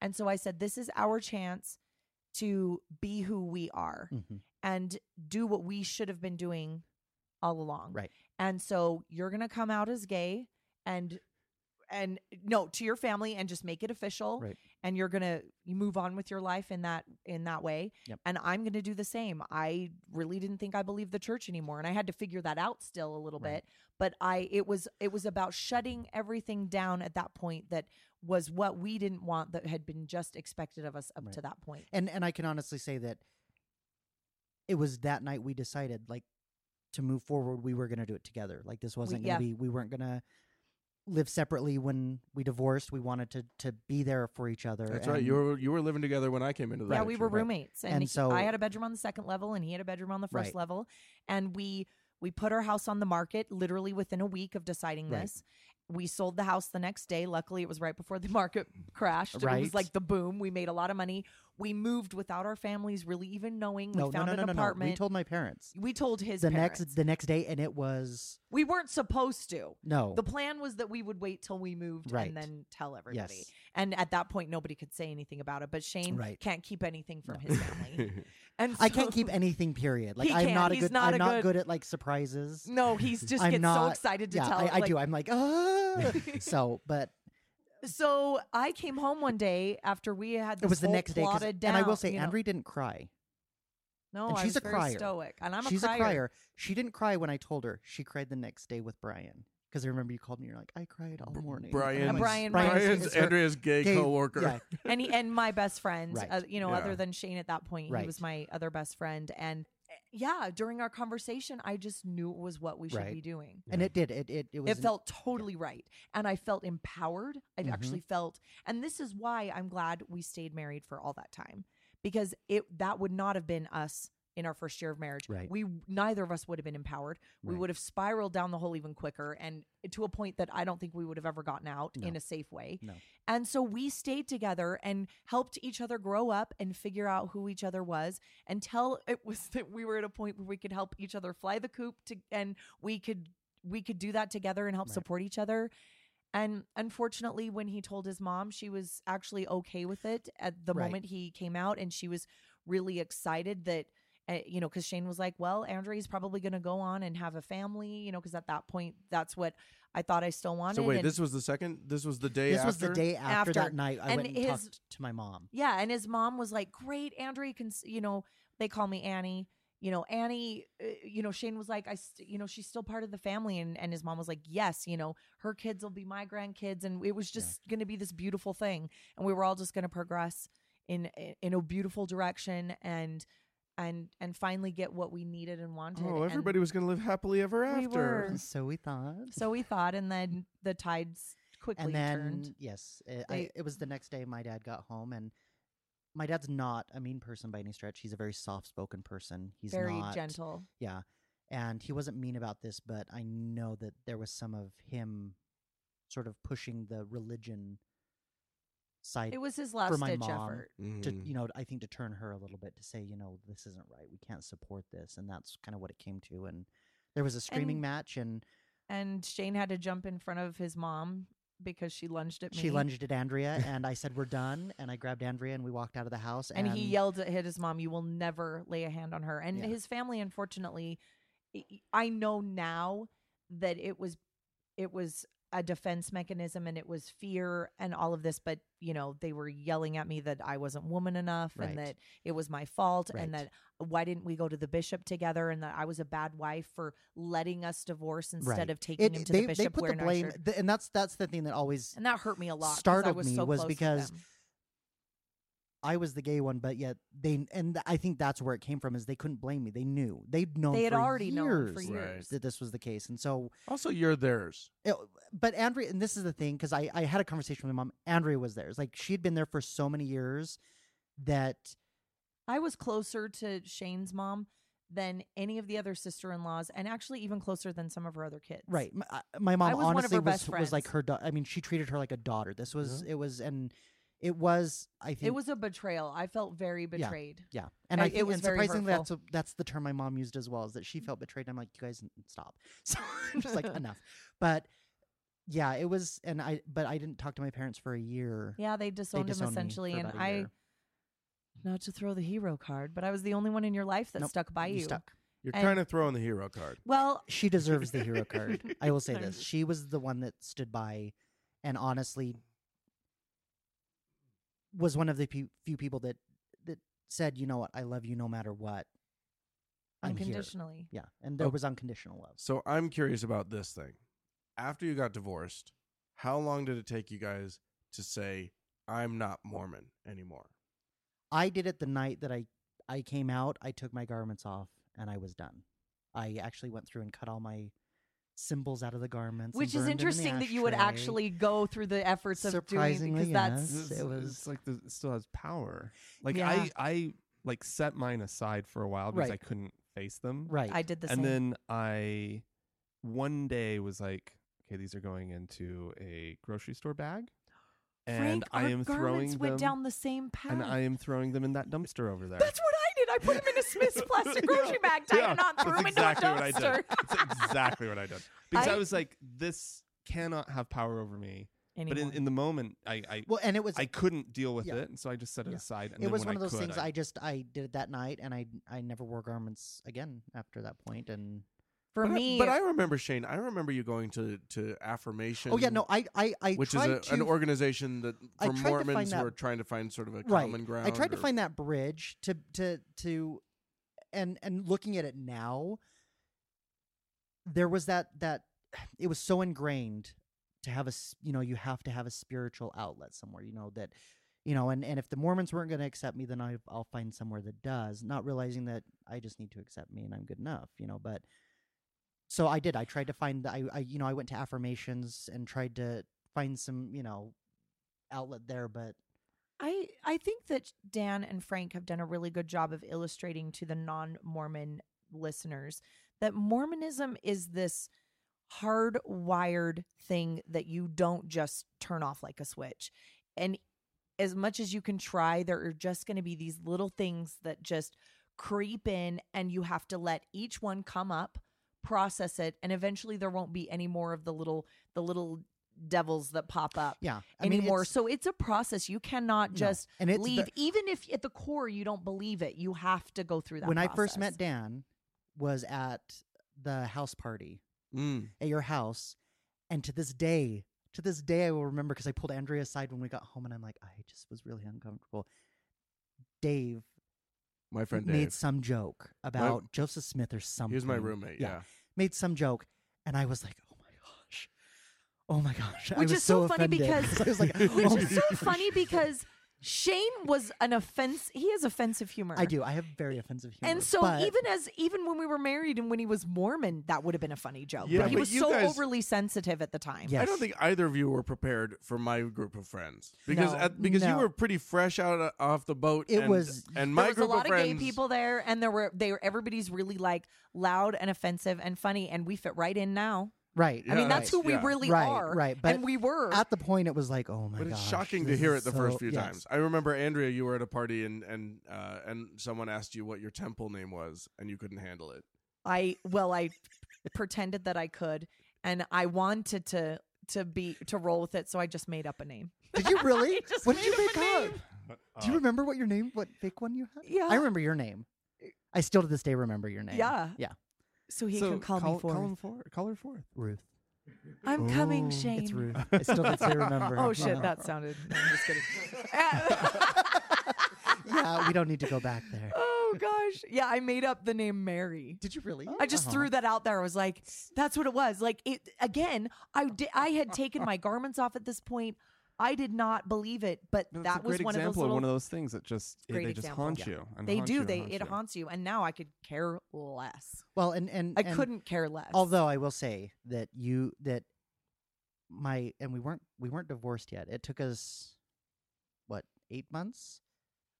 Speaker 7: And so I said, this is our chance to be who we are
Speaker 9: Mhm.
Speaker 7: and do what we should have been doing all along.
Speaker 9: Right.
Speaker 7: And so you're going to come out as gay and and no to your family and just make it official
Speaker 9: Right.
Speaker 7: and you're going to move on with your life in that in that way
Speaker 9: Yep.
Speaker 7: and I'm going to do the same. I really didn't think I believed the church anymore and I had to figure that out still a little
Speaker 9: Right.
Speaker 7: bit, but I it was it was about shutting everything down at that point that was what we didn't want that had been just expected of us up
Speaker 9: Right.
Speaker 7: to that point.
Speaker 9: and and I can honestly say that it was that night we decided like to move forward. We were going to do it together. Like this wasn't
Speaker 7: yeah.
Speaker 9: going to be. We weren't going to live separately when we divorced. We wanted to to be there for each other.
Speaker 8: That's right.
Speaker 9: and-
Speaker 8: You were you were living together when I came into the
Speaker 7: Yeah, we
Speaker 8: picture.
Speaker 7: were
Speaker 8: Right.
Speaker 7: roommates, and,
Speaker 9: And
Speaker 7: he-
Speaker 9: so-
Speaker 7: I had a bedroom on the second level, and he had a bedroom on the first
Speaker 9: Right.
Speaker 7: level, and we we put our house on the market literally within a week of deciding
Speaker 9: Right.
Speaker 7: this, we sold the house the next day. Luckily, it was right before the market crashed. and It
Speaker 9: Right.
Speaker 7: was like the boom. We made a lot of money. We moved without our families really even knowing. We
Speaker 9: No, no,
Speaker 7: found
Speaker 9: no, no,
Speaker 7: an
Speaker 9: no, no.
Speaker 7: apartment.
Speaker 9: We told my parents
Speaker 7: We told his
Speaker 9: the
Speaker 7: parents.
Speaker 9: next the next day, and it was
Speaker 7: we weren't supposed to.
Speaker 9: no.
Speaker 7: The plan was that we would wait till we moved
Speaker 9: Right.
Speaker 7: and then tell everybody.
Speaker 9: yes,
Speaker 7: And at that point, nobody could say anything about it. But Shane
Speaker 9: Right.
Speaker 7: can't keep anything from his family. and
Speaker 9: I can't
Speaker 7: so-
Speaker 9: keep anything. Period. Like
Speaker 7: He
Speaker 9: I'm
Speaker 7: can't.
Speaker 9: not a
Speaker 7: He's
Speaker 9: good.
Speaker 7: not
Speaker 9: I'm
Speaker 7: a
Speaker 9: not
Speaker 7: good-
Speaker 9: good, at like surprises.
Speaker 7: No, he's just
Speaker 9: I'm
Speaker 7: gets so
Speaker 9: not-
Speaker 7: excited to
Speaker 9: yeah,
Speaker 7: tell.
Speaker 9: I, I
Speaker 7: like,
Speaker 9: do. I'm like ah. so, but
Speaker 7: So I came home one day after we had. This
Speaker 9: it was the
Speaker 7: whole
Speaker 9: next day. 'cause-
Speaker 7: plotted down,
Speaker 9: and I will say,
Speaker 7: you know.
Speaker 9: Andrea didn't cry.
Speaker 7: No,
Speaker 9: and
Speaker 7: I
Speaker 9: she's
Speaker 7: was
Speaker 9: a
Speaker 7: very
Speaker 9: crier.
Speaker 7: stoic, and I'm
Speaker 9: She's
Speaker 7: a crier.
Speaker 9: She didn't cry when I told her. She cried the next day with Brian. Because I remember you called me. You're like, I cried all morning.
Speaker 8: Brian-
Speaker 9: And I'm like,
Speaker 7: Brian-
Speaker 8: Brian's
Speaker 9: is her
Speaker 8: Andrea's gay,
Speaker 9: gay-
Speaker 8: coworker.
Speaker 9: yeah,
Speaker 7: and he and my best friend,
Speaker 9: Right.
Speaker 7: uh, you know,
Speaker 8: Yeah.
Speaker 7: other than Shane at that point, he
Speaker 9: Right.
Speaker 7: was my other best friend, and uh, yeah, during our conversation, I just knew it was what we should
Speaker 9: Right.
Speaker 7: be doing.
Speaker 9: And it did. It it, it was
Speaker 7: It
Speaker 9: an-
Speaker 7: felt totally right, and I felt empowered. I
Speaker 9: Mhm.
Speaker 7: actually felt, and this is why I'm glad we stayed married for all that time, because it that would not have been us in our first year of marriage.
Speaker 9: Right.
Speaker 7: We neither of us would have been empowered. We
Speaker 9: Right.
Speaker 7: would have spiraled down the hole even quicker, and to a point that I don't think we would have ever gotten out
Speaker 9: No.
Speaker 7: in a safe way.
Speaker 9: No.
Speaker 7: And so we stayed together and helped each other grow up and figure out who each other was until it was that we were at a point where we could help each other fly the coop to, and we could we could do that together and help
Speaker 9: Right.
Speaker 7: support each other. And unfortunately, when he told his mom, she was actually okay with it at the
Speaker 9: Right.
Speaker 7: moment he came out, and she was really excited that. Uh, you know, because Shane was like, "Well, Andre's probably going to go on and have a family," you know, because at that point, that's what I thought I still wanted.
Speaker 8: So wait,
Speaker 7: and-
Speaker 8: this was the second. This was the day.
Speaker 9: This
Speaker 8: after?
Speaker 9: was the day after,
Speaker 7: After.
Speaker 9: that night. I
Speaker 7: And
Speaker 9: went and
Speaker 7: his-
Speaker 9: talked to my mom.
Speaker 7: Yeah, and his mom was like, "Great, Andrea can, s- you know, they call me Annie. You know, Annie, uh, you know, Shane was like, I, st- you know, she's still part of the family." And and his mom was like, "Yes, you know, her kids will be my grandkids and it was just going to be this beautiful thing and we were all just going to progress in in a beautiful direction and and and finally get what we needed and wanted."
Speaker 8: Oh,
Speaker 7: And
Speaker 8: everybody was going to live happily ever
Speaker 7: We
Speaker 8: after.
Speaker 7: were.
Speaker 9: So we thought.
Speaker 7: So we thought and then the tides quickly
Speaker 9: and then
Speaker 7: turned.
Speaker 9: yes, uh,
Speaker 7: They-
Speaker 9: I, it was the next day. My dad got home, and my dad's not a mean person by any stretch. He's a very soft-spoken person. He's
Speaker 7: Very
Speaker 9: not,
Speaker 7: gentle.
Speaker 9: Yeah. And he wasn't mean about this, but I know that there was some of him sort of pushing the religion side
Speaker 7: It was his last
Speaker 9: my
Speaker 7: ditch
Speaker 9: mom,
Speaker 7: effort.
Speaker 9: to,
Speaker 8: Mhm.
Speaker 9: you know, I think to turn her a little bit to say, you know, this isn't right. We can't support this. And that's kind of what it came to. And there was a screaming
Speaker 7: And-
Speaker 9: match and
Speaker 7: and Shane had to jump in front of his mom because she lunged at me.
Speaker 9: she lunged at Andrea and I said, we're done. And I grabbed Andrea and we walked out of the house.
Speaker 7: and, he yelled at hit his mom, "You will never lay a hand on her." And
Speaker 9: Yeah.
Speaker 7: his family, unfortunately, I- I know now that it was it was a defense mechanism and it was fear and all of this, but you know they were yelling at me that I wasn't woman enough
Speaker 9: Right.
Speaker 7: and that it was my fault and that
Speaker 9: Right.
Speaker 7: why didn't we go to the bishop together and that I was a bad wife for letting us divorce instead
Speaker 9: Right.
Speaker 7: of taking
Speaker 9: It-
Speaker 7: him to
Speaker 9: they,
Speaker 7: the bishop.
Speaker 9: they put the
Speaker 7: wearing our
Speaker 9: blame.
Speaker 7: shirt.
Speaker 9: th- and that's, that's the thing that always
Speaker 7: and that hurt me a lot. 'cause I
Speaker 9: startled
Speaker 7: was
Speaker 9: me
Speaker 7: so
Speaker 9: was
Speaker 7: close to
Speaker 9: because
Speaker 7: them.
Speaker 9: I was the gay one, but yet they and th- I think that's where it came from is they couldn't blame me. They knew they'd known
Speaker 7: they had
Speaker 9: for
Speaker 7: already
Speaker 9: years
Speaker 7: known for
Speaker 8: Right.
Speaker 7: years.
Speaker 9: that this was the case, and so
Speaker 8: Also, you're theirs.
Speaker 9: it, but Andrea, and this is the thing because I I had a conversation with my mom. Andrea was there. It's like she had been there for so many years that
Speaker 7: I was closer to Shane's mom than any of the other sister-in-laws, and actually even closer than some of her other kids.
Speaker 9: right. My, I- my mom
Speaker 7: I was one of
Speaker 9: honestly
Speaker 7: her
Speaker 9: was
Speaker 7: best
Speaker 9: was like
Speaker 7: friends.
Speaker 9: her. Da- I mean, she treated her like a daughter. This was it was and it was I think
Speaker 7: It was a betrayal. I felt very betrayed.
Speaker 9: Yeah, and
Speaker 7: Uh,
Speaker 9: I,
Speaker 7: it
Speaker 9: think,
Speaker 7: was
Speaker 9: and
Speaker 7: very Mm-hmm.
Speaker 9: surprisingly that's a, that's the term my mom used as well is that she felt betrayed. And I'm like, you guys n- stop. So I'm just like enough. But yeah, it was, and I but I didn't talk to my parents for a year.
Speaker 7: Yeah, they
Speaker 9: they
Speaker 7: disowned,
Speaker 9: disowned
Speaker 7: him
Speaker 9: me
Speaker 7: essentially,
Speaker 9: for
Speaker 7: and
Speaker 9: about a
Speaker 7: I
Speaker 9: year.
Speaker 7: not to throw the hero card, but I was the only one in your life that
Speaker 9: Nope,
Speaker 7: stuck by
Speaker 9: you
Speaker 7: you.
Speaker 9: stuck.
Speaker 8: You're
Speaker 7: And-
Speaker 8: kind of throwing the hero card.
Speaker 7: Well,
Speaker 9: She deserves the hero card. I will say
Speaker 7: I'm
Speaker 9: this:
Speaker 7: just-
Speaker 9: she was the one that stood by, and honestly, was one of the pe- few people that that said, you know what, I love you no matter what. I'm here."
Speaker 7: unconditionally.
Speaker 9: Yeah, and there
Speaker 8: Oh.
Speaker 9: was unconditional love.
Speaker 8: So I'm curious about this thing. After you got divorced, how long did it take you guys to say I'm not Mormon anymore?
Speaker 9: I did it the night that I I came out. I took my garments off and I was done. I actually went through and cut all my symbols out of the garments, and
Speaker 7: Which is
Speaker 9: burned them in the
Speaker 7: interesting that you would
Speaker 9: ashtray.
Speaker 7: actually go through the efforts of doing
Speaker 9: Surprisingly,
Speaker 7: because that's
Speaker 9: yes.
Speaker 1: It's-
Speaker 9: It was-
Speaker 1: it's like the, it still has power. Like
Speaker 7: Yeah.
Speaker 1: I, I like set mine aside for a while because
Speaker 9: Right.
Speaker 1: I couldn't face them.
Speaker 9: right.
Speaker 7: I did the
Speaker 1: and
Speaker 7: same.
Speaker 1: then I one day was like, okay, these are going into a grocery store bag,
Speaker 7: Frank,
Speaker 1: and I
Speaker 7: our
Speaker 1: am
Speaker 7: garments
Speaker 1: throwing them
Speaker 7: went down the same path.
Speaker 1: and I am throwing them in that dumpster over there.
Speaker 7: That's what I did. I put them in a Smith's plastic grocery bag, tied
Speaker 1: Yeah,
Speaker 7: a knot, threw
Speaker 1: that's
Speaker 7: them
Speaker 1: exactly
Speaker 7: into
Speaker 1: what
Speaker 7: a
Speaker 1: I did.
Speaker 7: dumpster.
Speaker 1: That's exactly what I did because I,
Speaker 7: I-
Speaker 1: was like, this cannot have power over me. But in,
Speaker 7: Anymore.
Speaker 1: in the moment, I I,
Speaker 9: Well, and it was
Speaker 1: I couldn't deal with
Speaker 9: yeah.
Speaker 1: it, and so I just set it
Speaker 9: Yeah.
Speaker 1: aside. And
Speaker 9: it
Speaker 1: then
Speaker 9: was
Speaker 1: when
Speaker 9: one of those
Speaker 1: could,
Speaker 9: things I just I did it that night, and I I never wore garments again after that point, and
Speaker 7: For
Speaker 8: but
Speaker 7: me,
Speaker 8: I, but I remember Shane. I remember you going to to affirmation.
Speaker 9: oh yeah, no, I I I
Speaker 8: which is
Speaker 9: tried
Speaker 8: a,
Speaker 9: to
Speaker 8: an organization that
Speaker 9: I
Speaker 8: for
Speaker 9: tried to find
Speaker 8: Mormons who
Speaker 9: that-
Speaker 8: are trying to find sort of a
Speaker 9: Right.
Speaker 8: common ground.
Speaker 9: I tried to
Speaker 8: or-
Speaker 9: find that bridge to to to and and looking at it now there was that that it was so ingrained to have a s- you know you have to have a spiritual outlet somewhere you know that you know and and if the Mormons weren't going to accept me then I I'll find somewhere that does not realizing that I just need to accept me and I'm good enough you know but so I did I tried to find the, I I you know I went to affirmations and tried to find some you know outlet there but
Speaker 7: I I think that Dan and Frank have done a really good job of illustrating to the non-Mormon listeners that Mormonism is this hardwired thing that you don't just turn off like a switch. And as much as you can try, there are just going to be these little things that just creep in and you have to let each one come up, process it, and eventually there won't be any more of the little the little devils that pop up
Speaker 9: yeah
Speaker 7: anymore.
Speaker 9: it's-
Speaker 7: so it's a process. You cannot
Speaker 9: No.
Speaker 7: just
Speaker 9: and it's
Speaker 7: leave,
Speaker 9: the-
Speaker 7: even if at the core you don't believe it. You have to go through that.
Speaker 9: when I first met
Speaker 7: process.
Speaker 9: Dan was at the house party
Speaker 8: Mm.
Speaker 9: at your house, and to this day, to this day, I will remember because I pulled Andrea aside when we got home, and I'm like, I just was really uncomfortable. Dave
Speaker 8: My friend
Speaker 9: made
Speaker 8: Dave.
Speaker 9: some joke about Joseph Smith or something.
Speaker 8: He was my roommate. Yeah.
Speaker 9: made some joke, and I was like, oh my gosh. Oh my gosh! I
Speaker 7: Which
Speaker 9: was
Speaker 7: is so funny
Speaker 9: offended.
Speaker 7: because-
Speaker 9: I was like,
Speaker 7: which
Speaker 9: "Oh
Speaker 7: is
Speaker 9: my
Speaker 7: so funny because Shane was an offense. He has offensive humor.
Speaker 9: I do. I have very offensive humor.
Speaker 7: And so
Speaker 9: but-
Speaker 7: even as even when we were married and when he was Mormon, that would have been a funny joke.
Speaker 8: Yeah,
Speaker 7: but he
Speaker 8: but
Speaker 7: was
Speaker 8: you
Speaker 7: so
Speaker 8: guys-
Speaker 7: overly sensitive at the time.
Speaker 9: Yes.
Speaker 8: I don't think either of you were prepared for my group of friends because
Speaker 7: No,
Speaker 8: at, because you
Speaker 9: no.
Speaker 8: were pretty fresh out of, off the boat.
Speaker 9: It
Speaker 8: and,
Speaker 9: was-
Speaker 8: and
Speaker 7: There
Speaker 8: my
Speaker 7: was
Speaker 8: group
Speaker 7: a lot of,
Speaker 8: friends.
Speaker 7: gay people there, and there were they were everybody's really like loud and offensive and funny, and we fit right in now.
Speaker 9: right,
Speaker 7: I mean,
Speaker 8: Yeah,
Speaker 7: that's who we
Speaker 8: yeah.
Speaker 7: really
Speaker 9: right,
Speaker 7: are,
Speaker 9: right. But
Speaker 7: and we were
Speaker 9: at the point it was like, oh my
Speaker 8: But
Speaker 9: god!
Speaker 8: it's shocking to hear it the first few times. I remember Andrea, you were at a party and and uh, and someone asked you what your temple name was, and you couldn't handle it.
Speaker 7: I well, I pretended that I could, and I wanted to to be to roll with it, so I just made up a name.
Speaker 9: Did you really?
Speaker 7: just
Speaker 9: what did you
Speaker 7: made
Speaker 9: make
Speaker 7: up a
Speaker 9: up? Do
Speaker 8: Oh.
Speaker 1: uh,
Speaker 9: you remember what your name? What fake one you had?
Speaker 7: Yeah.
Speaker 9: I remember your name. I still to this day remember your name.
Speaker 7: Yeah.
Speaker 9: yeah.
Speaker 7: So he
Speaker 1: So
Speaker 7: can call, me forth.
Speaker 1: Call him for. Call her forth.
Speaker 9: Ruth.
Speaker 7: I'm coming, Shane.
Speaker 9: It's Ruth. I still to this day remember.
Speaker 7: Oh shit, that sounded. no, I'm just kidding. Uh,
Speaker 9: yeah, we don't need to go back there.
Speaker 7: oh gosh, yeah, I made up the name Mary.
Speaker 9: Did you really?
Speaker 7: I just
Speaker 1: Uh-huh.
Speaker 7: threw that out there. I was like, that's what it was. Like it again, I did I had taken my garments off at this point. I did not believe it, but
Speaker 1: No, that's
Speaker 7: that
Speaker 1: a great
Speaker 7: was one of those
Speaker 1: example
Speaker 7: little
Speaker 1: one of those things that just it-
Speaker 7: Great
Speaker 1: they just
Speaker 7: example.
Speaker 1: haunt
Speaker 7: Yeah.
Speaker 1: you. and
Speaker 7: they
Speaker 1: haunt you
Speaker 7: do.
Speaker 1: and
Speaker 7: They
Speaker 1: haunt
Speaker 7: it
Speaker 1: you.
Speaker 7: haunts you. And now I could care less.
Speaker 9: Well, and and
Speaker 7: I
Speaker 9: and
Speaker 7: couldn't care less.
Speaker 9: Although I will say that you that my and we weren't we weren't divorced yet. It took us what eight months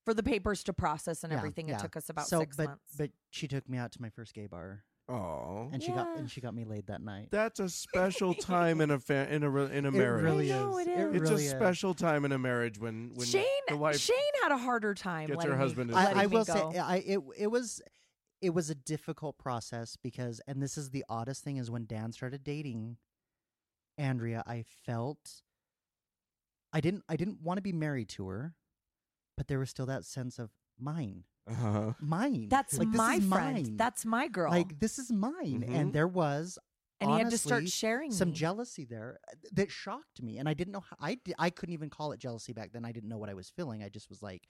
Speaker 7: for the papers to process and
Speaker 9: Yeah,
Speaker 7: everything,
Speaker 9: yeah.
Speaker 7: it took us about
Speaker 9: so,
Speaker 7: six
Speaker 9: but,
Speaker 7: months.
Speaker 9: But she took me out to my first gay bar,
Speaker 8: Oh,
Speaker 9: and she got
Speaker 7: Yeah.
Speaker 9: and she got me laid that night.
Speaker 8: that's a special time in a fa- in a re- in a marriage.
Speaker 9: It really
Speaker 7: I know
Speaker 9: is.
Speaker 7: it is.
Speaker 8: it's
Speaker 9: really
Speaker 8: a
Speaker 9: is.
Speaker 8: special time in a marriage when when
Speaker 7: Shane
Speaker 8: the wife
Speaker 7: Shane had a harder time.
Speaker 8: gets her
Speaker 7: letting me-
Speaker 8: husband to
Speaker 7: letting
Speaker 8: sleep.
Speaker 9: I, I
Speaker 7: me
Speaker 9: will
Speaker 7: go.
Speaker 9: say, I it it was it was a difficult process because, and this is the oddest thing, is when Dan started dating Andrea, I felt I didn't I didn't want to be married to her, but there was still that sense of mine,
Speaker 8: uh-huh.
Speaker 9: mine.
Speaker 7: that's
Speaker 9: like,
Speaker 7: my
Speaker 9: this is
Speaker 7: friend.
Speaker 9: Mine.
Speaker 7: That's my girl.
Speaker 9: like this is mine,
Speaker 8: Mhm.
Speaker 9: and there was
Speaker 7: and he had to start
Speaker 9: honestly,
Speaker 7: sharing
Speaker 9: some
Speaker 7: me.
Speaker 9: jealousy there uh, th- that shocked me and i didn't know how I, di- I couldn't even call it jealousy back then i didn't know what i was feeling i just was like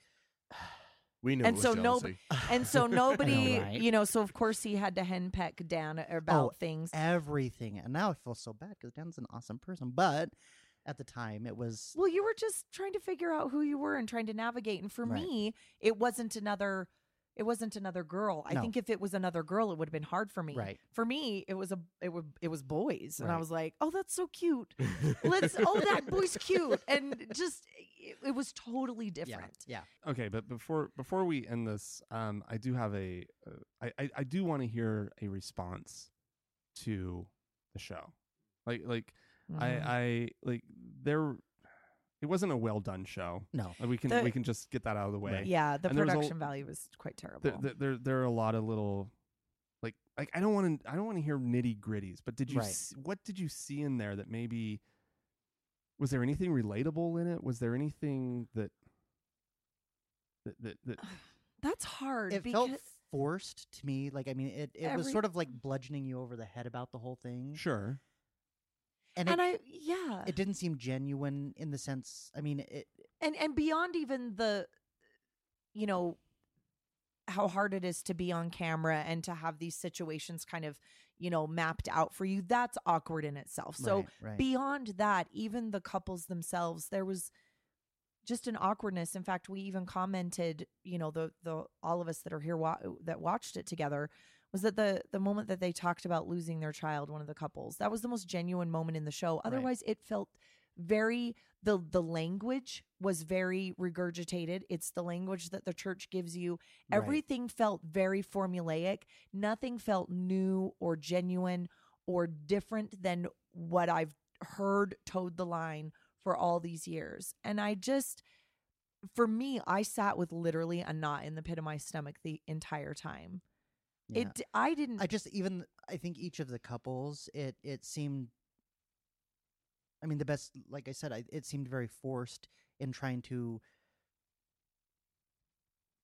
Speaker 8: We know
Speaker 7: And
Speaker 8: it was
Speaker 7: so no-
Speaker 8: jealousy.
Speaker 7: And so nobody,
Speaker 9: right?
Speaker 7: you know, so of course he had to henpeck Dan about
Speaker 9: Oh,
Speaker 7: things.
Speaker 9: everything and now i feel so bad because dan's an awesome person but at the time it was
Speaker 7: Well, you were just trying to figure out who you were and trying to navigate. And for
Speaker 9: Right.
Speaker 7: me, it wasn't another it wasn't another girl. I
Speaker 9: No.
Speaker 7: think if it was another girl, it would have been hard for me.
Speaker 9: Right.
Speaker 7: For me, it was a it was it was boys. And I
Speaker 9: Right.
Speaker 7: was like, "Oh, that's so cute. Let's oh, that boy's cute." And just it, it was totally different.
Speaker 9: yeah,
Speaker 1: Okay, but before before we end this, um, I do have a uh, I, I I do want to hear a response to the show, like like
Speaker 7: Mm-hmm.
Speaker 10: Mhm.
Speaker 11: I, I like there. It wasn't a well done show.
Speaker 9: No.
Speaker 11: Like, we can
Speaker 7: The-
Speaker 11: we can just get that out of the way.
Speaker 7: yeah, the
Speaker 11: And there was a-
Speaker 7: production value was quite terrible.
Speaker 11: There, there, there, there are a lot of little, like like I don't want to I don't want to hear nitty gritties. But did you
Speaker 9: Right.
Speaker 11: s- what did you see in there that maybe was there anything relatable in it? Was there anything that that that, that
Speaker 7: That's hard.
Speaker 9: It
Speaker 7: because
Speaker 9: felt forced to me. Like I mean, it, it was
Speaker 7: Every-
Speaker 9: sort of like bludgeoning you over the head about the whole thing.
Speaker 11: sure
Speaker 9: and,
Speaker 7: and,
Speaker 9: it,
Speaker 7: I yeah,
Speaker 9: it didn't seem genuine in the sense. I mean, it
Speaker 7: and and beyond even the, you know, how hard it is to be on camera and to have these situations kind of you know mapped out for you. That's awkward in itself. So
Speaker 9: right, right.
Speaker 7: beyond that even the couples themselves there was just an awkwardness in fact we even commented you know the the all of us that are here wa- that watched it together was that the the moment that they talked about losing their child one of the couples that was the most genuine moment in the show otherwise it felt very the the language was very regurgitated it's the language that the church gives you
Speaker 9: Right.
Speaker 7: everything felt very formulaic nothing felt new or genuine or different than what i've heard towed the line for all these years. And I just, for me, I sat with literally a knot in the pit of my stomach the entire time.
Speaker 9: yeah.
Speaker 7: It, I didn't.
Speaker 9: I just even I think each of the couples it it seemed I mean the best like I said I, it seemed very forced in trying to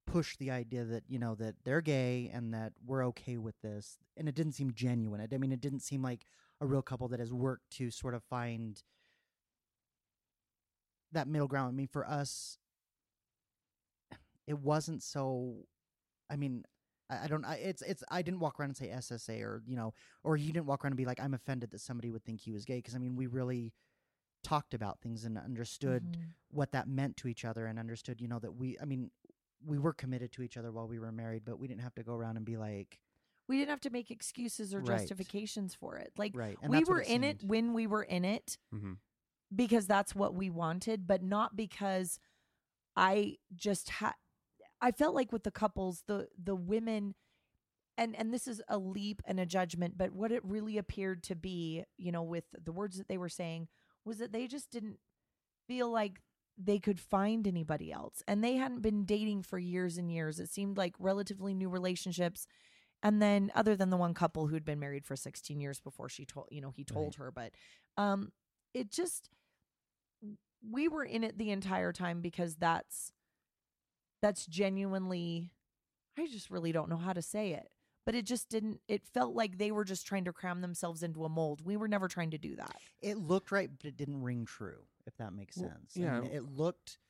Speaker 9: push the idea that you know that they're gay and that we're okay with this and it didn't seem genuine I, I mean it didn't seem like a real couple that has worked to sort of find that middle ground I mean for us it wasn't so I mean I, I don't. I, it's it's. I didn't walk around and say SSA or you know, or he didn't walk around and be like, I'm offended that somebody would think he was gay. Because I mean, we really talked about things and understood
Speaker 7: Mhm.
Speaker 9: what that meant to each other and understood, you know, that we. I mean, we were committed to each other while we were married, but we didn't have to go around and be like,
Speaker 7: We didn't have to make excuses or
Speaker 9: Right.
Speaker 7: justifications for it. Like,
Speaker 9: right. And
Speaker 7: we
Speaker 9: that's what
Speaker 7: were in it
Speaker 9: seemed. Mm-hmm.
Speaker 7: when we were in it
Speaker 11: Mhm.
Speaker 7: because that's what we wanted, but not because I just had. I felt like with the couples, the the women, and and this is a leap and a judgment, but what it really appeared to be, you know, with the words that they were saying, was that they just didn't feel like they could find anybody else, and they hadn't been dating for years and years. It seemed like relatively new relationships. And then, other than the one couple who'd been married for 16 years before she told, you know, he told her, but um, it just we were in it the entire time because that's that's genuinely i just really don't know how to say it but it just didn't it felt like they were just trying to cram themselves into a mold we were never trying to do that
Speaker 9: It looked right, but it didn't ring true. If that makes
Speaker 11: Well,
Speaker 9: sense.
Speaker 11: yeah.
Speaker 9: I mean, it looked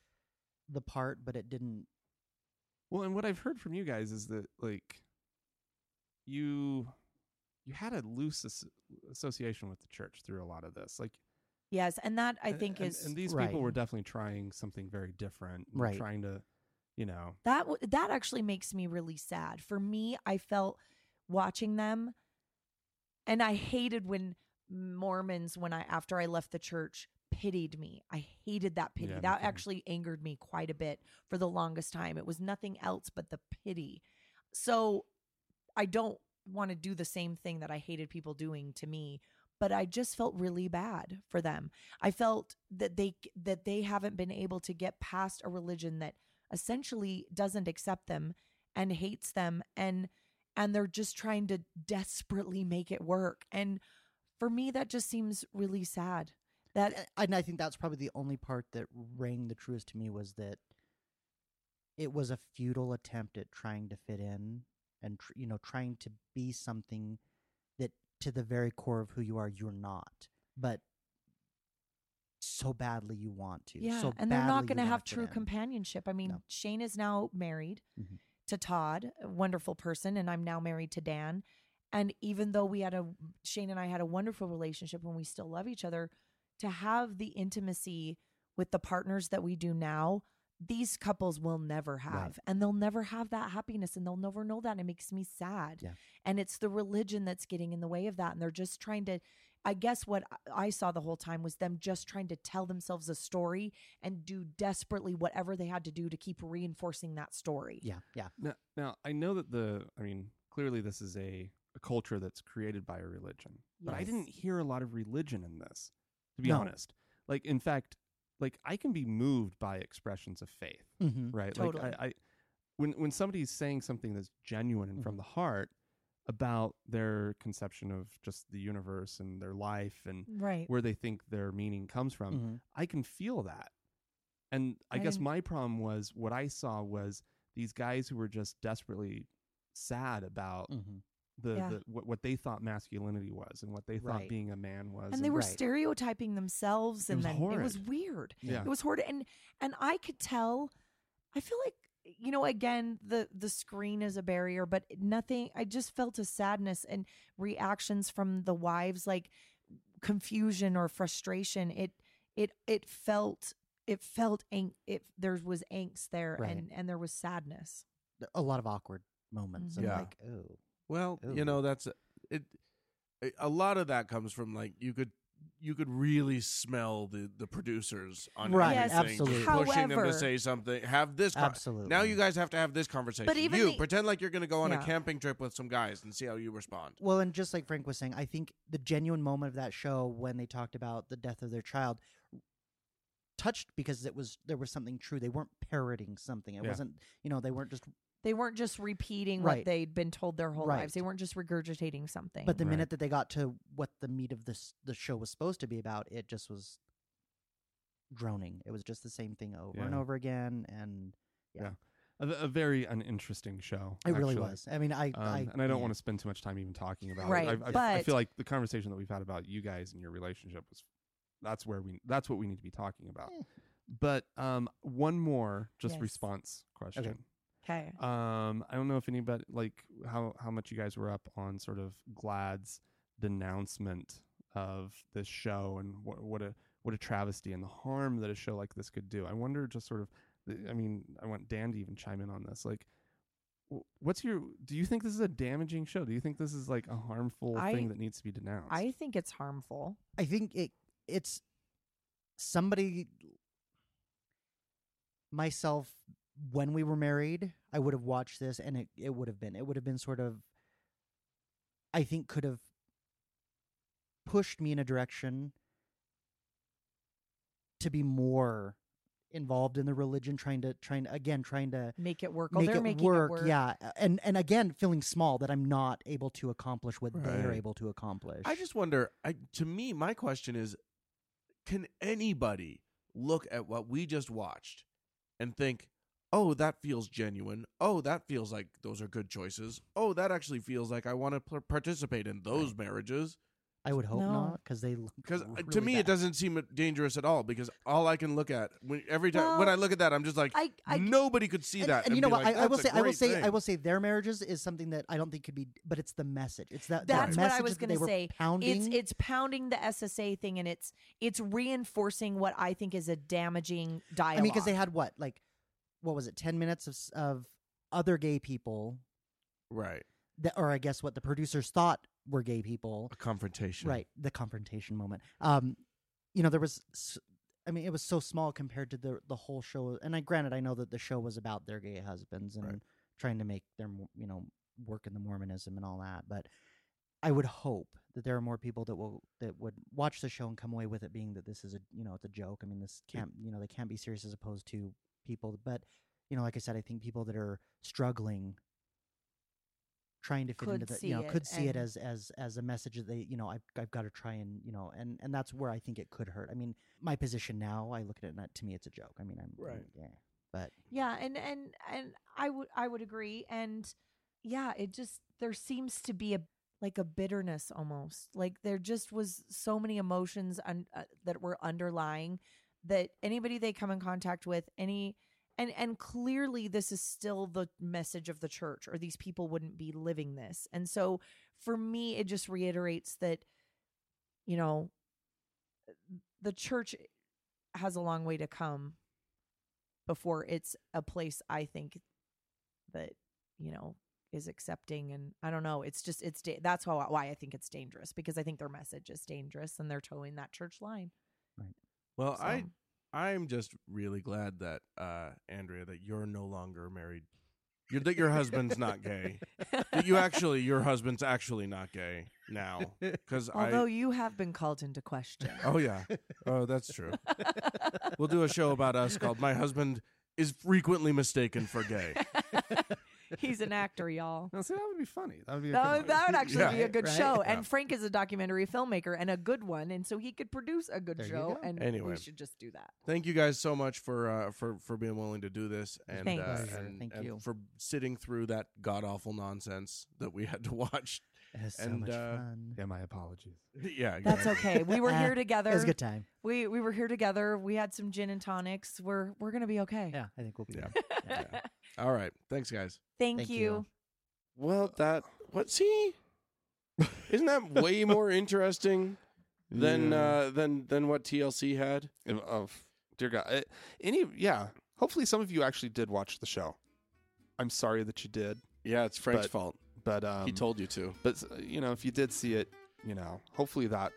Speaker 9: the part, but it didn't.
Speaker 11: Well, and what I've heard from you guys is that like you you had a loose as- association with the church through a lot of this. Like
Speaker 7: yes and that i
Speaker 11: and-
Speaker 7: think
Speaker 11: and,
Speaker 7: is
Speaker 11: and these
Speaker 9: Right.
Speaker 11: people were definitely trying something very different, and
Speaker 9: Right.
Speaker 11: Trying to, you know,
Speaker 7: That w- that actually makes me really sad. For me, I felt watching them, and I hated when Mormons, when I after I left the church, pitied me. I hated that pity.
Speaker 11: Yeah, me
Speaker 7: that
Speaker 11: too.
Speaker 7: actually angered me quite a bit for the longest time. It was nothing else but the pity. So I don't want to do the same thing that I hated people doing to me, but I just felt really bad for them. I felt that they that they haven't been able to get past a religion that essentially doesn't accept them and hates them and and they're just trying to desperately make it work. And for me that just seems really sad. That
Speaker 9: I- and I think that's probably the only part that rang the truest to me was that it was a futile attempt at trying to fit in and tr- you know trying to be something that to the very core of who you are you're not but so badly you want to
Speaker 7: Yeah,
Speaker 9: so
Speaker 7: and they're not
Speaker 9: going
Speaker 7: going to
Speaker 9: to
Speaker 7: have true companionship. I mean,
Speaker 9: No.
Speaker 7: Shane is now married
Speaker 9: Mhm.
Speaker 7: to Todd, a wonderful person, and I'm now married to Dan. And even though we had a Shane and I had a wonderful relationship and we still love each other, to have the intimacy with the partners that we do now, these couples will never have. And they'll never have that happiness and they'll never know that. And it makes me sad.
Speaker 9: Yeah.
Speaker 7: And it's the religion that's getting in the way of that. And they're just trying to I guess what I- I saw the whole time was them just trying to tell themselves a story and do desperately whatever they had to do to keep reinforcing that story.
Speaker 9: yeah yeah
Speaker 11: now, now I know that the I mean clearly this is a, a culture that's created by a religion, but I
Speaker 7: Yes.
Speaker 11: didn't hear a lot of religion in this.
Speaker 1: to be
Speaker 9: No.
Speaker 1: honest. Like in fact, like I can be moved by expressions of faith,
Speaker 9: Mhm.
Speaker 1: right?
Speaker 7: Mm-hmm. Totally.
Speaker 1: Like I, I when when somebody's saying something that's genuine and
Speaker 7: Mm-hmm.
Speaker 1: from the heart about their conception of just the universe and their life and
Speaker 7: Right.
Speaker 1: where they think their meaning comes from,
Speaker 9: Mhm.
Speaker 1: I can feel that. And I,
Speaker 7: I
Speaker 1: guess
Speaker 7: didn't-
Speaker 1: my problem was what I saw was these guys who were just desperately sad about
Speaker 9: Mhm.
Speaker 1: the,
Speaker 7: Yeah.
Speaker 1: the what, what they thought masculinity was and what they
Speaker 9: Right.
Speaker 1: thought being a man was.
Speaker 7: and they were
Speaker 9: right.
Speaker 7: stereotyping themselves
Speaker 1: It
Speaker 7: and
Speaker 1: was
Speaker 7: then it was
Speaker 1: horrid.
Speaker 7: weird
Speaker 1: Yeah.
Speaker 7: it was horrid and and i could tell i feel like you know again the the screen is a barrier but nothing i just felt a sadness and reactions from the wives like confusion or frustration it it it felt it felt ang- it there was angst there
Speaker 9: Right.
Speaker 7: and and there was sadness
Speaker 9: a lot of awkward moments.
Speaker 7: Mm-hmm.
Speaker 2: Yeah.
Speaker 9: And like, oh,
Speaker 2: Well, you
Speaker 9: Ooh.
Speaker 2: know that's it. a- A lot of that comes from like you could you could really smell the the producers on
Speaker 9: Right,
Speaker 2: everything, just
Speaker 9: absolutely.
Speaker 2: pushing them
Speaker 7: However-
Speaker 2: to say something. Have this con-
Speaker 9: absolutely.
Speaker 2: Now you guys have to have this conversation.
Speaker 7: But even
Speaker 2: you
Speaker 7: the-
Speaker 2: pretend like you're going to go on a
Speaker 7: Yeah.
Speaker 2: camping trip with some guys and see how you respond.
Speaker 9: Well, and just like Frank was saying, I think the genuine moment of that show when they talked about the death of their child touched because it was there was something true. They weren't parroting something. It
Speaker 1: Yeah.
Speaker 9: wasn't you know they weren't just.
Speaker 7: they weren't just repeating
Speaker 9: Right.
Speaker 7: what they'd been told their whole lives
Speaker 9: Right.
Speaker 7: they weren't just regurgitating something
Speaker 9: But the
Speaker 1: Right.
Speaker 9: minute that they got to what the meat of this the show was supposed to be about, it just was droning. It was just the same thing over and
Speaker 1: Yeah.
Speaker 9: over again, and
Speaker 1: a, a very uninteresting show.
Speaker 9: it really
Speaker 1: actually.
Speaker 9: was. I mean, I,
Speaker 1: Um,
Speaker 9: I
Speaker 1: and I don't
Speaker 9: yeah.
Speaker 1: want to spend too much time even talking about
Speaker 7: Right,
Speaker 1: it. I, I, I
Speaker 7: but-
Speaker 1: feel like the conversation that we've had about you guys and your relationship was that's where we that's what we need to be talking about.
Speaker 9: Eh.
Speaker 1: But um, one more just
Speaker 7: Yes.
Speaker 1: response question.
Speaker 7: okay
Speaker 1: Um, I don't know if anybody like how how much you guys were up on sort of Glad's denouncement of this show and what what a what a travesty and the harm that a show like this could do. I wonder just sort of I mean, I want Dan to even chime in on this. Like wh- what's your do you think this is a damaging show? Do you think this is like a harmful
Speaker 7: I-
Speaker 1: thing that needs to be denounced?
Speaker 7: i think it's harmful
Speaker 9: I think it it's somebody myself when we were married, I would have watched this and it, it would have been it would have been sort of I think could have pushed me in a direction to be more involved in the religion trying to trying to again trying to
Speaker 7: make it work. Oh,
Speaker 9: make
Speaker 7: they're
Speaker 9: it
Speaker 7: making
Speaker 9: work,
Speaker 7: it work.
Speaker 9: yeah and and again feeling small that i'm not able to accomplish what they're
Speaker 2: Right.
Speaker 9: able to accomplish
Speaker 2: I just wonder. I, to me, my question is: Can anybody look at what we just watched and think, "Oh, that feels genuine. Oh, that feels like those are good choices. Oh, that actually feels like I want to pl- participate in those marriages."
Speaker 9: i would hope
Speaker 7: No.
Speaker 9: not because they look
Speaker 2: Because uh, to
Speaker 9: really
Speaker 2: me, it
Speaker 9: bad.
Speaker 2: doesn't seem dangerous at all. Because all I can look at when, every time when
Speaker 7: Well,
Speaker 2: I look at that, I'm just like,
Speaker 7: I, I
Speaker 2: nobody could see
Speaker 9: and,
Speaker 2: that.
Speaker 9: and you know
Speaker 2: be
Speaker 9: what?
Speaker 2: like,
Speaker 9: I, I will
Speaker 2: "That's
Speaker 9: say,
Speaker 2: a
Speaker 9: I will
Speaker 2: great
Speaker 9: say, I
Speaker 2: thing."
Speaker 9: will say, their marriages is something that I don't think could be, but it's the message. It's that. that
Speaker 7: That's what I
Speaker 9: message
Speaker 7: was
Speaker 9: that
Speaker 7: gonna
Speaker 9: they were
Speaker 7: say.
Speaker 9: Pounding.
Speaker 7: it's it's pounding the SSA thing and it's it's reinforcing what I think is a damaging
Speaker 9: I
Speaker 7: dialogue.
Speaker 9: mean, because they had what, like, what was it? Ten minutes of s- of other gay people
Speaker 2: right
Speaker 9: that, or I guess what the producers thought were gay people.
Speaker 2: a confrontation.
Speaker 9: Right. The confrontation moment. Um, you know, there was. s- I mean, it was so small compared to the the whole show. And I granted, I know that the show was about their gay husbands and
Speaker 2: Right.
Speaker 9: trying to make their mo- you know work in the Mormonism and all that. But I would hope that there are more people that will that would watch the show and come away with it being that this is a you know it's a joke. I mean, this can't you know they can't be serious as opposed to people. But you know, like I said, I think people that are struggling trying to fit into
Speaker 7: Could
Speaker 9: the you know
Speaker 7: see it
Speaker 9: could see it
Speaker 7: and-
Speaker 9: as as as a message that they you know I've, I've got to try and you know and and that's where i think it could hurt i mean my position now i look at it and that, to me it's a joke i mean i'm
Speaker 2: Right.
Speaker 9: I'm- yeah but
Speaker 7: yeah, and and and I would I would agree, and yeah, it just there seems to be a like a bitterness almost like there just was so many emotions un, uh, that were underlying that anybody they come in contact with any and and clearly this is still the message of the church or these people wouldn't be living this and so for me it just reiterates that you know the church has a long way to come before it's a place i think that you know is accepting and i don't know it's just it's da- that's how why i think it's dangerous because i think their message is dangerous and they're towing that church line
Speaker 8: Oh,
Speaker 2: Well, I
Speaker 7: So-
Speaker 2: I'm just really glad that uh Andrea that you're no longer married
Speaker 8: You're, that your husband's not gay. That you actually, your husband's actually not gay now. Because
Speaker 7: Although
Speaker 8: I.
Speaker 7: you have been called into question.
Speaker 8: Oh yeah. Oh, that's true. we'll do a show about us called "My Husband Is Frequently Mistaken for Gay."
Speaker 7: He's an actor, y'all.
Speaker 1: No, see, that would be funny. That would be a
Speaker 7: That,
Speaker 1: good
Speaker 7: would- that would
Speaker 1: one.
Speaker 7: actually
Speaker 8: Yeah.
Speaker 7: be a good
Speaker 9: Right?
Speaker 7: show.
Speaker 8: Yeah.
Speaker 7: And Frank is a documentary filmmaker and a good one, and so he could produce a good
Speaker 9: There you
Speaker 7: show.
Speaker 9: go.
Speaker 7: And
Speaker 8: Anyway.
Speaker 7: we should just do that.
Speaker 8: Thank you guys so much for uh, for for being willing to do this and
Speaker 7: Thanks.
Speaker 8: uh,
Speaker 9: Pleasure.
Speaker 8: and,
Speaker 9: Thank
Speaker 8: and
Speaker 9: you.
Speaker 8: for sitting through that god awful nonsense that we had to watch.
Speaker 9: It was so
Speaker 8: And,
Speaker 9: much
Speaker 8: uh,
Speaker 9: fun. Uh,
Speaker 11: Yeah, my apologies.
Speaker 8: yeah,
Speaker 7: That's
Speaker 8: exactly.
Speaker 7: okay. We were here together.
Speaker 9: It was a good time.
Speaker 7: We we were here together. We had some gin and tonics. We're we're gonna be okay.
Speaker 9: Yeah, I think we'll be
Speaker 8: Yeah.
Speaker 9: good.
Speaker 8: Yeah. All right, thanks guys.
Speaker 7: Thank,
Speaker 9: Thank
Speaker 7: you.
Speaker 9: you.
Speaker 2: Well, that what? See,
Speaker 8: Isn't that
Speaker 2: way more interesting than
Speaker 1: Yeah.
Speaker 2: uh, than than what TLC had.
Speaker 1: Of- Of dear God, Uh, any yeah. Hopefully, some of you actually did watch the show. I'm sorry that you did,
Speaker 2: Yeah, it's Frank's
Speaker 1: But-
Speaker 2: fault.
Speaker 1: but um,
Speaker 2: he told you to.
Speaker 1: But uh, you know, if you did see it, you know, hopefully that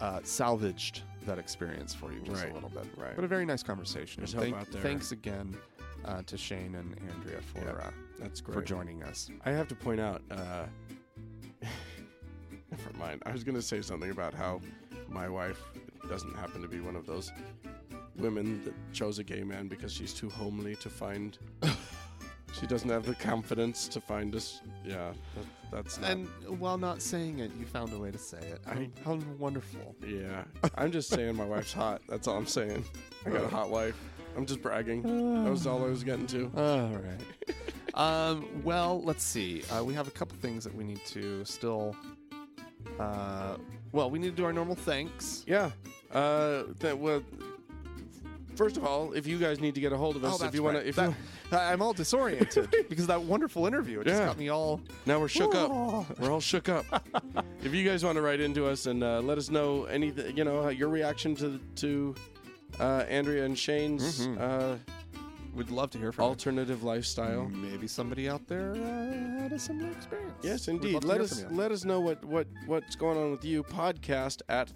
Speaker 1: uh, salvaged that experience for you just
Speaker 2: Right.
Speaker 1: a little bit.
Speaker 2: Right.
Speaker 1: But a very nice conversation.
Speaker 2: There's hope
Speaker 1: Thank-
Speaker 2: out there.
Speaker 1: Thanks again uh, to Shane and Andrea for
Speaker 2: Yeah,
Speaker 1: uh,
Speaker 2: That's great.
Speaker 1: for joining us.
Speaker 2: I have to point out. Uh, never mind. I was going to say something about how my wife doesn't happen to be one of those women that chose a gay man because she's too homely to find. she doesn't have the confidence to find us. Yeah, that, that's not.
Speaker 1: And while not saying it, you found a way to say it. I mean, how wonderful!
Speaker 2: yeah, I'm just saying my wife's hot. That's all I'm saying. I got a hot wife. I'm just bragging. That was all I was getting to. Uh,
Speaker 1: All right. um, well, let's see. Uh, we have a couple things that we need to still. Uh, well, we need to do our normal thanks.
Speaker 2: Yeah. Uh, that well, first of all, if you guys need to get a hold
Speaker 1: Oh,
Speaker 2: of us, if you want to, if you,
Speaker 1: to, I'm all disoriented because that wonderful interview it
Speaker 2: Yeah.
Speaker 1: just got me all.
Speaker 2: now we're shook
Speaker 1: Oh.
Speaker 2: up. We're all shook up. if you guys want to write into us and uh, let us know anything, you know, your reaction to to uh, Andrea and Shane's uh,
Speaker 1: Would love to hear from
Speaker 2: alternative lifestyle.
Speaker 1: you. Maybe somebody out there uh, had a similar experience.
Speaker 2: Yes,
Speaker 1: We'd
Speaker 2: indeed.
Speaker 1: love to
Speaker 2: Let
Speaker 1: hear
Speaker 2: us
Speaker 1: from you.
Speaker 2: let us know what, what what's going on with you. Podcast at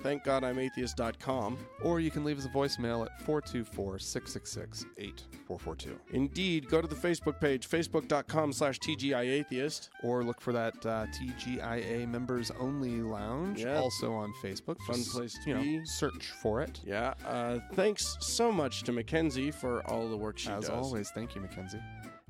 Speaker 2: thankgodimatheist.com.
Speaker 1: or you can leave us a voicemail at 424 666 8442.
Speaker 2: Indeed, go to the Facebook page, facebook.com slash tgiatheist.
Speaker 1: Or look for that uh, TGIA Members Only Lounge,
Speaker 2: Yeah.
Speaker 1: also on Facebook.
Speaker 2: Fun
Speaker 1: Just,
Speaker 2: place to
Speaker 1: you know,
Speaker 2: be.
Speaker 1: Search for it.
Speaker 2: Yeah. Uh, thanks so much to Mackenzie for all the work she
Speaker 1: As
Speaker 2: does.
Speaker 1: always, thank you, Mackenzie.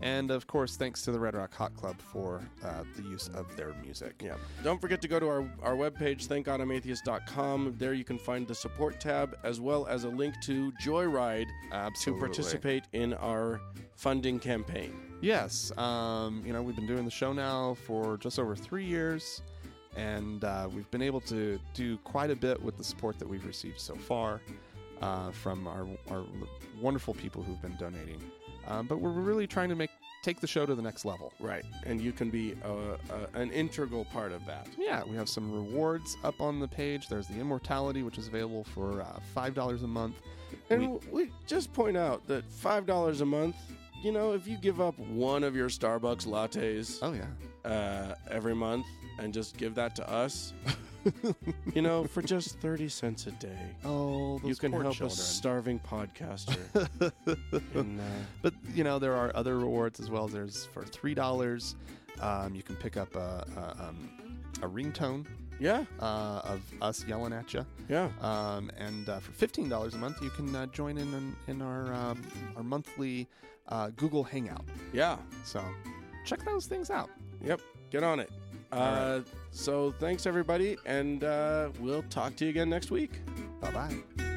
Speaker 1: And of course, thanks to the Red Rock Hot Club for uh, the use of their music.
Speaker 2: Yeah. Don't forget to go to our, our webpage, thankgodimatheist.com. There you can find the support tab as well as a link to Joyride
Speaker 1: Absolutely.
Speaker 2: to participate in our funding campaign.
Speaker 1: Yes. Um, you know, we've been doing the show now for just over three years, and uh, we've been able to do quite a bit with the support that we've received so far uh, from our, our wonderful people who've been donating. Um, but we're really trying to make take the show to the next level.
Speaker 2: Right. And you can be uh uh an integral part of that.
Speaker 1: Yeah, we have some rewards up on the page. There's the immortality, which is available for uh, five dollars a month.
Speaker 2: And we, just point out that $5 a month, you know, if you give up one of your Starbucks lattes
Speaker 1: Oh yeah,
Speaker 2: uh, every month and just give that to us, you know, for just 30 cents a day.
Speaker 1: oh those
Speaker 2: you can
Speaker 1: poor
Speaker 2: help a
Speaker 1: children.
Speaker 2: starving podcaster. in, uh,
Speaker 1: But you know there are other rewards as well. There's for three dollars, um, you can pick up a a, um, a ringtone
Speaker 2: yeah,
Speaker 1: uh, of us yelling at you,
Speaker 2: yeah.
Speaker 1: um, and uh, for fifteen dollars a month you can uh, join in in, in our um, our monthly uh, Google Hangout.
Speaker 2: Yeah.
Speaker 1: So check those things out.
Speaker 2: Yep. Get on it. Uh, So thanks, everybody. And uh, we'll talk to you again next week.
Speaker 1: Bye bye.